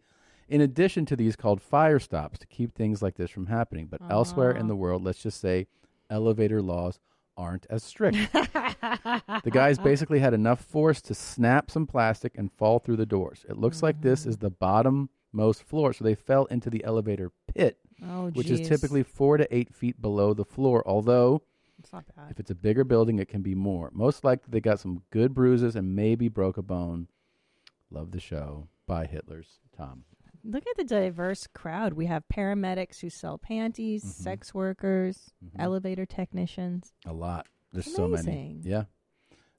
Speaker 1: in addition to these called fire stops to keep things like this from happening. But elsewhere in the world, let's just say elevator laws aren't as strict. The guys basically had enough force to snap some plastic and fall through the doors. It looks like this is the bottommost floor, so they fell into the elevator pit,
Speaker 2: Oh,
Speaker 1: which
Speaker 2: geez.
Speaker 1: is typically four to eight feet below the floor. Although,
Speaker 2: It's not bad.
Speaker 1: if it's a bigger building, it can be more. Most likely, they got some good bruises and maybe broke a bone. Love the show. Bye, Hitler's Tom.
Speaker 2: Look at the diverse crowd. We have paramedics who sell panties, sex workers, elevator technicians.
Speaker 1: Mm-hmm. A lot. There's so many.
Speaker 2: Amazing.
Speaker 1: Yeah.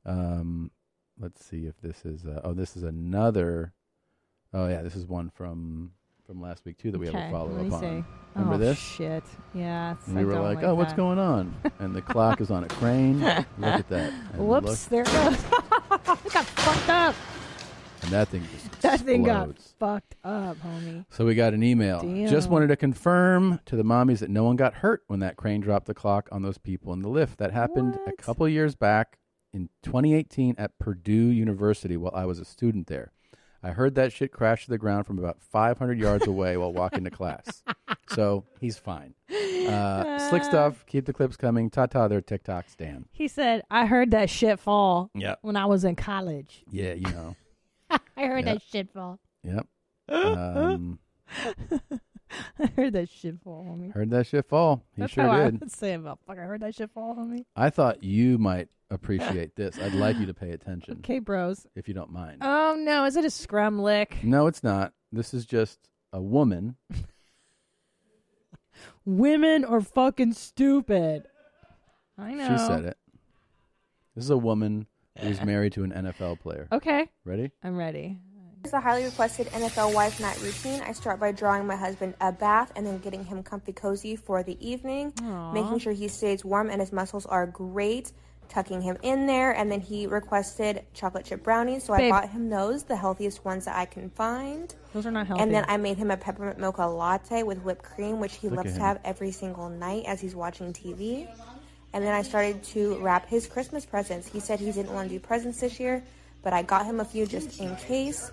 Speaker 1: Um, let's see if this is. Uh, oh, this is another. Oh yeah, this is one from from last week too that we have
Speaker 2: Okay,
Speaker 1: a follow
Speaker 2: let
Speaker 1: up
Speaker 2: me
Speaker 1: on.
Speaker 2: see.
Speaker 1: Remember
Speaker 2: Oh,
Speaker 1: this?
Speaker 2: shit. Yeah, it's-
Speaker 1: And
Speaker 2: I
Speaker 1: we were
Speaker 2: don't
Speaker 1: like,
Speaker 2: like
Speaker 1: oh, what's
Speaker 2: that."
Speaker 1: going on? And the clock is on a crane. Mm, Look at that. And
Speaker 2: Whoops,
Speaker 1: look-
Speaker 2: there it goes. it got fucked up.
Speaker 1: and that thing just
Speaker 2: That thing got
Speaker 1: explodes.
Speaker 2: fucked up, homie.
Speaker 1: So we got an email. Just
Speaker 2: Damn.
Speaker 1: wanted to confirm to the mommies that no one got hurt when that crane dropped the clock on those people in the lift. That happened a couple years back in 2018 at Purdue University while I was a student there. I heard that shit crash to the ground from about 500 yards away while walking to class. So he's fine. Uh, slick stuff. Keep the clips coming. Ta ta there, TikToks, Dan.
Speaker 2: He said, I heard that shit fall
Speaker 1: Yeah.
Speaker 2: when I was in college.
Speaker 1: Yeah, you know.
Speaker 2: I heard
Speaker 1: Yeah.
Speaker 2: that shit fall.
Speaker 1: Yep. Um,
Speaker 2: I heard that shit fall, homie.
Speaker 1: heard that shit fall. He
Speaker 2: That's
Speaker 1: sure
Speaker 2: how I
Speaker 1: did.
Speaker 2: would say about fuck. I heard that shit fall, homie.
Speaker 1: I thought you might appreciate this. I'd like you to pay attention.
Speaker 2: Okay, bros.
Speaker 1: If you don't mind.
Speaker 2: Oh no, is it a scrum lick?
Speaker 1: No, it's not. This is just a woman.
Speaker 2: Women are fucking stupid. I know.
Speaker 1: She said it. This is a woman who's married to an NFL player.
Speaker 2: Okay.
Speaker 1: Ready?
Speaker 2: I'm ready.
Speaker 6: It's a highly requested NFL wife night routine. I start by drawing my husband a bath and then getting him comfy cozy for the evening, making sure he stays warm and his muscles are great, tucking him in there. And then he requested chocolate chip brownies, so I
Speaker 2: Babe.
Speaker 6: bought him those, the healthiest ones that I can find.
Speaker 2: Those are not healthy.
Speaker 6: And then I made him a peppermint mocha latte with whipped cream, which he
Speaker 2: Look
Speaker 6: loves
Speaker 2: at
Speaker 6: to
Speaker 2: him.
Speaker 6: have every single night as he's watching TV. And then I started to wrap his Christmas presents. He said he didn't want to do presents this year, but I got him a few just in case.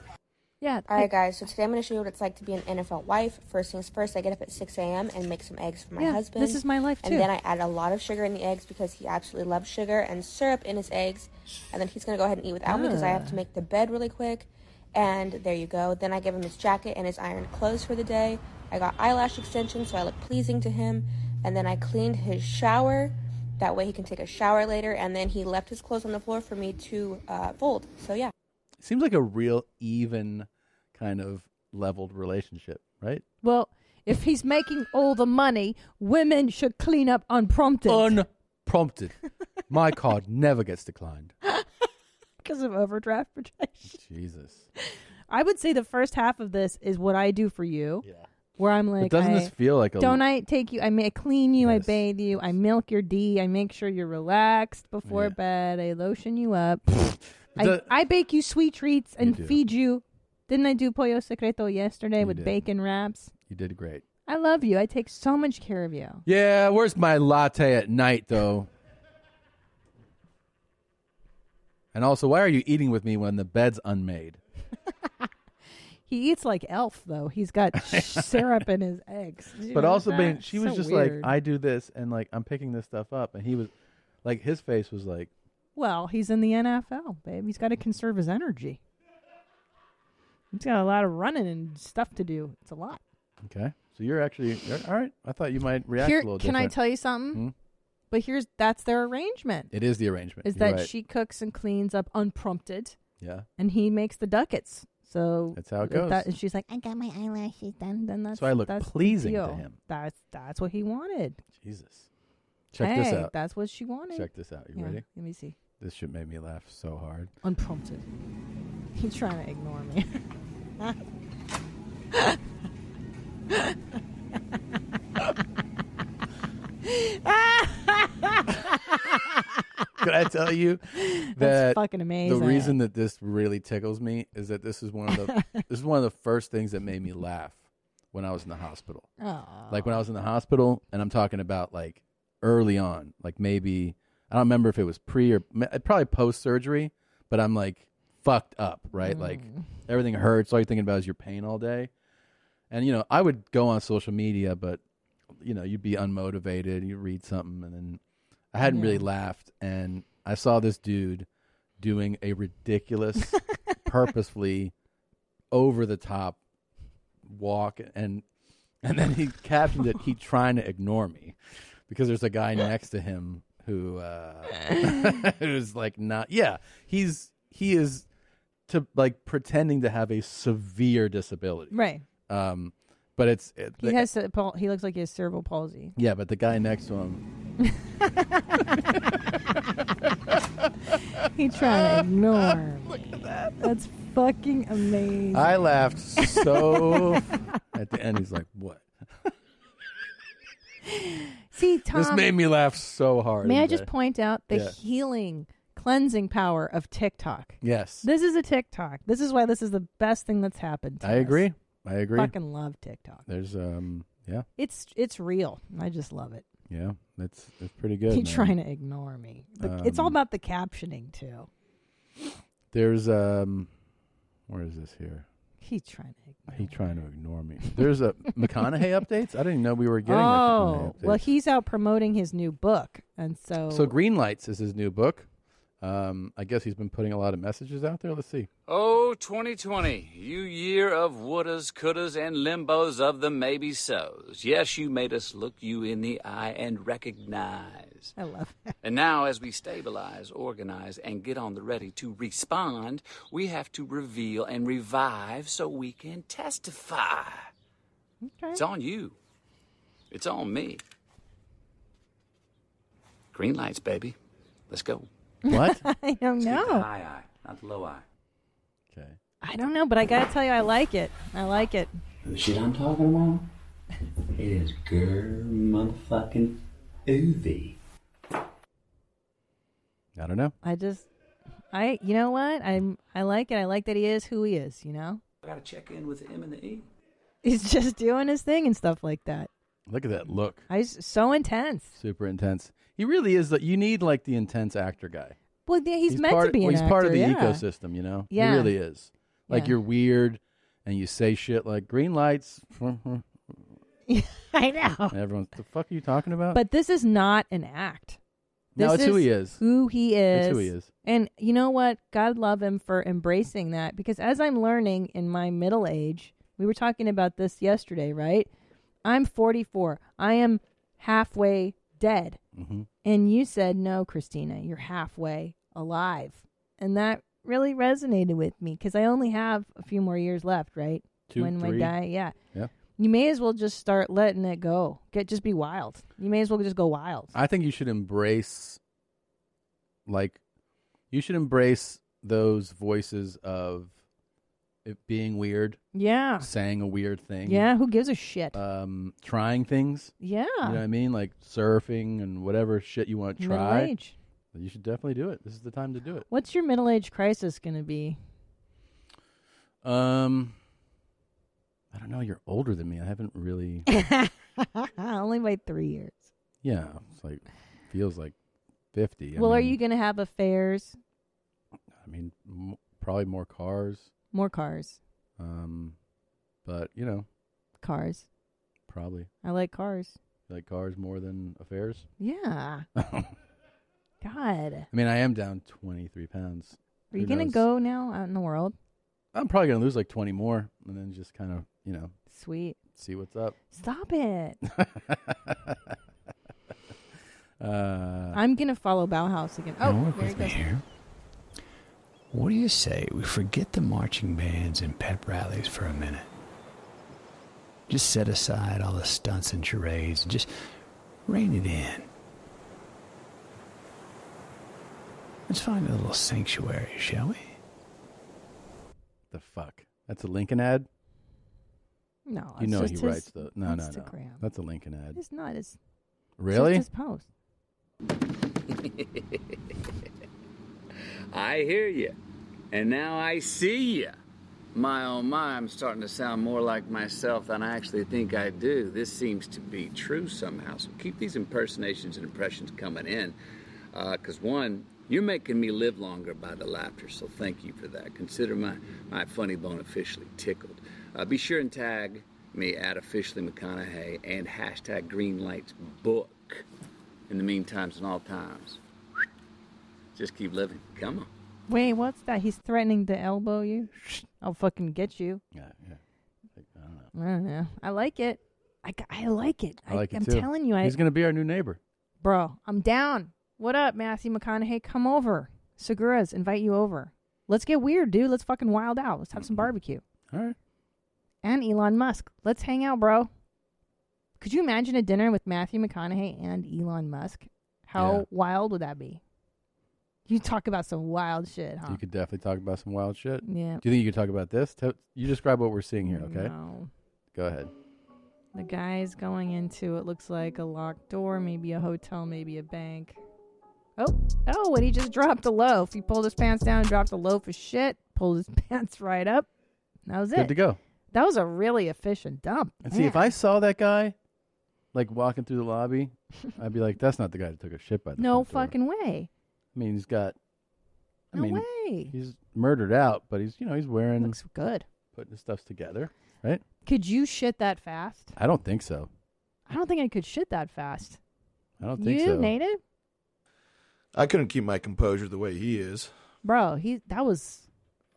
Speaker 2: Yeah.
Speaker 6: All right, guys. So today I'm going to show you what it's like to be an NFL wife. First things first, I get up at 6 a.m. and make some eggs for my
Speaker 2: Yeah,
Speaker 6: husband.
Speaker 2: this is my life, too.
Speaker 6: And then I add a lot of sugar in the eggs because he absolutely loves sugar and syrup in his eggs. And then he's going to go ahead and eat without me because I have
Speaker 2: Ah.
Speaker 6: to make the bed really quick. And there you go. Then I give him his jacket and his ironed clothes for the day. I got eyelash extensions so I look pleasing to him. And then I cleaned his shower. That way he can take a shower later. And then he left his clothes on the floor for me to uh, fold. So yeah.
Speaker 1: It seems like a real even kind of leveled relationship, right?
Speaker 2: Well, if he's making all the money, women should clean up unprompted.
Speaker 1: Prompted. My card never gets declined.
Speaker 2: because of overdraft protection.
Speaker 1: Jesus.
Speaker 2: I would say the first half of this is what I do for you. Yeah. where I'm like,
Speaker 1: But doesn't
Speaker 2: I-
Speaker 1: this feel like a-
Speaker 2: don't I take you? I, ma- I clean you, I bathe you, I milk your D, I make sure you're relaxed before bed, I lotion you up, I,
Speaker 1: The-
Speaker 2: I bake you sweet treats and
Speaker 1: do.
Speaker 2: feed you. Didn't I do pollo secreto yesterday with
Speaker 1: did.
Speaker 2: bacon wraps?
Speaker 1: You did great.
Speaker 2: I love you. I take so much care of you.
Speaker 1: Yeah, where's my latte at night though? And also, why are you eating with me when the bed's unmade?
Speaker 2: He eats like Elf though. He's got syrup in his eggs. Did you
Speaker 1: but
Speaker 2: notice
Speaker 1: also,
Speaker 2: that?
Speaker 1: being she
Speaker 2: So
Speaker 1: was just
Speaker 2: weird.
Speaker 1: like, I do this, and like I'm picking this stuff up, and he was like, his face was like,
Speaker 2: Well, he's in the NFL, babe. He's got to conserve his energy. He's got a lot of running and stuff to do. It's a lot.
Speaker 1: okay, so you're actually you're- all right. I thought you might react
Speaker 2: Here,
Speaker 1: a little.
Speaker 2: can I
Speaker 1: different."
Speaker 2: tell you something?
Speaker 1: Hmm?
Speaker 2: But here's that's their arrangement.
Speaker 1: It is the arrangement.
Speaker 2: Is
Speaker 1: You're
Speaker 2: that
Speaker 1: right.
Speaker 2: she cooks and cleans up unprompted?
Speaker 1: Yeah.
Speaker 2: And he makes the ducats. So
Speaker 1: That's how it
Speaker 2: th-
Speaker 1: goes.
Speaker 2: that- and she's like, I got my eyelashes done. Then that's
Speaker 1: So I look
Speaker 2: that's the
Speaker 1: pleasing to
Speaker 2: deal.
Speaker 1: him.
Speaker 2: That's that's what he wanted.
Speaker 1: Jesus. Check this
Speaker 2: Hey,
Speaker 1: out.
Speaker 2: That's what she wanted.
Speaker 1: Check this out. You
Speaker 2: Yeah,
Speaker 1: ready?
Speaker 2: Let me see.
Speaker 1: This shit made me laugh so hard.
Speaker 2: Unprompted. He's trying to ignore me.
Speaker 1: Could I tell you that
Speaker 2: That's fucking amazing.
Speaker 1: The reason that this really tickles me is that this is one of the this is one of the first things that made me laugh when I was in the hospital.
Speaker 2: Aw.
Speaker 1: Like when I was in the hospital, and I'm talking about like early on, like maybe I don't remember if it was pre or ma- probably post surgery, but I'm like fucked up, right? Like
Speaker 2: Mm.
Speaker 1: everything hurts. All you're thinking about is your pain all day, and you know I would go on social media, but you know you'd be unmotivated. You read something, and then I hadn't
Speaker 3: Yeah.
Speaker 1: really laughed, and I saw this dude doing a ridiculous, purposefully over the top walk, and and then he captioned it. He trying to ignore me because there's a guy next to him who uh, who's like not. Yeah, he's he is to like pretending to have a severe disability,
Speaker 2: Right.
Speaker 1: Um, but it's it,
Speaker 2: He has a pal- he looks like he has cerebral palsy.
Speaker 1: yeah, but the guy next to him,
Speaker 2: He trying to ignore. Look at that. That's fucking amazing.
Speaker 1: I laughed so. at the end, he's like, "What?"
Speaker 2: See, Tom.
Speaker 1: This made me laugh so hard.
Speaker 2: May I
Speaker 1: today.
Speaker 2: just point out the
Speaker 1: Yeah.
Speaker 2: healing, cleansing power of TikTok?
Speaker 1: Yes.
Speaker 2: This is a TikTok. This is why this is the best thing that's happened. To
Speaker 1: I
Speaker 2: us.
Speaker 1: agree. I agree.
Speaker 2: Fucking love TikTok.
Speaker 1: There's um yeah
Speaker 2: It's it's real. I just love it.
Speaker 1: yeah that's that's pretty good.
Speaker 2: He's
Speaker 1: man.
Speaker 2: trying to ignore me. The- it's all
Speaker 1: Um,
Speaker 2: about the captioning too.
Speaker 1: There's um where is this here?
Speaker 2: He's trying to.
Speaker 1: He trying to ignore me. There's a McConaughey updates. I didn't even know we were getting.
Speaker 2: oh,
Speaker 1: McConaughey updates.
Speaker 2: well, he's out promoting his new book, and so
Speaker 1: So Green Lights is his new book. Um, I guess he's been putting a lot of messages out there. Let's see.
Speaker 7: Oh, 2020, you year of wouldas, couldas, and limbos of the maybe so's. Yes, you made us look you in the eye and recognize.
Speaker 2: I love it.
Speaker 7: And now, as we stabilize, organize, and get on the ready to respond, we have to reveal and revive so we can testify. It's on you, it's on me. Green lights, baby. Let's go.
Speaker 1: What?
Speaker 2: I don't
Speaker 7: Speak
Speaker 2: know.
Speaker 7: the high eye, not the low eye.
Speaker 2: I don't know, but I gotta tell you, I like it. I like it.
Speaker 17: The shit I'm talking about? It is girl motherfucking Uvi.
Speaker 1: I don't know.
Speaker 2: I just, I, you know what? I'm, I like it. I like that he is who he is. You know,
Speaker 7: I gotta check in with the M and the E.
Speaker 2: he's just doing his thing and stuff like that.
Speaker 1: Look at that look.
Speaker 2: I s- so intense.
Speaker 1: Super intense. He really is. The, you need like the intense actor guy.
Speaker 2: Well, yeah, he's, meant
Speaker 1: part,
Speaker 2: to be.
Speaker 1: well,
Speaker 2: an
Speaker 1: he's part of
Speaker 2: actor,
Speaker 1: the
Speaker 2: yeah.
Speaker 1: ecosystem, you know.
Speaker 2: Yeah.
Speaker 1: he really is. Like
Speaker 2: Yeah.
Speaker 1: you're weird, and you say shit like green lights.
Speaker 2: I know.
Speaker 1: Everyone's the fuck are you talking about?
Speaker 2: But this is not an act. This
Speaker 1: Oh. No, it's who he is.
Speaker 2: Who he is.
Speaker 1: It's who he is.
Speaker 2: And you know what? God love him for embracing that because as I'm learning in my middle age, we were talking about this yesterday, right? I'm 44. I am halfway dead.
Speaker 1: Mhm.
Speaker 2: And you said, no, Christina, you're halfway alive. And that really resonated with me because I only have a few more years left, right?
Speaker 1: Two,
Speaker 2: when
Speaker 1: three.
Speaker 2: I die, yeah.
Speaker 1: mm-hmm. Yeah.
Speaker 2: You may as well just start letting it go. Get just be wild. You may as well just go wild.
Speaker 1: I think you should embrace, like, you should embrace those voices of it being weird.
Speaker 2: Yeah.
Speaker 1: Saying a weird thing.
Speaker 2: Yeah, who gives a shit?
Speaker 1: Um, trying things.
Speaker 2: Yeah.
Speaker 1: You know what I mean? Like surfing and whatever shit you want to
Speaker 2: Middle
Speaker 1: try.
Speaker 2: age.
Speaker 1: You should definitely do it. This is the time to do it.
Speaker 2: What's your middle age crisis going to be?
Speaker 1: Um, I don't know. You're older than me. I haven't really.
Speaker 2: Only by three years.
Speaker 1: yeah, it's like feels like fifty. I
Speaker 2: well, are
Speaker 1: mean,
Speaker 2: you going to have affairs?
Speaker 1: I mean, m- probably more cars.
Speaker 2: More cars.
Speaker 1: Um, but you know,
Speaker 2: Cars.
Speaker 1: probably
Speaker 2: I like cars.
Speaker 1: like cars more than affairs.
Speaker 2: Yeah. God.
Speaker 1: I mean, I am down 23 pounds.
Speaker 2: Are
Speaker 1: Who
Speaker 2: you going to
Speaker 1: knows?
Speaker 2: go now out in the world?
Speaker 1: I'm probably going to lose like 20 more and then just kind of, you know,
Speaker 2: Sweet.
Speaker 1: see what's up.
Speaker 2: Stop it.
Speaker 1: Uh,
Speaker 2: I'm going to follow Bauhaus again.
Speaker 3: Now
Speaker 2: Oh,
Speaker 3: work
Speaker 2: there he
Speaker 3: with me
Speaker 2: goes.
Speaker 3: here. What do you say we forget the marching bands and pep rallies for a minute? Just set aside all the stunts and charades and just rein it in. Let's find a little sanctuary, shall we?
Speaker 1: The fuck? That's a Lincoln ad?
Speaker 2: No,
Speaker 1: You
Speaker 2: it's
Speaker 1: know
Speaker 2: just
Speaker 1: he
Speaker 2: his
Speaker 1: writes the. No, no, no.
Speaker 2: Instagram.
Speaker 1: That's a Lincoln ad.
Speaker 2: It's not. It's
Speaker 1: Really?
Speaker 2: It's just his post.
Speaker 7: I hear you. And now I see you. My oh my, I'm starting to sound more like myself than I actually think I do. This seems to be true somehow. So keep these impersonations and impressions coming in. Because, one, you're making me live longer by the laughter, so thank you for that. Consider my, my funny bone officially tickled. Uh, be sure and tag me at officially McConaughey and hashtag GreenlightsBook. In the meantime, and all times, just keep living. Come on.
Speaker 2: Wait, what's that? He's threatening to elbow you? I'll fucking get you.
Speaker 1: Yeah, yeah. I don't know.
Speaker 2: I don't know. I like it. I, g- I like it.
Speaker 1: I like it
Speaker 2: I'm
Speaker 1: too.
Speaker 2: telling you, I,
Speaker 1: He's going to be our new neighbor.
Speaker 2: bro, I'm down. What up, Matthew McConaughey? Come over. Segura's invite you over. Let's get weird, dude. Let's fucking wild out. Let's have some barbecue.
Speaker 1: Mm-hmm. All right.
Speaker 2: And Elon Musk. Let's hang out, bro. Could you imagine a dinner with Matthew McConaughey and Elon Musk? How
Speaker 1: Yeah.
Speaker 2: wild would that be? You talk about some wild shit, huh?
Speaker 1: You could definitely talk about some wild shit.
Speaker 2: Yeah.
Speaker 1: Do you think you could talk about this? Tell- You describe what we're seeing here, okay?
Speaker 2: No.
Speaker 1: Go ahead.
Speaker 2: The guy's going into it looks like a locked door, maybe a hotel, maybe a bank. Oh, oh, and he just dropped a loaf. He pulled his pants down, dropped a loaf of shit, pulled his pants right up. That was it.
Speaker 1: Good to go.
Speaker 2: That was a really efficient dump.
Speaker 1: And see, if I saw that guy, like walking through the lobby, I'd be like, "That's not the guy that took a shit by the."
Speaker 2: no
Speaker 1: front door."
Speaker 2: fucking way.
Speaker 1: I mean, he's got. I
Speaker 2: No
Speaker 1: mean,
Speaker 2: way.
Speaker 1: He's murdered out, but he's you know he's wearing
Speaker 2: looks good,
Speaker 1: putting his stuff together, right?
Speaker 2: Could you shit that fast?
Speaker 1: I don't think so.
Speaker 2: I don't think I could shit that fast.
Speaker 1: I don't
Speaker 2: you native,
Speaker 4: I couldn't keep my composure the way he is.
Speaker 2: bro. He that was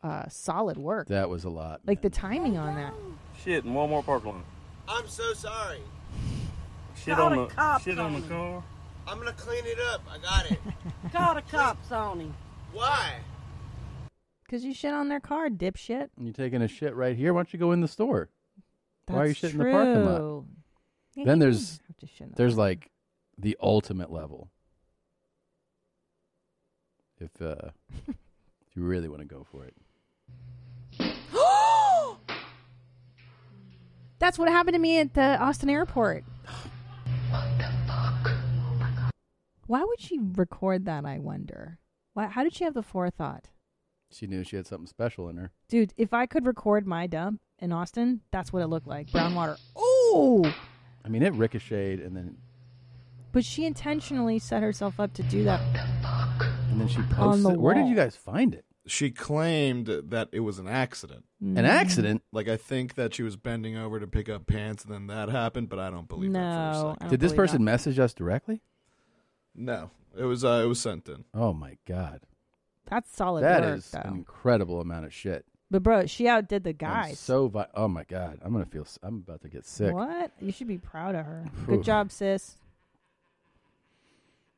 Speaker 2: uh, solid work.
Speaker 1: That was a lot.
Speaker 2: like the timing on that.
Speaker 10: Shit in Walmart parking lot.
Speaker 14: I'm so sorry.
Speaker 10: Shit
Speaker 14: Call
Speaker 10: on
Speaker 14: the
Speaker 10: the
Speaker 14: cops
Speaker 10: shit on the
Speaker 14: on
Speaker 10: car.
Speaker 14: I'm gonna clean it up. I got it.
Speaker 5: Call the cops on him.
Speaker 14: Why?
Speaker 2: Cause you shit on their car, dipshit.
Speaker 1: And you're taking a shit right here. Why don't you go in the store? Why are you
Speaker 2: That's
Speaker 1: shitting in the parking lot?
Speaker 2: true. Yeah,
Speaker 1: then
Speaker 2: you
Speaker 1: there's
Speaker 2: don't have to shit in the
Speaker 1: there's like the ultimate level. If uh, if you really want to go for it,
Speaker 2: That's what happened to me at the Austin airport. Why would she record that? I wonder. Why? How did she have the forethought,
Speaker 1: she knew she had something special in her.
Speaker 2: dude? If I could record my dump in Austin, that's what it looked like. Brown water. Oh.
Speaker 1: I mean, it ricocheted and then
Speaker 2: But she intentionally set herself up to do that.
Speaker 1: and then she
Speaker 2: On
Speaker 1: posted.
Speaker 2: the
Speaker 1: it. Where did
Speaker 2: wall.
Speaker 1: you guys find it?
Speaker 4: She claimed that it was an accident.
Speaker 2: An accident?
Speaker 4: Like I think that she was bending over to pick up pants, and then that happened. But I don't believe.
Speaker 2: No.
Speaker 1: Did this person message us directly?
Speaker 4: No, it was uh, it was sent in.
Speaker 1: Oh my god,
Speaker 2: That's solid
Speaker 1: that
Speaker 2: work,
Speaker 1: is
Speaker 2: though.
Speaker 1: an incredible amount of shit.
Speaker 2: But bro, she outdid the
Speaker 1: I'm
Speaker 2: guys.
Speaker 1: so vi- oh my god, I'm gonna feel. s- I'm about to get sick.
Speaker 2: What? You should be proud of her.
Speaker 1: Whew.
Speaker 2: Good job, sis.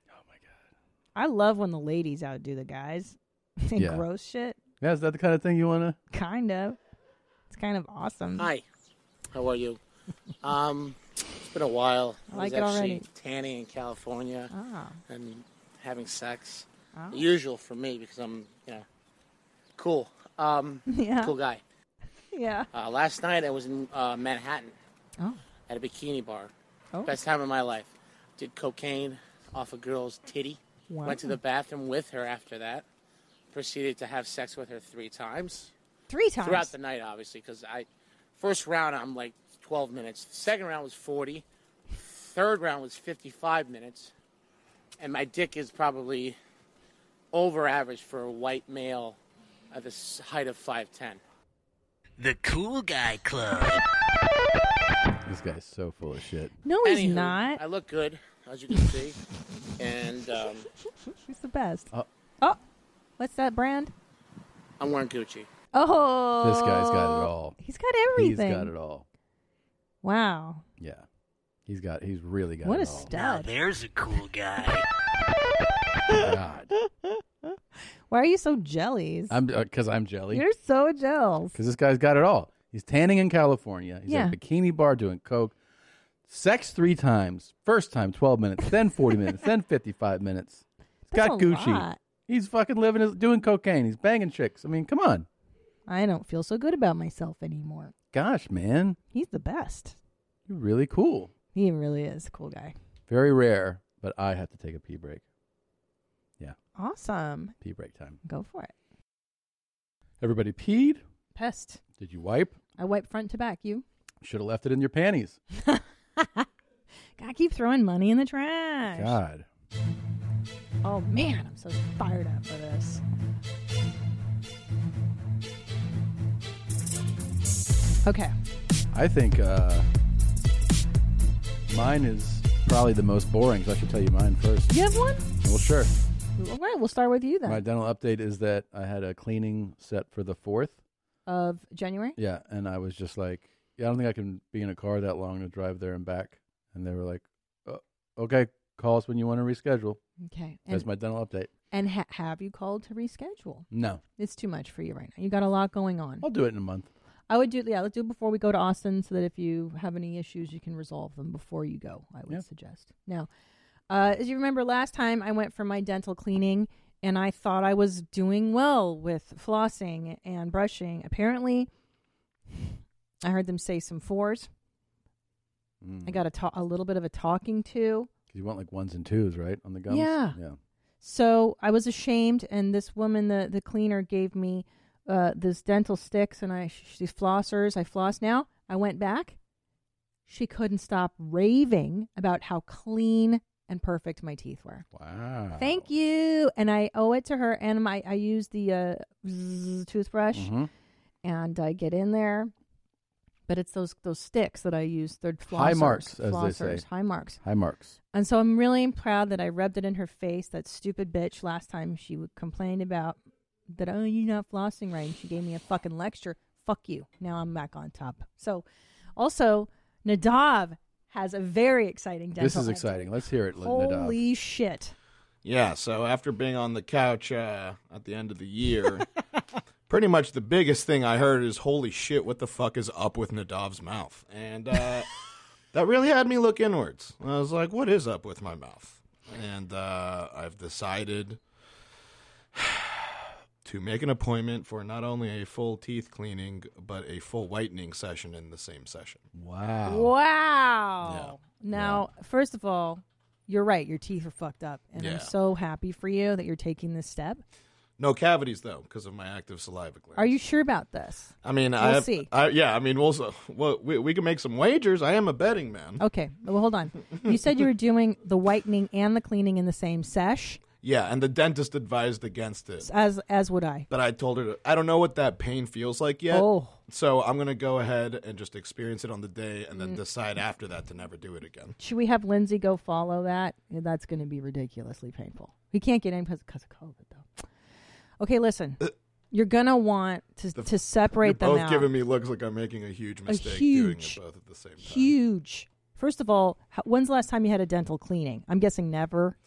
Speaker 2: Oh my god. I love when the ladies outdo the guys. and
Speaker 1: Yeah.
Speaker 2: gross shit.
Speaker 1: Yeah, is that the kind of thing you wanna?
Speaker 2: Kind of. It's kind of awesome.
Speaker 20: Hi, how are you? Um, it's been a while.
Speaker 2: I like it
Speaker 20: was actually
Speaker 2: already.
Speaker 20: tanning in California
Speaker 2: Ah.
Speaker 20: and having sex.
Speaker 2: Ah.
Speaker 20: The Usual for me because I'm, you know, cool. Um,
Speaker 2: Yeah.
Speaker 20: cool guy.
Speaker 2: Yeah.
Speaker 20: Uh, last night I was in uh, Manhattan
Speaker 2: Oh.
Speaker 20: at a bikini bar.
Speaker 2: Oh.
Speaker 20: Best time of my life. Did cocaine off a girl's titty.
Speaker 2: Wow.
Speaker 20: Went to the bathroom with her after that. Proceeded to have sex with her three times.
Speaker 2: Three times?
Speaker 20: Throughout the night, obviously, because I first round I'm like 12 minutes. second round was 40. Third round was 55 minutes. And my dick is probably over average for a white male at the s- height of 5'10.
Speaker 11: The Cool Guy Club.
Speaker 1: This guy's so full of shit.
Speaker 2: No, he's
Speaker 20: Anywho,
Speaker 2: not.
Speaker 20: I look good, as you can see. and um,
Speaker 2: He's the best.
Speaker 1: Oh.
Speaker 2: oh, what's that brand?
Speaker 20: I'm wearing Gucci.
Speaker 2: Oh,
Speaker 1: This guy's got it all.
Speaker 2: He's got everything.
Speaker 1: He's got it all.
Speaker 2: Wow,
Speaker 1: Yeah. He's got he's really got
Speaker 2: what
Speaker 1: it
Speaker 2: a
Speaker 1: all.
Speaker 2: stud!
Speaker 11: There's a cool guy.
Speaker 1: God.
Speaker 2: Why are you so jellies?
Speaker 1: I'm because I'm jelly.
Speaker 2: You're so jealous.
Speaker 1: Because this guy's got it all. He's tanning in California. He's
Speaker 2: Yeah.
Speaker 1: at a bikini bar doing coke. Sex three times. First time twelve minutes, then forty minutes, then fifty-five minutes. He's
Speaker 2: That's
Speaker 1: got
Speaker 2: a
Speaker 1: Gucci.
Speaker 2: lot.
Speaker 1: He's fucking living his doing cocaine. He's banging chicks. I mean, come on.
Speaker 2: I don't feel so good about myself anymore.
Speaker 1: Gosh, man,
Speaker 2: He's the best.
Speaker 1: you're really cool.
Speaker 2: He really is a cool guy.
Speaker 1: Very rare, but I have to take a pee break. Yeah,
Speaker 2: Awesome.
Speaker 1: pee break time.
Speaker 2: Go for it.
Speaker 1: Everybody peed.
Speaker 2: Pest.
Speaker 1: Did you wipe?
Speaker 2: I wipe front to back. You.
Speaker 1: Should have left it in your panties.
Speaker 2: God, keep throwing money in the trash.
Speaker 1: God.
Speaker 2: Oh man, I'm so fired up for this. Okay.
Speaker 1: I think uh, mine is probably the most boring, so I should tell you mine first.
Speaker 2: You have one?
Speaker 1: Well, sure.
Speaker 2: All right, we'll start with you then.
Speaker 1: My dental update is that I had a cleaning set for the 4th.
Speaker 2: Of January?
Speaker 1: Yeah, and I was just like, yeah, I don't think I can be in a car that long to drive there and back. And they were like, oh, okay, call us when you want to reschedule.
Speaker 2: Okay,
Speaker 1: That's
Speaker 2: and-
Speaker 1: my dental update.
Speaker 2: And ha- have you called to reschedule?
Speaker 1: No.
Speaker 2: It's too much for you right now. You got a lot going on.
Speaker 1: I'll do it in a month.
Speaker 2: I would do yeah, let's do it before we go to Austin so that if you have any issues you can resolve them before you go, I would
Speaker 1: Yeah.
Speaker 2: suggest. Now, uh, as you remember last time I went for my dental cleaning and I thought I was doing well with flossing and brushing. Apparently I heard them say some fours.
Speaker 1: Mm-hmm.
Speaker 2: I got a, ta- a little bit of a talking to.
Speaker 1: 'Cause Mm. you want like ones and twos, right? On the gums?
Speaker 2: Yeah.
Speaker 1: Yeah.
Speaker 2: So I was ashamed, and this woman, the the cleaner, gave me uh, this dental sticks, and I sh- these flossers. I floss now. I went back. She couldn't stop raving about how clean and perfect my teeth were.
Speaker 1: Wow.
Speaker 2: Thank you, and I owe it to her. And my I use the uh, zzz toothbrush,
Speaker 1: Mhm.
Speaker 2: and I get in there. But it's those those sticks that I use. They're flossers,
Speaker 1: High marks, as they
Speaker 2: flossers,
Speaker 1: say.
Speaker 2: high marks.
Speaker 1: High marks.
Speaker 2: And so I'm really proud that I rubbed it in her face. That stupid bitch last time she would complain about that, oh, you're not flossing right. And she gave me a fucking lecture. Fuck you. Now I'm back on top. So also, Nadav has a very exciting dental.
Speaker 1: This is
Speaker 2: update.
Speaker 1: exciting. Let's hear it, Nadav.
Speaker 2: Holy shit.
Speaker 4: Yeah, so after being on the couch uh, at the end of the year, pretty much the biggest thing I heard is, holy shit, what the fuck is up with Nadav's mouth? And uh, that really had me look inwards. I was like, what is up with my mouth? And uh, I've decided to make an appointment for not only a full teeth cleaning, but a full whitening session in the same session.
Speaker 1: Wow.
Speaker 2: Wow. Now, first of all, you're right. Your teeth are fucked up. And
Speaker 4: Yeah.
Speaker 2: I'm so happy for you that you're taking this step.
Speaker 4: No cavities, though, because of my active saliva gland.
Speaker 2: Are you sure about this?
Speaker 4: I mean,
Speaker 2: We'll
Speaker 4: I have-
Speaker 2: see.
Speaker 4: I, yeah, I mean, we'll, s- well, we we can make some wagers. I am a betting man.
Speaker 2: Okay. Well, hold on. You said you were doing the whitening and the cleaning in the same sesh,
Speaker 4: Yeah, and the dentist advised against it.
Speaker 2: as as would I.
Speaker 4: But I told her, to- I don't know what that pain feels like yet.
Speaker 2: Oh.
Speaker 4: So I'm going to go ahead and just experience it on the day and then
Speaker 2: Mm.
Speaker 4: decide after that to never do it again.
Speaker 2: Should we have Lindsay go follow that? Yeah, That's going to be ridiculously painful. We can't get in because of COVID, though. Okay, listen. You're gonna want to to
Speaker 4: Uh, You're
Speaker 2: separate them
Speaker 4: both
Speaker 2: out.
Speaker 4: giving me looks like I'm making a huge
Speaker 2: a
Speaker 4: mistake
Speaker 2: huge,
Speaker 4: doing it both at the same time.
Speaker 2: huge. First of all, how, when's the last time you had a dental cleaning? I'm guessing never.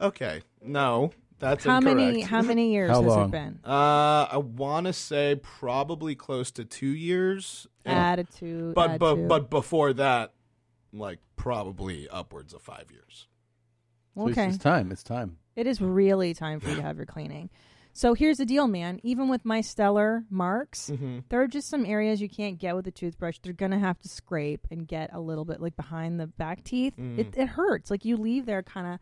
Speaker 4: Okay. No, that's
Speaker 2: How many-
Speaker 4: incorrect.
Speaker 2: how many years How has it long? been?
Speaker 4: Uh, I want to say probably close to two years.
Speaker 2: Add a two,
Speaker 4: But
Speaker 2: add
Speaker 4: but
Speaker 2: two.
Speaker 4: but before that, like probably upwards of five years.
Speaker 1: So it's-
Speaker 2: Okay.
Speaker 1: It's time. It's time.
Speaker 2: It is really time for you to have your cleaning. So here's the deal, man. Even with my stellar marks,
Speaker 9: Mhm.
Speaker 2: there are just some areas you can't get with a toothbrush. They're gonna have to scrape and get a little bit like behind the back teeth. It,
Speaker 9: Mm.
Speaker 2: it hurts. Like you leave there, kind of,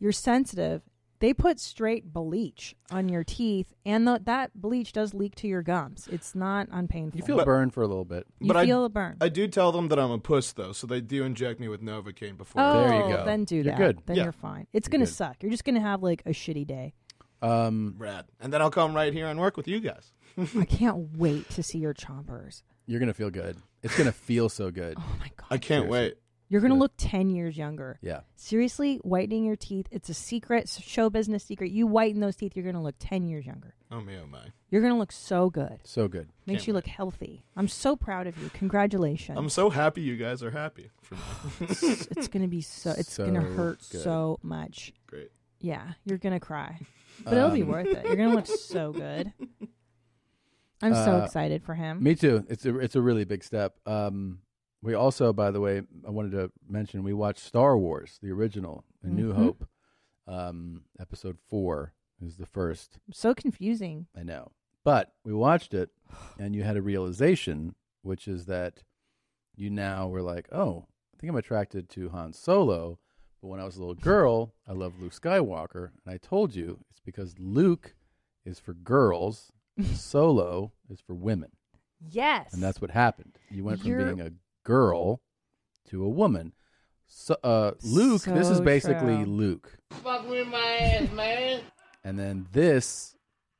Speaker 2: you're sensitive. They put straight bleach on your teeth, and tho- that bleach does leak to your gums. It's not unpainful.
Speaker 1: You feel a burn for a little bit.
Speaker 2: You feel
Speaker 4: I,
Speaker 2: a burn.
Speaker 4: I do tell them that I'm a puss, though, so they do inject me with Novocaine before.
Speaker 2: Oh, then do that. Then
Speaker 4: Yeah.
Speaker 2: you're fine. It's gonna suck. You're just gonna have like a shitty day.
Speaker 1: Um,
Speaker 4: Rad. And then I'll come right here and work with you guys.
Speaker 2: I can't wait to see your chompers.
Speaker 1: You're gonna feel good. It's gonna feel so good. Oh
Speaker 2: my god!
Speaker 4: I can't wait.
Speaker 2: You're gonna look ten years younger.
Speaker 1: Yeah.
Speaker 2: Seriously, whitening your teeth—it's a secret, it's a show business secret. You whiten those teeth, you're gonna look ten years younger.
Speaker 4: Oh me, oh my.
Speaker 2: You're gonna look so good.
Speaker 1: So good.
Speaker 2: Makes
Speaker 4: Can't
Speaker 2: you look healthy. I'm so proud of you. Congratulations.
Speaker 4: I'm so happy you guys are happy. For me.
Speaker 2: It's- it's gonna be so. It's gonna
Speaker 4: So
Speaker 2: hurt
Speaker 4: good.
Speaker 2: so much.
Speaker 4: Great.
Speaker 2: Yeah, you're gonna cry, but it'll be
Speaker 1: Um,
Speaker 2: worth it. You're gonna look so good. I'm so
Speaker 1: Uh,
Speaker 2: excited for him.
Speaker 1: Me too. It's a it's a really big step. Um, we also, by the way, I wanted to mention we watched Star Wars, the original, A New
Speaker 2: Mhm.
Speaker 1: Hope. Um, episode four is the first.
Speaker 2: So confusing.
Speaker 1: I know, but we watched it, and you had a realization, which is that you now were like, oh, I think I'm attracted to Han Solo, but when I was a little girl, I loved Luke Skywalker, and I told you it's because Luke is for girls, Solo is for women.
Speaker 2: Yes.
Speaker 1: And that's what happened. You went from
Speaker 2: You're-
Speaker 1: being a girl to a woman. So, uh, Luke, this is
Speaker 12: So
Speaker 1: basically
Speaker 12: true.
Speaker 1: Luke.
Speaker 12: Fuck with my ass, man.
Speaker 1: And then this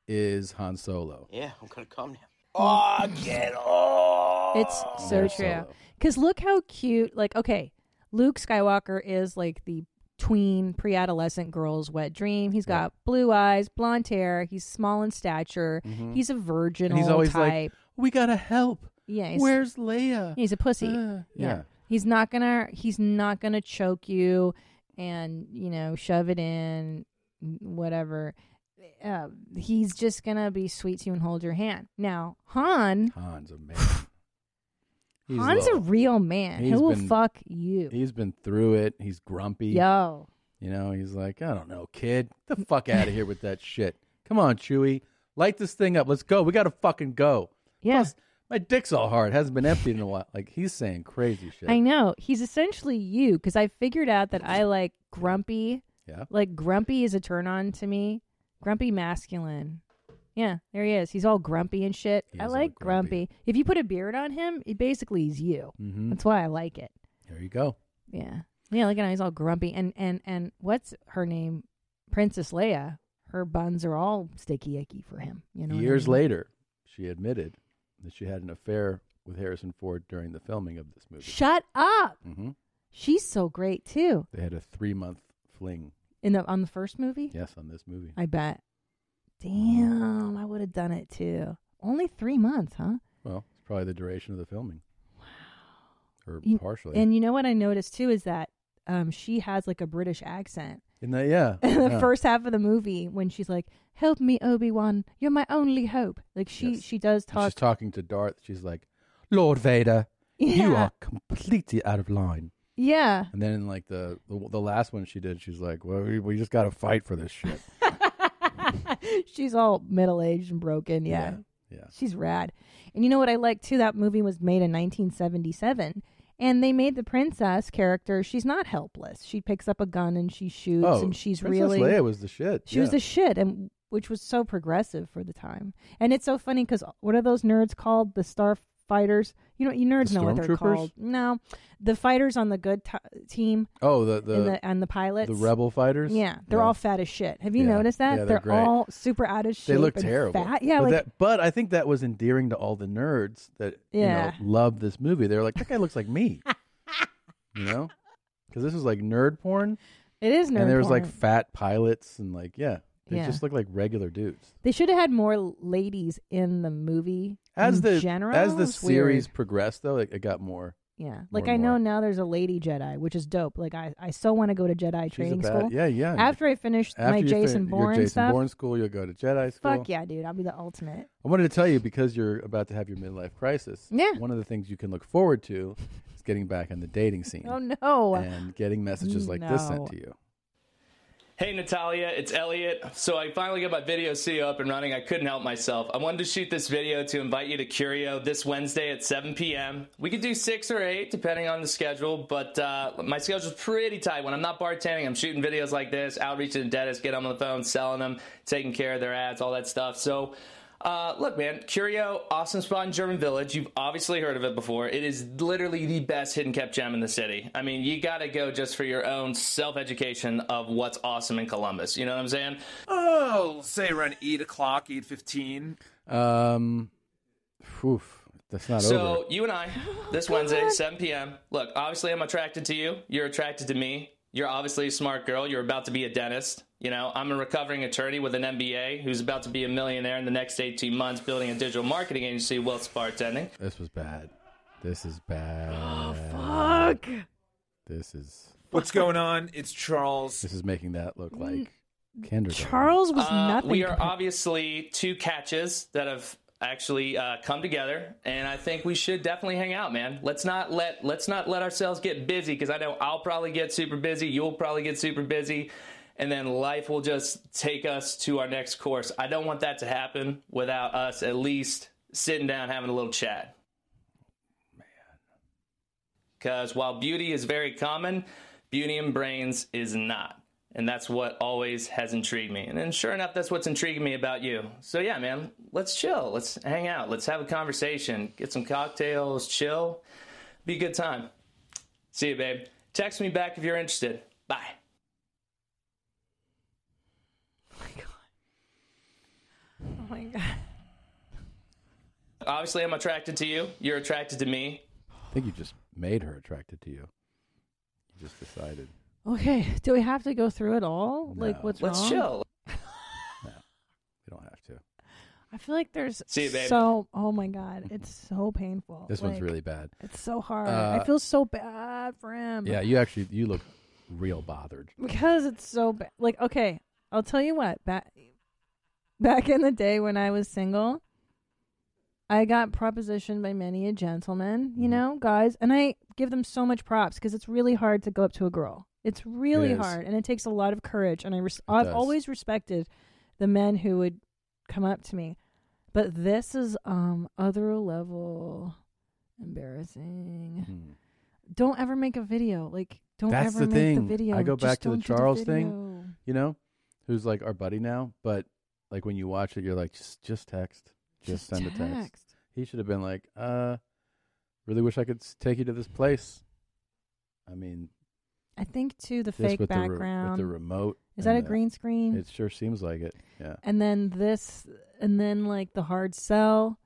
Speaker 1: is Han Solo.
Speaker 12: Yeah, I'm gonna come now. Oh, get off!
Speaker 2: It's so
Speaker 1: They're
Speaker 2: true.
Speaker 1: solo.
Speaker 2: Because look how cute. Like, okay, Luke Skywalker is like the tween pre adolescent girl's wet dream. He's got blue eyes, blonde hair. He's small in stature.
Speaker 1: Mhm.
Speaker 2: He's a virginal
Speaker 1: And he's always like,
Speaker 2: type.
Speaker 1: we gotta help.
Speaker 2: Yeah. he's-
Speaker 1: Where's Leia?
Speaker 2: He's a pussy.
Speaker 1: Uh, yeah.
Speaker 2: He's not gonna. He's not gonna choke you, and you know, shove it in, whatever. Uh, he's just gonna be sweet to you and hold your hand. Now, Han,
Speaker 1: Han's a man. He's
Speaker 2: Han's a
Speaker 1: little.
Speaker 2: real man. He
Speaker 1: He's
Speaker 2: will
Speaker 1: been-
Speaker 2: fuck you.
Speaker 1: He's been through it. He's grumpy.
Speaker 2: Yo.
Speaker 1: You know, he's like, I don't know, kid. Get the fuck out of here with that shit. Come on, Chewy. Light this thing up. Let's go. We gotta fucking go.
Speaker 2: Yes.
Speaker 1: my dick's all hard. Hasn't been emptied in a while. Like he's saying crazy shit.
Speaker 2: I know. He's essentially you because I figured out that I like grumpy.
Speaker 1: Yeah.
Speaker 2: Like grumpy is a turn on to me. Grumpy masculine. Yeah, there he is. He's all grumpy and shit. I like grumpy. If you put a beard on him, he basically is you.
Speaker 1: Mhm.
Speaker 2: That's why I like it.
Speaker 1: There you go.
Speaker 2: Yeah. Yeah, look at him. He's all grumpy. And and and what's her name? Princess Leia. Her buns are all sticky icky for him. You know. what I
Speaker 1: Years
Speaker 2: mean?
Speaker 1: later, she admitted that she had an affair with Harrison Ford during the filming of this movie.
Speaker 2: Shut up.
Speaker 1: hmm
Speaker 2: She's so great too.
Speaker 1: They had a three month fling.
Speaker 2: In the on the first movie.
Speaker 1: Yes, on this movie.
Speaker 2: I bet. Damn, I would have done it too. Only three months, huh?
Speaker 1: Well, it's probably the duration of the filming. Wow. Or
Speaker 2: You-
Speaker 1: partially.
Speaker 2: And you know what I noticed too is that um, she has like a British accent.
Speaker 1: Isn't that yeah?
Speaker 2: In the
Speaker 1: yeah.
Speaker 2: first half of the movie, when she's like, "Help me, Obi Wan, you're my only hope," like she she does
Speaker 1: And
Speaker 2: talk.
Speaker 1: She's talking to Darth. She's like, Lord Vader, you
Speaker 2: Yeah.
Speaker 1: are completely out of line.
Speaker 2: yeah,
Speaker 1: And then in like the, the the last one she did, she's like, "Well, we, we just got to fight for this shit."
Speaker 2: she's all middle aged and broken. Yeah.
Speaker 1: Yeah.
Speaker 2: She's rad. And you know what I like too? That movie was made in 1977. And they made the princess character. She's not helpless. She picks up a gun and she shoots,
Speaker 1: Oh,
Speaker 2: and she's
Speaker 1: Princess
Speaker 2: really
Speaker 1: Leia was the shit,
Speaker 2: She was
Speaker 1: yeah.
Speaker 2: the shit, and which was so progressive for the time. And it's so funny because what are those nerds called? The starfighters. You know, you nerds
Speaker 1: The
Speaker 2: know what they're
Speaker 1: stormtroopers?
Speaker 2: called. No, the fighters on the good t- team.
Speaker 1: Oh, the the,
Speaker 2: and the and the pilots,
Speaker 1: the rebel fighters.
Speaker 2: Yeah, they're
Speaker 1: Yeah.
Speaker 2: all fat as shit. Have you
Speaker 1: Yeah.
Speaker 2: noticed that?
Speaker 1: Yeah, they're
Speaker 2: they're
Speaker 1: great.
Speaker 2: all super out of shape.
Speaker 1: They look
Speaker 2: and
Speaker 1: terrible.
Speaker 2: Fat. Yeah,
Speaker 1: but,
Speaker 2: like
Speaker 1: that, but I think that was endearing to all the nerds that
Speaker 2: Yeah.
Speaker 1: you know love this movie. They're like, that guy looks like me, you know, because this was like nerd porn.
Speaker 2: It is nerd
Speaker 1: and there was like
Speaker 2: porn.
Speaker 1: fat pilots and like yeah, they
Speaker 2: Yeah.
Speaker 1: just look like regular dudes.
Speaker 2: they should have had more ladies in the movie.
Speaker 1: As
Speaker 2: in
Speaker 1: the
Speaker 2: general,
Speaker 1: as the
Speaker 2: It's weird.
Speaker 1: series progressed though, it, it got more.
Speaker 2: Yeah,
Speaker 1: more
Speaker 2: like
Speaker 1: and
Speaker 2: I
Speaker 1: more.
Speaker 2: know now there's a lady Jedi, which is dope. Like I, I so want to go to Jedi
Speaker 1: She's a
Speaker 2: training
Speaker 1: bad-
Speaker 2: school.
Speaker 1: Yeah, yeah.
Speaker 2: After I finish
Speaker 1: After
Speaker 2: my
Speaker 1: you fin-
Speaker 2: Jason
Speaker 1: your
Speaker 2: Bourne
Speaker 1: Jason
Speaker 2: stuff,
Speaker 1: Bourne school, you'll go to Jedi school.
Speaker 2: fuck yeah, dude, I'll be the ultimate.
Speaker 1: I wanted to tell you because you're about to have your midlife crisis.
Speaker 2: Yeah.
Speaker 1: One of the things you can look forward to is getting back on the dating scene
Speaker 2: Oh no,
Speaker 1: and getting messages like this sent
Speaker 2: No.
Speaker 1: to you.
Speaker 9: Hey Natalia, it's Elliot. So I finally got my video studio up and running. I couldn't help myself. I wanted to shoot this video to invite you to Curio this Wednesday at 7 p.m. We could do 6 or 8, depending on the schedule, but uh, my schedule's pretty tight. When I'm not bartending, I'm shooting videos like this, outreach to the dentist, get them on the phone, selling them, taking care of their ads, all that stuff. So uh, look, man, Curio, awesome spot in German Village. You've obviously heard of it before. It is literally the best hidden kept gem in the city. I mean, you gotta go just for your own self education of what's awesome in Columbus. You know what I'm saying?
Speaker 15: Oh, say around eight o'clock, eight fifteen.
Speaker 1: Um, oof, that's not
Speaker 9: so
Speaker 1: over.
Speaker 9: you and I, this Wednesday, 7 p.m. Look, obviously I'm attracted to you. You're attracted to me. You're obviously a smart girl. You're about to be a dentist. You know, I'm a recovering attorney with an MBA who's about to be a millionaire in the next 18 months building a digital marketing agency whilst bartending.
Speaker 1: This was bad. This is bad.
Speaker 2: Fuck.
Speaker 1: This is
Speaker 15: What's going on? It's Charles.
Speaker 1: This is making that look like kindergarten.
Speaker 2: Charles was
Speaker 9: Uh,
Speaker 2: nothing.
Speaker 9: We are
Speaker 2: compared-
Speaker 9: obviously two catches that have actually uh, come together, and I think we should definitely hang out, man. Let's not let let's not let ourselves get busy because I know I'll probably get super busy, you'll probably get super busy, and then life will just take us to our next course. I don't want that to happen without us at least sitting down having a little chat. Because while beauty is very common, beauty in brains is not. And that's what always has intrigued me. And then, sure enough, that's what's intriguing me about you. So, yeah, man, let's chill. Let's hang out. Let's have a conversation. Get some cocktails, chill. Be a good time. See you, babe. Text me back if you're interested. Bye.
Speaker 2: oh my god.
Speaker 9: Obviously, I'm attracted to you. You're attracted to me.
Speaker 1: I think you just made her attracted to you. You just decided.
Speaker 2: Okay, do we have to go through it all?
Speaker 1: No.
Speaker 2: Like, what's
Speaker 9: Let's
Speaker 2: wrong?
Speaker 9: chill.
Speaker 1: You don't have to.
Speaker 2: I feel like there's
Speaker 9: See you, babe.
Speaker 2: so. Oh my god, it's so painful.
Speaker 1: This one's
Speaker 2: Like,
Speaker 1: really bad.
Speaker 2: It's so hard.
Speaker 1: Uh,
Speaker 2: I feel so bad for him.
Speaker 1: Yeah, you actually you look real bothered.
Speaker 2: because it's so bad. Like, okay, I'll tell you what. Back back in the day when I was single, I got propositioned by many a gentleman,
Speaker 21: Mm-hmm.
Speaker 2: you know, guys, and I give them so much props because it's really hard to go up to a girl. It's really
Speaker 21: is.
Speaker 2: hard, and it takes a lot of courage. And I res- I've
Speaker 21: does.
Speaker 2: always respected the men who would come up to me, but this is um other level embarrassing.
Speaker 21: Hmm.
Speaker 2: Don't ever make a video. Like, don't
Speaker 1: That's
Speaker 2: ever
Speaker 1: the
Speaker 2: make
Speaker 1: thing.
Speaker 2: the video.
Speaker 1: I go
Speaker 2: Just
Speaker 1: back to the
Speaker 2: don't do
Speaker 1: Charles
Speaker 2: video.
Speaker 1: thing, you know, who's like our buddy now. But like when you watch it, you're like, just just text, just,
Speaker 2: Just
Speaker 1: send a text.
Speaker 2: text.
Speaker 1: He should have been like, uh, really wish I could s- take you to this place. I mean,
Speaker 2: I think too the
Speaker 1: this
Speaker 2: fake
Speaker 1: with the re-
Speaker 2: background
Speaker 1: with the remote.
Speaker 2: Is that
Speaker 1: and
Speaker 2: a
Speaker 1: the-
Speaker 2: green screen?
Speaker 1: It sure seems like it. Yeah.
Speaker 2: and then this, and then like the hard sell.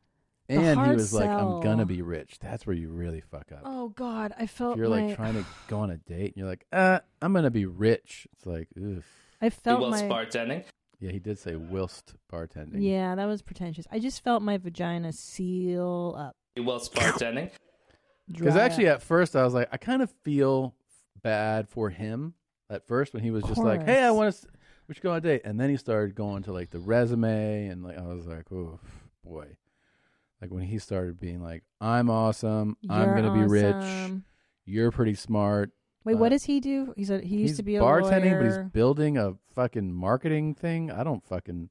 Speaker 2: The
Speaker 1: and he
Speaker 2: hard
Speaker 1: was like, "I'm gonna
Speaker 2: sell.
Speaker 1: be rich." That's where you really fuck up.
Speaker 2: Oh God, I felt
Speaker 1: If you're
Speaker 2: my,
Speaker 1: like trying to go on a date, and you're like, "Uh, I'm gonna be rich." It's like, oof.
Speaker 2: I felt
Speaker 9: whilst
Speaker 2: my
Speaker 9: bartending.
Speaker 1: Yeah, he did say whilst bartending.
Speaker 2: yeah, that was pretentious. I just felt my vagina seal up.
Speaker 9: Whilst bartending.
Speaker 1: Because
Speaker 2: dry
Speaker 1: actually,
Speaker 2: up.
Speaker 1: at first, I was like, I kind of feel bad for him at first when he was just like,
Speaker 2: course.
Speaker 1: "Hey, I want to, we should go on a date," and then he started going to like the resume, and like I was like, "Oof, boy." Like when he started being like, "I'm awesome. I'm
Speaker 2: You're
Speaker 1: gonna be rich.
Speaker 2: awesome.
Speaker 1: You're pretty smart."
Speaker 2: wait,
Speaker 1: uh,
Speaker 2: what does he do? He said he used
Speaker 1: he's
Speaker 2: to be a
Speaker 1: bartending, but
Speaker 2: lawyer.
Speaker 1: he's building a fucking marketing thing. I don't fucking.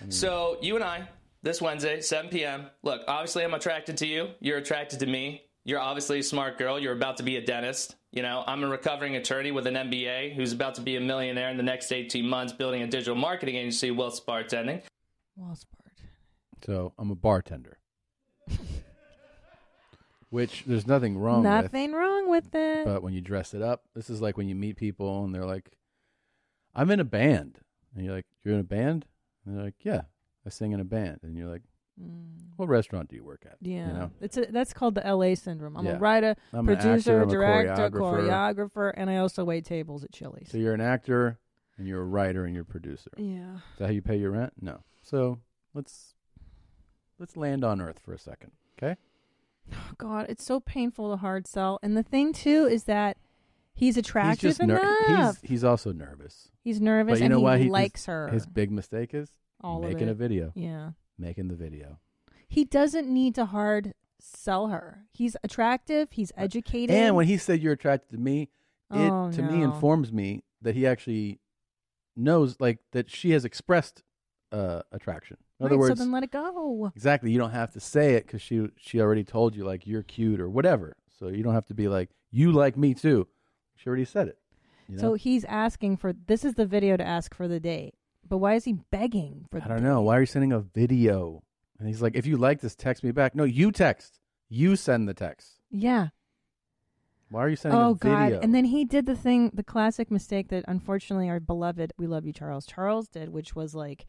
Speaker 1: I mean,
Speaker 9: So you and I this Wednesday, 7 p.m. Look, obviously I'm attracted to you. You're attracted to me. You're obviously a smart girl. You're about to be a dentist. You know, I'm a recovering attorney with an MBA who's about to be a millionaire in the next 18 months building a digital marketing agency whilst bartending.
Speaker 2: Whilst bar-
Speaker 1: so I'm a bartender, which there's nothing wrong with.
Speaker 2: Nothing wrong with it.
Speaker 1: But when you dress it up, this is like when you meet people and they're like, "I'm in a band," and you're like, "You're in a band?" And they're like, "Yeah, I sing in a band." And you're like, "What restaurant do you work at?"
Speaker 2: Mm. yeah,
Speaker 1: you know,
Speaker 2: it's a, that's called the L.A. syndrome. I'm
Speaker 1: Yeah.
Speaker 2: a writer,
Speaker 1: I'm an actor,
Speaker 2: producer,
Speaker 1: I'm a
Speaker 2: director,
Speaker 1: choreographer.
Speaker 2: choreographer, and I also wait tables at Chili's.
Speaker 1: so you're an actor and you're a writer and you're a producer.
Speaker 2: Yeah.
Speaker 1: is that how you pay your rent? No. So let's let's land on Earth for a second, okay?
Speaker 2: Oh, God, it's so painful to hard sell. And the thing too is that he's
Speaker 1: He's
Speaker 2: attractive
Speaker 1: just ner-
Speaker 2: enough.
Speaker 1: he's he's also nervous.
Speaker 2: He's nervous
Speaker 1: but you
Speaker 2: and
Speaker 1: know
Speaker 2: he
Speaker 1: why he
Speaker 2: likes
Speaker 1: his,
Speaker 2: her.
Speaker 1: His big mistake is
Speaker 2: All of
Speaker 1: making a
Speaker 2: it.
Speaker 1: video.
Speaker 2: Yeah.
Speaker 1: making the video.
Speaker 2: he doesn't need to hard sell her. He's attractive. He's educated.
Speaker 1: And when he said you're attracted to me, it
Speaker 2: Oh,
Speaker 1: to me
Speaker 2: no.
Speaker 1: informs me that he actually knows like that she has expressed uh, attraction. In other
Speaker 2: Right,
Speaker 1: words,
Speaker 2: so then let it go.
Speaker 1: exactly, you don't have to say it because she she already told you like you're cute or whatever. So you don't have to be like you like me too. She already said it. You know?
Speaker 2: So he's asking for this is the video to ask for the date, but why is he begging for?
Speaker 1: I don't know. Why are you sending a video? And he's like, if you like this, text me back. No, you text. You send the text.
Speaker 2: Yeah.
Speaker 1: Why are you sending
Speaker 2: Oh
Speaker 1: a video?
Speaker 2: God! And then he did the thing, the classic mistake that unfortunately our beloved, we love you, Charles. Charles did, which was like,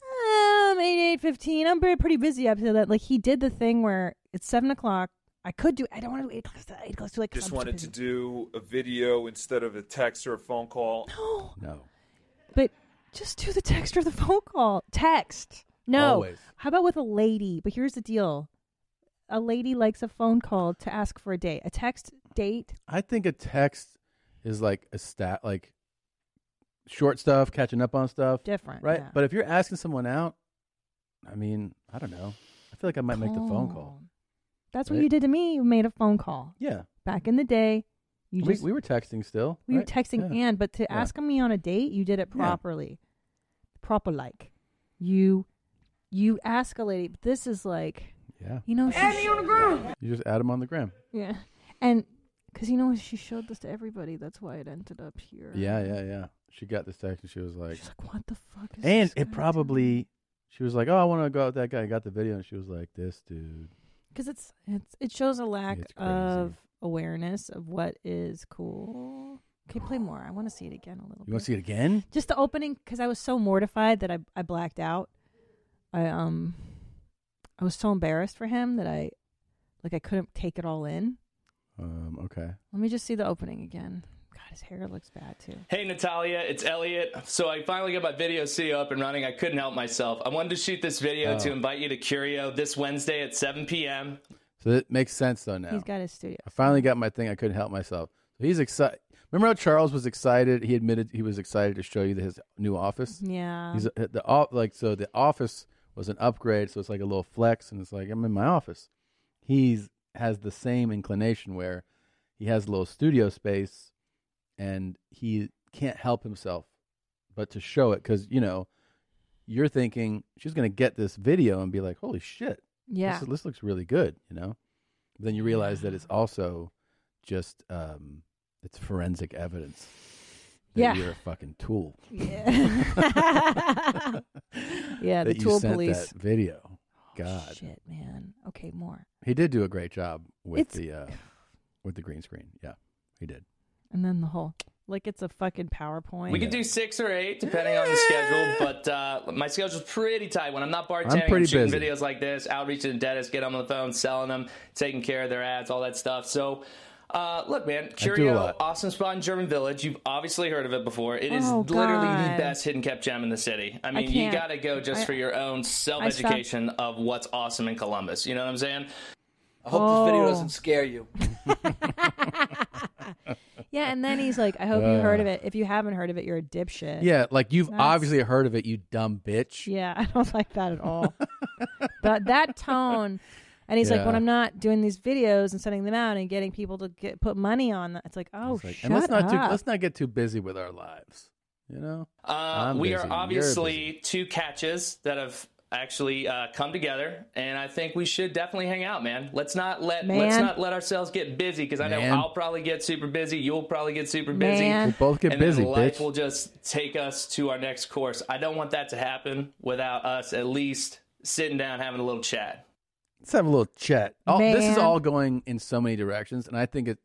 Speaker 2: um, eight eight fifteen. I'm pretty pretty busy up to that. Like he did the thing where it's seven o'clock. I could do. I don't want to do eight o'clock. Eight o'clock too late. 'cause
Speaker 15: Just
Speaker 2: I'm too
Speaker 15: wanted
Speaker 2: busy.
Speaker 15: to do a video instead of a text or a phone call.
Speaker 2: No.
Speaker 1: No.
Speaker 2: But just do the text or the phone call. Text. No.
Speaker 15: Always.
Speaker 2: How about with a lady? But here's the deal. A lady likes a phone call to ask for a date. A text date.
Speaker 1: I think a text is like a stat, like short stuff, catching up on stuff.
Speaker 2: Different,
Speaker 1: right?
Speaker 2: yeah.
Speaker 1: But if you're asking someone out, I mean, I don't know. I feel like I might make the phone call.
Speaker 2: That's what
Speaker 1: Right.
Speaker 2: you did to me. You made a phone call.
Speaker 1: Yeah.
Speaker 2: Back in the day, you
Speaker 1: we,
Speaker 2: just
Speaker 1: we were texting still.
Speaker 2: we were
Speaker 1: right?
Speaker 2: texting
Speaker 1: Yeah.
Speaker 2: and but to
Speaker 1: Yeah.
Speaker 2: ask me on a date, you did it
Speaker 1: Yeah.
Speaker 2: properly. Proper like. You you ask a lady, but this is like
Speaker 1: Yeah.
Speaker 2: you know she sh-
Speaker 1: You just add them on the gram.
Speaker 2: Yeah. And because you know what? She showed this to everybody. That's why it ended up here.
Speaker 1: Yeah, yeah, yeah. She got this text and she was like,
Speaker 2: What the fuck is
Speaker 1: and
Speaker 2: this
Speaker 1: it probably, she was like, oh, I want to go out with that guy. I got the video and she was like, this dude.
Speaker 2: Because it's, it's it shows a lack
Speaker 1: It's crazy.
Speaker 2: of awareness of what is cool. Can you play more? I want to see it again a little
Speaker 1: You
Speaker 2: bit.
Speaker 1: want to see it again?
Speaker 2: Just the opening because I was so mortified that I I blacked out. I um I was so embarrassed for him that I like I couldn't take it all in.
Speaker 1: Um, okay.
Speaker 2: Let me just see the opening again. God, his hair looks bad too.
Speaker 9: Hey Natalia, it's Elliot. So I finally got my video studio up and running. I couldn't help myself. I wanted to shoot this video
Speaker 1: Oh.
Speaker 9: to invite you to Curio this Wednesday at 7 p.m.
Speaker 1: So it makes sense though now.
Speaker 2: He's got his studio.
Speaker 1: I finally got my thing. I couldn't help myself. So he's excited. Remember how Charles was excited? He admitted he was excited to show you his new office.
Speaker 2: Yeah.
Speaker 1: He's the off like so the office was an upgrade, so it's like a little flex, and it's like I'm in my office. He's has the same inclination where he has a little studio space, and he can't help himself but to show it because you know you're thinking she's gonna get this video and be like, holy shit,
Speaker 2: Yeah.
Speaker 1: this, is- this looks really good, you know. But then you realize that it's also just um, it's forensic evidence that
Speaker 2: Yeah.
Speaker 1: you're a fucking tool.
Speaker 2: Yeah. Yeah, the
Speaker 1: That you
Speaker 2: tool
Speaker 1: sent
Speaker 2: police. Oh,
Speaker 1: that video. God,
Speaker 2: Shit, man. Okay, more.
Speaker 1: he did do a great job with
Speaker 2: It's-
Speaker 1: the uh, with the green screen. Yeah, he did.
Speaker 2: And then the whole like it's a fucking PowerPoint.
Speaker 9: We could do six or eight depending on the schedule, but uh, my schedule's pretty tight. When I'm not bartending, I'm,
Speaker 1: pretty
Speaker 9: shooting
Speaker 1: busy.
Speaker 9: videos like this, outreach to the dentist, get them on the phone, selling them, taking care of their ads, all that stuff. So. Uh, look, man, Curio,
Speaker 1: lot.
Speaker 9: awesome spot in German Village. You've obviously heard of it before. It is
Speaker 2: Oh,
Speaker 9: literally the
Speaker 2: God.
Speaker 9: best hidden kept gem in the city. I
Speaker 2: I
Speaker 9: mean, you
Speaker 2: can't.
Speaker 9: got to go just
Speaker 2: I-
Speaker 9: for your own self education of what's awesome in Columbus. You know what I'm saying?
Speaker 2: I hope this video Oh. doesn't
Speaker 9: scare you.
Speaker 2: Yeah, and then he's like, I hope you heard of it. If you haven't heard of it, you're a dipshit.
Speaker 1: Yeah, like you've
Speaker 2: That's-
Speaker 1: obviously heard of it, you dumb bitch.
Speaker 2: Yeah, I don't like that at all. but that tone and he's like,
Speaker 1: Yeah.
Speaker 2: when I'm not doing these videos and sending them out and getting people to get put money on them, it's like, oh,
Speaker 1: It's like,
Speaker 2: shut
Speaker 1: and let's not
Speaker 2: up.
Speaker 1: too, let's not get too busy with our lives. You know,
Speaker 9: Uh,
Speaker 1: I'm
Speaker 9: we
Speaker 1: busy,
Speaker 9: are
Speaker 1: you're
Speaker 9: obviously two catches that have actually uh, come together, and I think we should definitely hang out, man. Let's not let let's
Speaker 2: Man.
Speaker 9: not let ourselves get busy because I know
Speaker 1: Man.
Speaker 9: I'll probably get super busy. You'll probably get super busy.
Speaker 2: Man.
Speaker 1: We'll both get
Speaker 9: and then
Speaker 1: busy,
Speaker 9: Life
Speaker 1: bitch.
Speaker 9: will just take us to our next course. I don't want that to happen without us at least sitting down having a little chat.
Speaker 1: Let's have a little chat. All, this is
Speaker 9: Man.
Speaker 1: all going in so many directions, and I think it.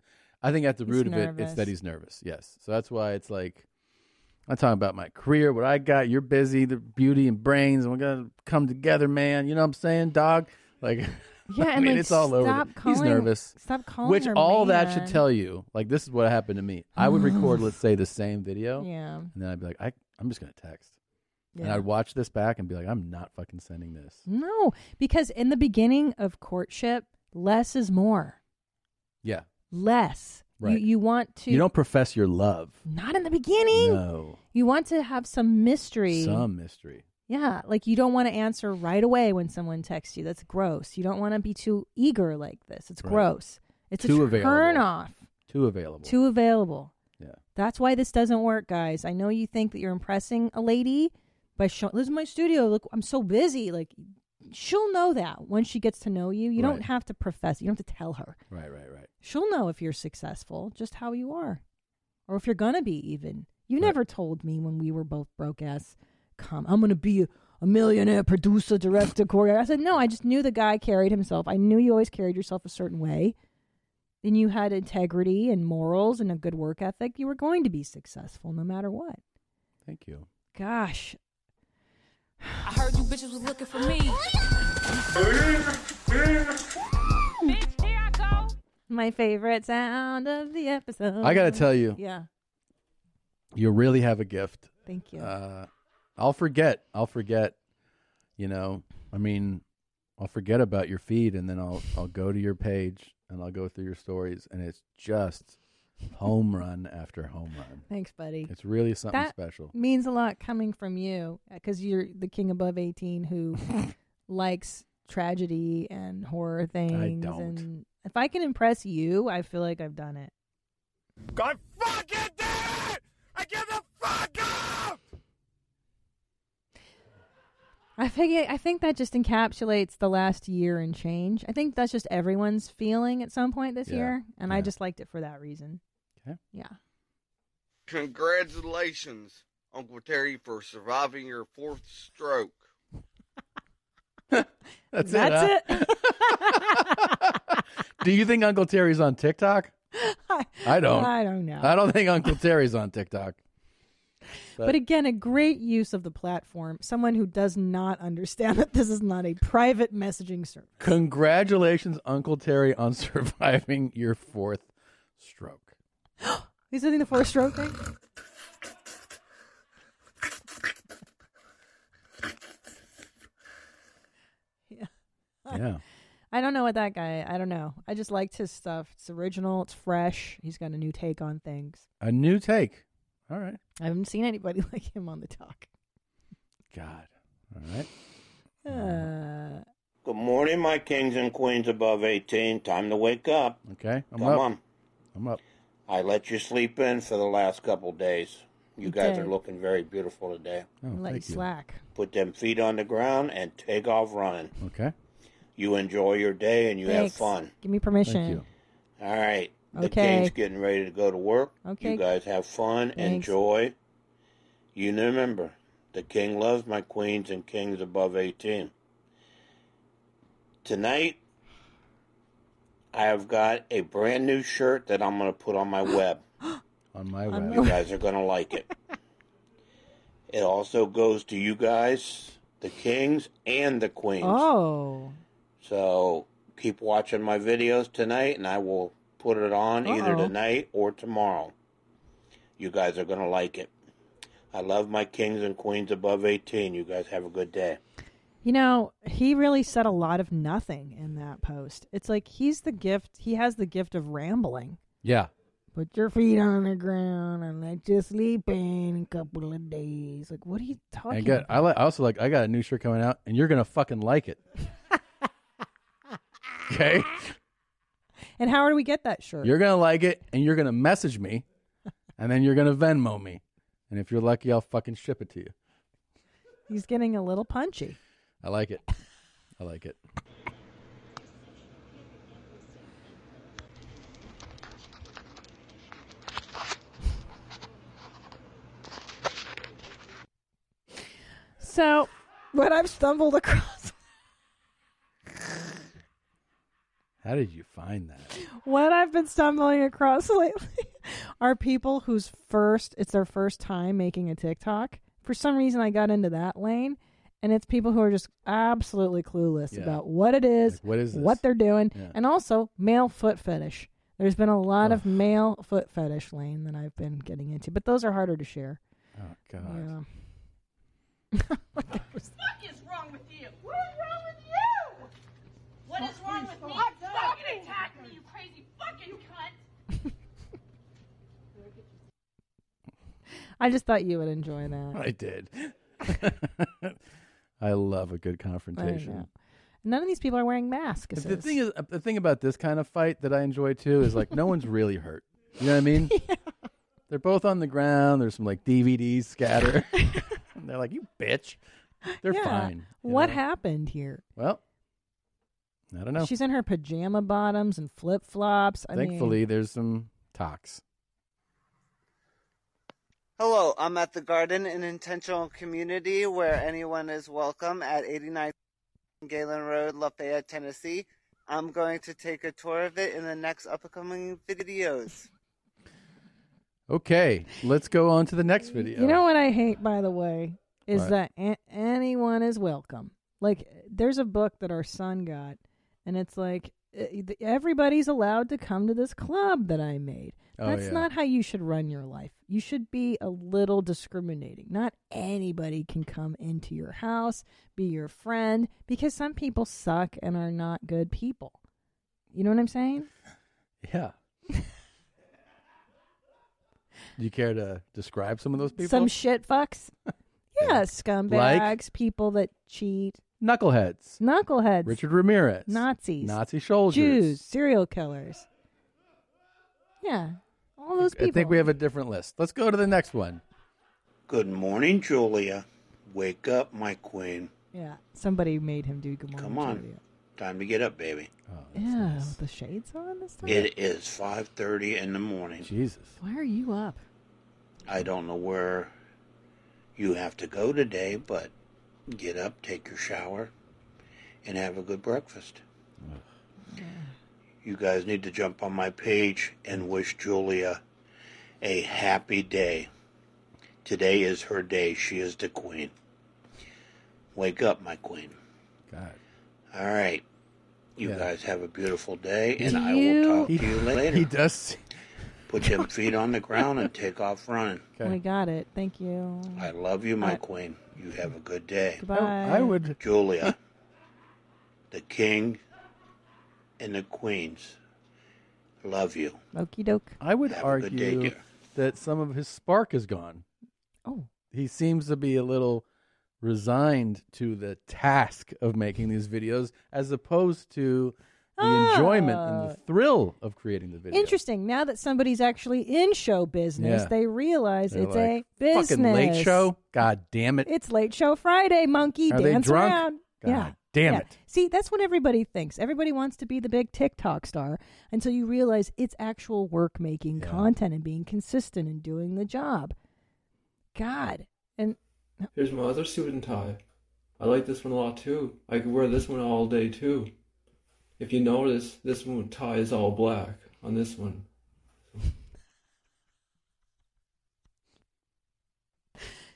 Speaker 1: I think at the
Speaker 9: He's
Speaker 1: root of it, it's
Speaker 9: nervous.
Speaker 1: that he's nervous. Yes, so that's why it's like I'm talking about my career, what I got. You're busy, the beauty and brains, and we're gonna come together, man. You know what I'm saying, dog? Like,
Speaker 2: Yeah,
Speaker 1: I
Speaker 2: and,
Speaker 1: mean,
Speaker 2: like,
Speaker 1: it's all over.
Speaker 2: stop
Speaker 1: the- he's
Speaker 2: calling-
Speaker 1: nervous.
Speaker 2: stop calling
Speaker 1: Which
Speaker 2: her
Speaker 1: all that should
Speaker 2: man.
Speaker 1: tell you, like, this is what happened to me. I would record, let's say, the same video,
Speaker 2: Yeah.
Speaker 1: and then I'd be like, I, I'm just gonna text, and
Speaker 2: Yeah.
Speaker 1: I'd watch this back and be like, I'm not fucking sending this.
Speaker 2: No, because in the beginning of courtship, less is more.
Speaker 1: Yeah,
Speaker 2: Less.
Speaker 1: right.
Speaker 2: You, you want to
Speaker 1: You don't profess your love.
Speaker 2: not in the beginning.
Speaker 1: No.
Speaker 2: You want to have some mystery.
Speaker 1: Some mystery.
Speaker 2: Yeah, like you don't want to answer right away when someone texts you. That's gross. You don't want to be too eager like this. It's
Speaker 1: Right.
Speaker 2: gross. It's
Speaker 1: Too
Speaker 2: a
Speaker 1: available.
Speaker 2: turn off.
Speaker 1: Two available.
Speaker 2: Too available.
Speaker 1: Yeah.
Speaker 2: That's why this doesn't work, guys. I know you think that you're impressing a lady by showing, this is my studio. Look, I'm so busy. Like, she'll know that when she gets to know you. You don't
Speaker 1: Right.
Speaker 2: have to profess, you don't have to tell her.
Speaker 1: Right, right, right.
Speaker 2: She'll know if you're successful, just how you are, or if you're gonna be even. You never told me when we were both broke ass. Come, I'm gonna be a, a millionaire producer, director, choreographer. I said no. I just knew the guy carried himself. I knew you always carried yourself a certain way, and you had integrity and morals and a good work ethic. You were going to be successful no matter what.
Speaker 1: Thank you.
Speaker 2: Gosh,
Speaker 8: I heard you bitches was looking for me.
Speaker 2: my favorite sound of the episode.
Speaker 1: I gotta tell you.
Speaker 2: yeah.
Speaker 1: You really have a gift.
Speaker 2: Thank you.
Speaker 1: Uh, I'll forget. I'll forget. You know, I mean, I'll forget about your feed, and then I'll I'll go to your page and I'll go through your stories, and it's just home run after home run.
Speaker 2: Thanks, buddy.
Speaker 1: It's really something
Speaker 2: That
Speaker 1: special.
Speaker 2: Means a lot coming from you because you're the king above eighteen who likes tragedy and horror things.
Speaker 1: don't.
Speaker 2: And if I can impress you, I feel like I've done it.
Speaker 12: God fucking damn it! I give the fuck up!
Speaker 2: I think I think that just encapsulates the last year and change. I think that's just everyone's feeling at some point this
Speaker 8: Yeah.
Speaker 2: year, and I
Speaker 8: Yeah.
Speaker 2: just liked it for that reason.
Speaker 1: Okay.
Speaker 2: Yeah.
Speaker 16: Congratulations, Uncle Terry, for surviving your fourth stroke.
Speaker 1: That's,
Speaker 16: That's
Speaker 1: it. huh? Do you think Uncle Terry's on TikTok? I don't.
Speaker 2: I don't know.
Speaker 1: I don't think Uncle Terry's on TikTok.
Speaker 2: But, again, a great use of the platform. Someone who does not understand that this is not a private messaging service.
Speaker 1: Congratulations, Uncle Terry, on surviving your fourth stroke.
Speaker 2: Is it in the four stroke thing? yeah.
Speaker 1: Yeah.
Speaker 2: I don't know what that guy. I don't know. I just liked his stuff. It's original. It's fresh. He's got a new take on things.
Speaker 1: A new take. All right.
Speaker 2: I haven't seen anybody like him on the talk.
Speaker 1: God. All right.
Speaker 2: Uh,
Speaker 18: Good morning, my kings and queens above 18. Time to wake up.
Speaker 1: Okay. I'm
Speaker 18: Come
Speaker 1: up.
Speaker 18: on.
Speaker 1: I'm up.
Speaker 18: I let you sleep in for the last couple days. You
Speaker 2: You
Speaker 18: guys
Speaker 2: did.
Speaker 18: are looking very beautiful today.
Speaker 1: Oh,
Speaker 2: and let you slack.
Speaker 18: Put them feet on the ground and take off running.
Speaker 1: Okay.
Speaker 18: You enjoy your day and you
Speaker 2: Thanks.
Speaker 18: have fun.
Speaker 2: Give me permission.
Speaker 18: All right. The
Speaker 2: Okay.
Speaker 18: king's getting ready to go to work.
Speaker 2: Okay.
Speaker 18: You guys have fun.
Speaker 2: Thanks.
Speaker 18: Enjoy. You remember, the king loves my queens and kings above 18. Tonight, I have got a brand new shirt that I'm going to put on my web.
Speaker 1: On my
Speaker 18: web.
Speaker 1: web.
Speaker 18: You guys are going to like it. it also goes to you guys, the kings and the queens.
Speaker 2: Oh.
Speaker 18: So keep watching my videos tonight, and I will put it on either
Speaker 2: Uh-oh.
Speaker 18: tonight or tomorrow. You guys are going to like it. I love my kings and queens above 18. You guys have a good day.
Speaker 2: You know, he really said a lot of nothing in that post. It's like he's the gift. He has the gift of rambling.
Speaker 1: Yeah.
Speaker 2: Put your feet on the ground and let you sleep in a couple of days. Like, what are you talking?
Speaker 1: And good. I, li- I also like. I got a new shirt coming out, and you're gonna fucking like it. okay.
Speaker 2: And how do we get that shirt?
Speaker 1: You're gonna like it, and you're gonna message me, and then you're gonna Venmo me, and if you're lucky, I'll fucking ship it to you.
Speaker 2: He's getting a little punchy.
Speaker 1: I like it. I like it.
Speaker 2: So, what I've stumbled across,
Speaker 1: How did you find that?
Speaker 2: what I've been stumbling across lately, are people whose first it's their first time making a TikTok. For some reason, I got into that lane, and it's people who are just absolutely clueless
Speaker 1: Yeah.
Speaker 2: about what it is,
Speaker 1: Like, what is this?
Speaker 2: what they're doing,
Speaker 1: Yeah.
Speaker 2: and also male foot fetish. There's been a lot of male foot fetish lane that I've been getting into, but those are harder to share.
Speaker 1: Oh God.
Speaker 2: Yeah.
Speaker 5: What is wrong with you? What is wrong with you? What is wrong with me? Stop fucking attacking me, you crazy fucking cunt!
Speaker 2: I just thought you would enjoy that.
Speaker 1: I did. I love a good confrontation.
Speaker 2: know. None of these people are wearing masks.
Speaker 1: The thing is, the thing about this kind of fight that I enjoy too is like no one's really hurt. You know what I mean? They're both on the ground. There's some like DVDs scatter. and they're like, you bitch. They're
Speaker 2: Yeah.
Speaker 1: fine.
Speaker 2: What happened here?
Speaker 1: Well, I don't know.
Speaker 2: She's in her pajama bottoms and flip flops. I mean-
Speaker 1: Thankfully, there's some talks.
Speaker 13: Hello, I'm at the Garden, an intentional community where anyone is welcome at 89 Galen Road, Lafayette, Tennessee. I'm going to take a tour of it in the next upcoming videos.
Speaker 1: Okay, let's go on to the next video.
Speaker 2: You know what I hate, by the way, is
Speaker 1: What?
Speaker 2: that a- anyone is welcome. Like, there's a book that our son got, and it's like e- e- everybody's allowed to come to this club that I made.
Speaker 1: Oh,
Speaker 2: That's
Speaker 1: yeah.
Speaker 2: not how you should run your life. You should be a little discriminating. Not anybody can come into your house, be your friend, because some people suck and are not good people. You know what I'm saying?
Speaker 1: Yeah. Do you care to describe some of those people?
Speaker 2: Some shit fucks. yeah, scumbags, people that cheat,
Speaker 1: Knuckleheads.
Speaker 2: knuckleheads,
Speaker 1: Richard Ramirez.
Speaker 2: Nazis,
Speaker 1: Nazi soldiers.
Speaker 2: Jews, serial killers. Yeah, all those people.
Speaker 1: I think we have a different list. Let's go to the next one.
Speaker 18: Good morning, Julia. Wake up, my queen.
Speaker 2: yeah, somebody made him do good morning.
Speaker 18: Come on.
Speaker 2: Julia.
Speaker 18: Time to get up, baby.
Speaker 1: Oh,
Speaker 2: Yeah, with the shades on this time.
Speaker 18: It is 5:30 in the morning.
Speaker 1: Jesus.
Speaker 2: Why are you up?
Speaker 18: I don't know where you have to go today, but get up, take your shower, and have a good breakfast. You guys need to jump on my page and wish Julia a happy day. Today is her day. She is the queen. Wake up, my queen.
Speaker 1: God.
Speaker 18: All right. You guys have a beautiful day, and
Speaker 1: Do
Speaker 18: I will talk
Speaker 1: you-
Speaker 18: to you later.
Speaker 1: He does.
Speaker 18: Put your feet on the ground and take off running.
Speaker 2: We got it. Thank you.
Speaker 18: I love you, my
Speaker 2: Uh,
Speaker 18: queen. You have a good day.
Speaker 2: Goodbye. Oh, I- I would-
Speaker 18: Julia, the king and the queens love you.
Speaker 2: Okie doke.
Speaker 1: I would
Speaker 18: Have a good day,
Speaker 1: argue
Speaker 18: dear.
Speaker 1: that some of his spark is gone.
Speaker 2: Oh.
Speaker 1: He seems to be a little resigned to the task of making these videos as opposed to the enjoyment and the
Speaker 2: Ah.
Speaker 1: thrill of creating the video.
Speaker 2: Interesting. Now that somebody's actually in show business,
Speaker 1: Yeah.
Speaker 2: they realize
Speaker 1: They're
Speaker 2: it's
Speaker 1: like,
Speaker 2: a business.
Speaker 1: Fucking late show. God damn it.
Speaker 2: It's late show Friday, monkey.
Speaker 1: Are they
Speaker 2: dance
Speaker 1: drunk?
Speaker 2: around.
Speaker 1: God
Speaker 2: yeah.
Speaker 1: damn
Speaker 2: yeah.
Speaker 1: it.
Speaker 2: See, that's what everybody thinks. Everybody wants to be the big TikTok star until you realize it's actual work making content and being consistent and doing the job. God. And
Speaker 19: Here's my other suit and tie. I like this one a lot too. I could wear this one all day too. If you notice, this one tie is all black on this one.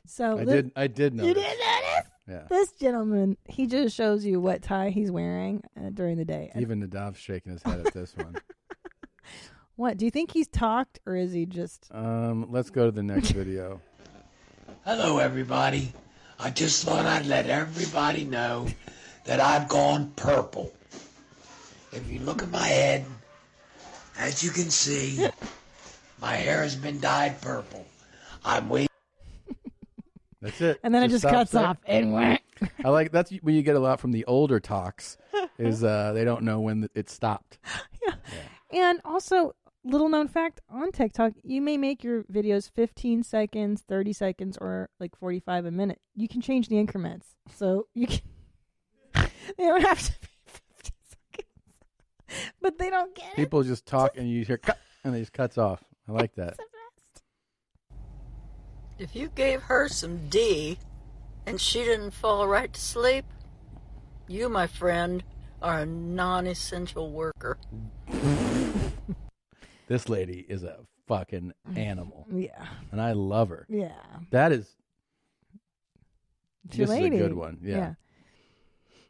Speaker 2: so
Speaker 1: I
Speaker 2: thi-
Speaker 1: did- I did
Speaker 2: You
Speaker 1: notice.
Speaker 2: did notice?
Speaker 1: Yeah.
Speaker 2: This gentleman, he just shows you what tie he's wearing uh, during the day. And
Speaker 1: Even Nadav's shaking his head at this one.
Speaker 2: what do you think he's talked, or is he just?
Speaker 1: Um, let's go to the next video.
Speaker 23: Hello, everybody. I just thought I'd let everybody know that I've gone purple. If you look at my head, as you can see, my hair has been dyed purple. I'm waiting.
Speaker 1: That's it.
Speaker 23: And then it just
Speaker 1: stops
Speaker 23: cuts off and whack.
Speaker 1: I like that's what you get a lot from the older talks is uh they don't know when it stopped.
Speaker 2: And also, little known fact on TikTok, you may make your videos 15 seconds, 30 seconds, or like 45 a minute. You can change the increments, so you can. they don't have to be 15 seconds, but they don't get
Speaker 1: People just talk and you hear cut and it just cuts off. I like that.
Speaker 24: If you gave her some D and she didn't fall right to sleep, you, my friend, are a non essential worker.
Speaker 1: This lady is a fucking animal.
Speaker 24: Yeah.
Speaker 1: And I love her.
Speaker 24: Yeah.
Speaker 1: That is
Speaker 2: It's your
Speaker 1: this is a good
Speaker 2: lady.
Speaker 1: one. Yeah.
Speaker 2: Yeah.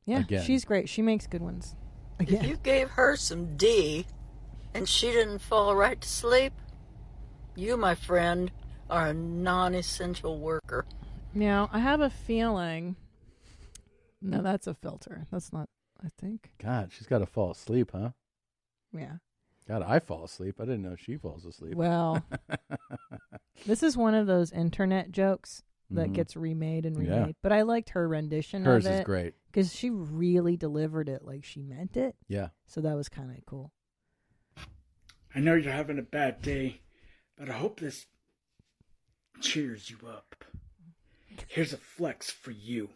Speaker 2: Yeah,
Speaker 1: Again.
Speaker 2: she's great. She makes good ones.
Speaker 24: If you gave her some D and she didn't fall right to sleep, you, my friend, are a non essential worker.
Speaker 2: Now, I have a feeling. No, that's a filter. That's not, I think.
Speaker 1: God, she's gotta fall asleep, huh?
Speaker 2: Yeah.
Speaker 1: God, I fall asleep. I didn't know she falls asleep.
Speaker 2: Well, this is one of those internet jokes that
Speaker 1: Mhm.
Speaker 2: gets remade and
Speaker 1: Yeah.
Speaker 2: remade. But I liked her rendition
Speaker 1: Hers
Speaker 2: of
Speaker 1: is
Speaker 2: it.
Speaker 1: great.
Speaker 2: Because she really delivered it like she meant it.
Speaker 1: Yeah.
Speaker 2: So that was kind of cool.
Speaker 25: I know you're having a bad day, but I hope this
Speaker 13: cheers you up. Here's a flex for you.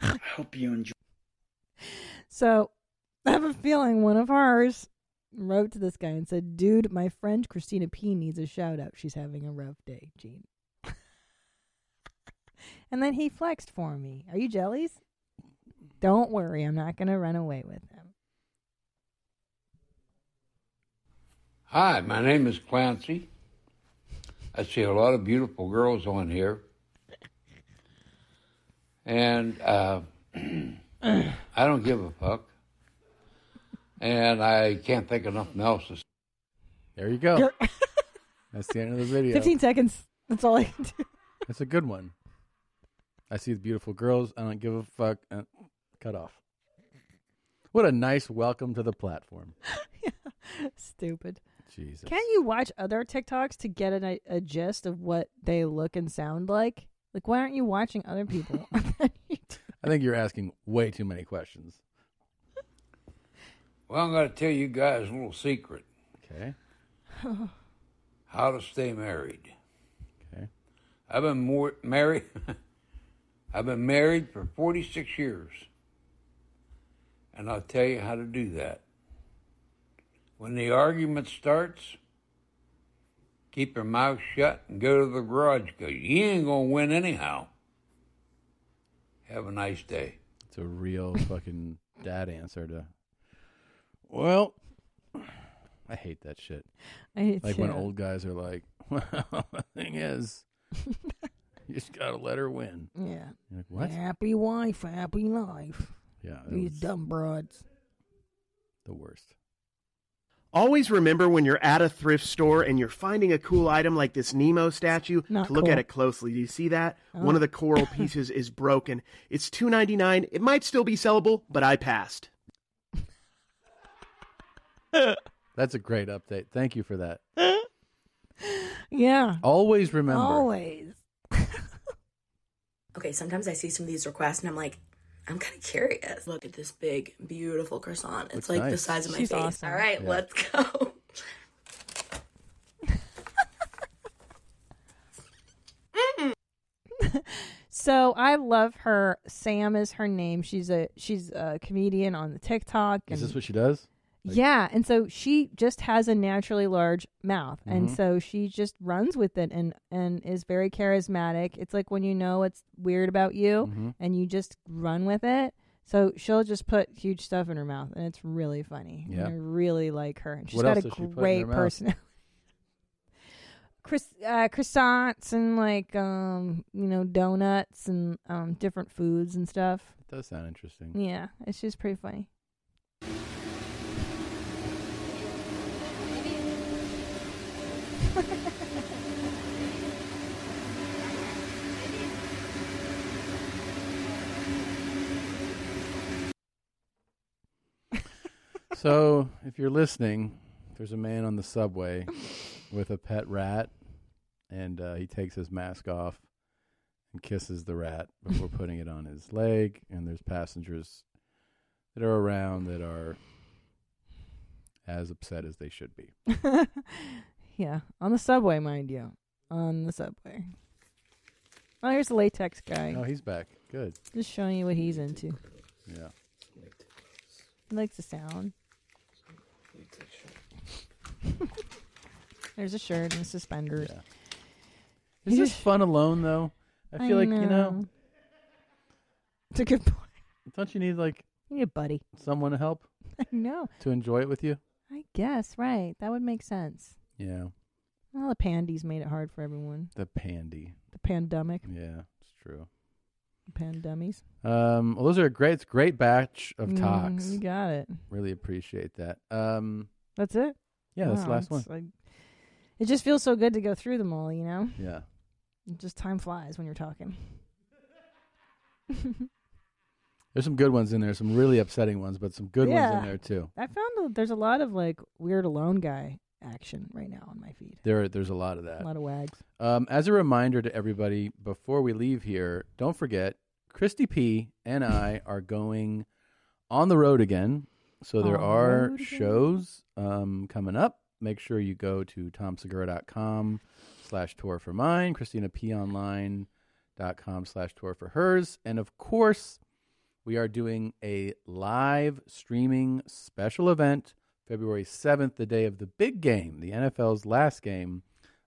Speaker 13: I hope you enjoy.
Speaker 2: So I have a feeling one of ours wrote to this guy and said, Dude, my friend Christina P needs a shout out. She's having a rough day, Gene. and then he flexed for me. Are you jellies? Don't worry, I'm not going to run away with him.
Speaker 26: Hi, my name is Clancy. I see a lot of beautiful girls on here. And uh, I don't give a fuck. And I can't think of nothing else to say.
Speaker 1: There you go. That's the end of the video.
Speaker 2: 15 seconds. That's all I can do.
Speaker 1: That's a good one. I see the beautiful girls. I don't give a fuck. Uh, cut off. What a nice welcome to the platform.
Speaker 2: Stupid.
Speaker 1: Jesus.
Speaker 2: Can't you watch other TikToks to get an, a gist of what they look and sound like? Like, why aren't you watching other people?
Speaker 1: I think you're asking way too many questions.
Speaker 26: Well, I'm going to tell you guys a little secret
Speaker 1: Okay.
Speaker 26: how to stay married.
Speaker 1: Okay.
Speaker 26: I've been more married. I've been married for 46 years. And I'll tell you how to do that. When the argument starts, keep your mouth shut and go to the garage because you ain't going to win anyhow. Have a nice day.
Speaker 1: It's a real fucking dad answer to. Well, I hate that shit.
Speaker 2: I hate
Speaker 1: like when
Speaker 2: shit.
Speaker 1: old guys are like, "Well, the thing is, you just gotta let her win."
Speaker 2: Yeah.
Speaker 1: You're like what?
Speaker 2: Happy wife, happy life.
Speaker 1: Yeah, that
Speaker 2: These
Speaker 1: was-
Speaker 2: dumb broads.
Speaker 1: The worst.
Speaker 17: Always remember when you're at a thrift store and you're finding a cool item like this Nemo statue
Speaker 2: Not
Speaker 17: to look
Speaker 2: cool.
Speaker 17: at it closely. Do you see that?
Speaker 2: Oh.
Speaker 17: One of the coral pieces is broken. It's 2.99. It might still be sellable, but I passed.
Speaker 1: That's a great update. Thank you for that.
Speaker 2: Yeah.
Speaker 1: Always remember.
Speaker 2: Always.
Speaker 23: Okay, sometimes I see some of these requests and I'm like, I'm kind of curious. Look at this big, beautiful croissant. It's
Speaker 1: Looks
Speaker 23: like the
Speaker 1: nice.
Speaker 23: size of my
Speaker 2: She's
Speaker 23: face.
Speaker 2: awesome.
Speaker 23: All right,
Speaker 1: Yeah.
Speaker 23: let's go.
Speaker 2: So I love her. Sam is her name. She's a she's a comedian on the TikTok.
Speaker 1: Is
Speaker 2: and-
Speaker 1: this what she does?
Speaker 2: yeah, and so she just has a naturally large mouth, and
Speaker 1: Mhm.
Speaker 2: so she just runs with it and and is very charismatic. It's like when you know what's weird about you,
Speaker 1: Mhm.
Speaker 2: and you just run with it. So she'll just put huge stuff in her mouth, and it's really funny.
Speaker 1: Yeah.
Speaker 2: and I really like her. And she's
Speaker 1: What
Speaker 2: got
Speaker 1: else
Speaker 2: a
Speaker 1: does she put in her
Speaker 2: great
Speaker 1: mouth?
Speaker 2: personality. Chris, uh, croissants and like um you know donuts and um different foods and stuff.
Speaker 1: It does sound interesting.
Speaker 2: Yeah, it's just pretty funny.
Speaker 1: So, if you're listening, there's a man on the subway with a pet rat, and uh, he takes his mask off and kisses the rat before putting it on his leg. And there's passengers that are around that are as upset as they should be.
Speaker 2: Yeah, on the subway, mind you, on the subway. Oh, here's the latex guy.
Speaker 1: Oh, he's back. Good.
Speaker 2: Just showing you what he's into.
Speaker 1: Yeah.
Speaker 2: He likes the sound. There's a shirt and suspenders.
Speaker 1: Is this fun alone though? I feel like you know.
Speaker 2: It's a good point.
Speaker 1: Don't you need like
Speaker 2: you need a buddy,
Speaker 1: someone to help
Speaker 2: I know.
Speaker 1: to enjoy it with you?
Speaker 2: I guess right. That would make sense.
Speaker 1: Yeah.
Speaker 2: Well, the pandies made it hard for everyone.
Speaker 1: The pandy.
Speaker 2: The pandemic,
Speaker 1: Yeah, it's true.
Speaker 2: pandummies.
Speaker 1: Um, well, those are a great, it's a great batch of
Speaker 2: Mm,
Speaker 1: talks.
Speaker 2: you got it.
Speaker 1: Really appreciate that. Um,
Speaker 2: That's it.
Speaker 1: Yeah, that's the last
Speaker 2: it's like- it just feels so good to go through them all. You know.
Speaker 1: yeah.
Speaker 2: Just time flies when you're talking.
Speaker 1: There's some good ones in there, some really upsetting ones, but some good
Speaker 2: yeah.
Speaker 1: ones in there too.
Speaker 2: I found that there's a lot of like weird alone guy action right now on my feed.
Speaker 1: There, there's a lot of that.
Speaker 2: A lot of wags.
Speaker 1: Um, as a reminder to everybody, before we leave here, don't forget Christy P and I are going on the road again So there
Speaker 2: All
Speaker 1: are
Speaker 2: right.
Speaker 1: shows um, coming up. Make sure you go to tomsegura.com slash tour for mine, christinaponline.com slash tour for hers. And of course, we are doing a live streaming special event February 7th, the day of the big game, the NFL's last game.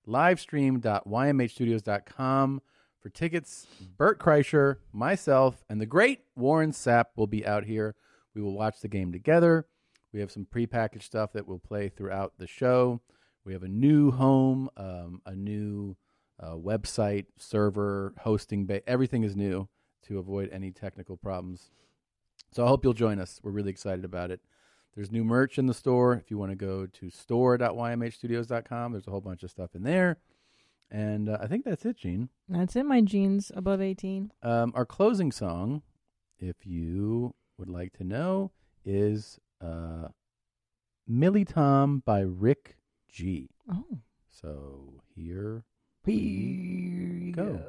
Speaker 1: Livestream.ymhstudios.com for tickets. Bert Kreischer, myself, and the great Warren Sapp will be out here. We will watch the game together. We have some prepackaged stuff that we'll play throughout the show. We have a new home, um, a new uh, website, server, hosting. Ba- everything is new to avoid any technical problems. So I hope you'll join us. We're really excited about it. There's new merch in the store. If you want to go to store.ymhstudios.com, there's a whole bunch of stuff in there. And uh, I think that's it, Gene.
Speaker 2: That's it. My jeans above eighteen.
Speaker 1: Um, our closing song, if you would like to know, is uh, Millie Tom by Rick G.
Speaker 2: Oh.
Speaker 1: So here we go.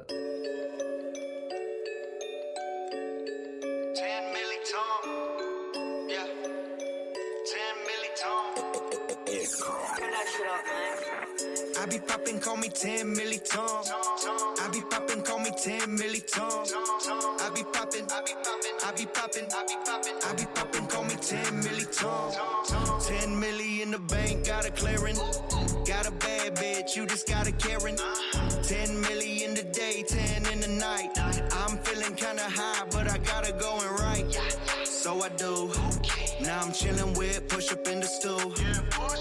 Speaker 12: Ten milliton. Yeah. Ten milliton. Yes, girl. Turn that shit up, man. I be poppin', call me ten milliton. I be poppin', call me ten milliton. I be poppin', I be poppin', I be poppin', I be poppin', I be poppin', call me ten milliton. Ten milli in the bank, got a clearing. Got a bad bitch, you just got a Karen. Ten milli in the day, ten in the night. I'm feeling kinda high, but I gotta go and write. So I do. Now I'm chilling with push up in the stool.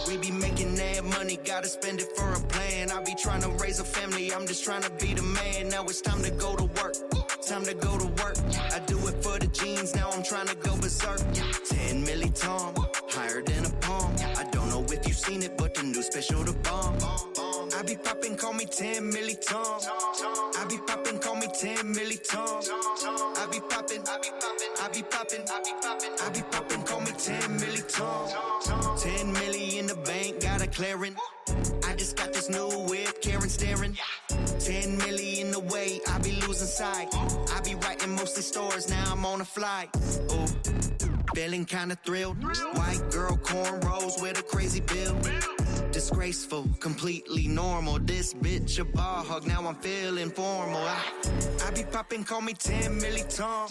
Speaker 12: We be making that money, gotta spend it for a plan. I be trying to raise a family, I'm just trying to be the man. Now it's time to go to work. Time to go to work. I do it for the jeans, now I'm trying to go berserk. 10 milli tom, higher than a palm. I don't know if you've seen it, but the new special the bomb. I be poppin', call me 10 milli tom. I be poppin', call me 10 milli tom. I be poppin', I be poppin', I be poppin', I be poppin', I be poppin', call me 10 milli tom. 10 milli in the bank, got a clearing. I just got this new whip, Karen staring. 10 milli in the way, I be losing sight. I be writing mostly stories, now I'm on a flight. Ooh. Feeling kinda thrilled. White girl cornrows with a crazy bill. Disgraceful, completely normal. This bitch a ball hog, now I'm feeling formal. I, I be poppin', call me 10 milli tom.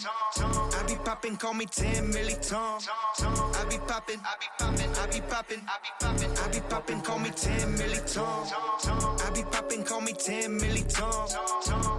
Speaker 12: I be poppin', call me 10 milli tom. I be poppin', I be poppin', I be poppin', I be poppin', I be poppin', call me 10 milli tom. I be poppin', call me 10 milli tom.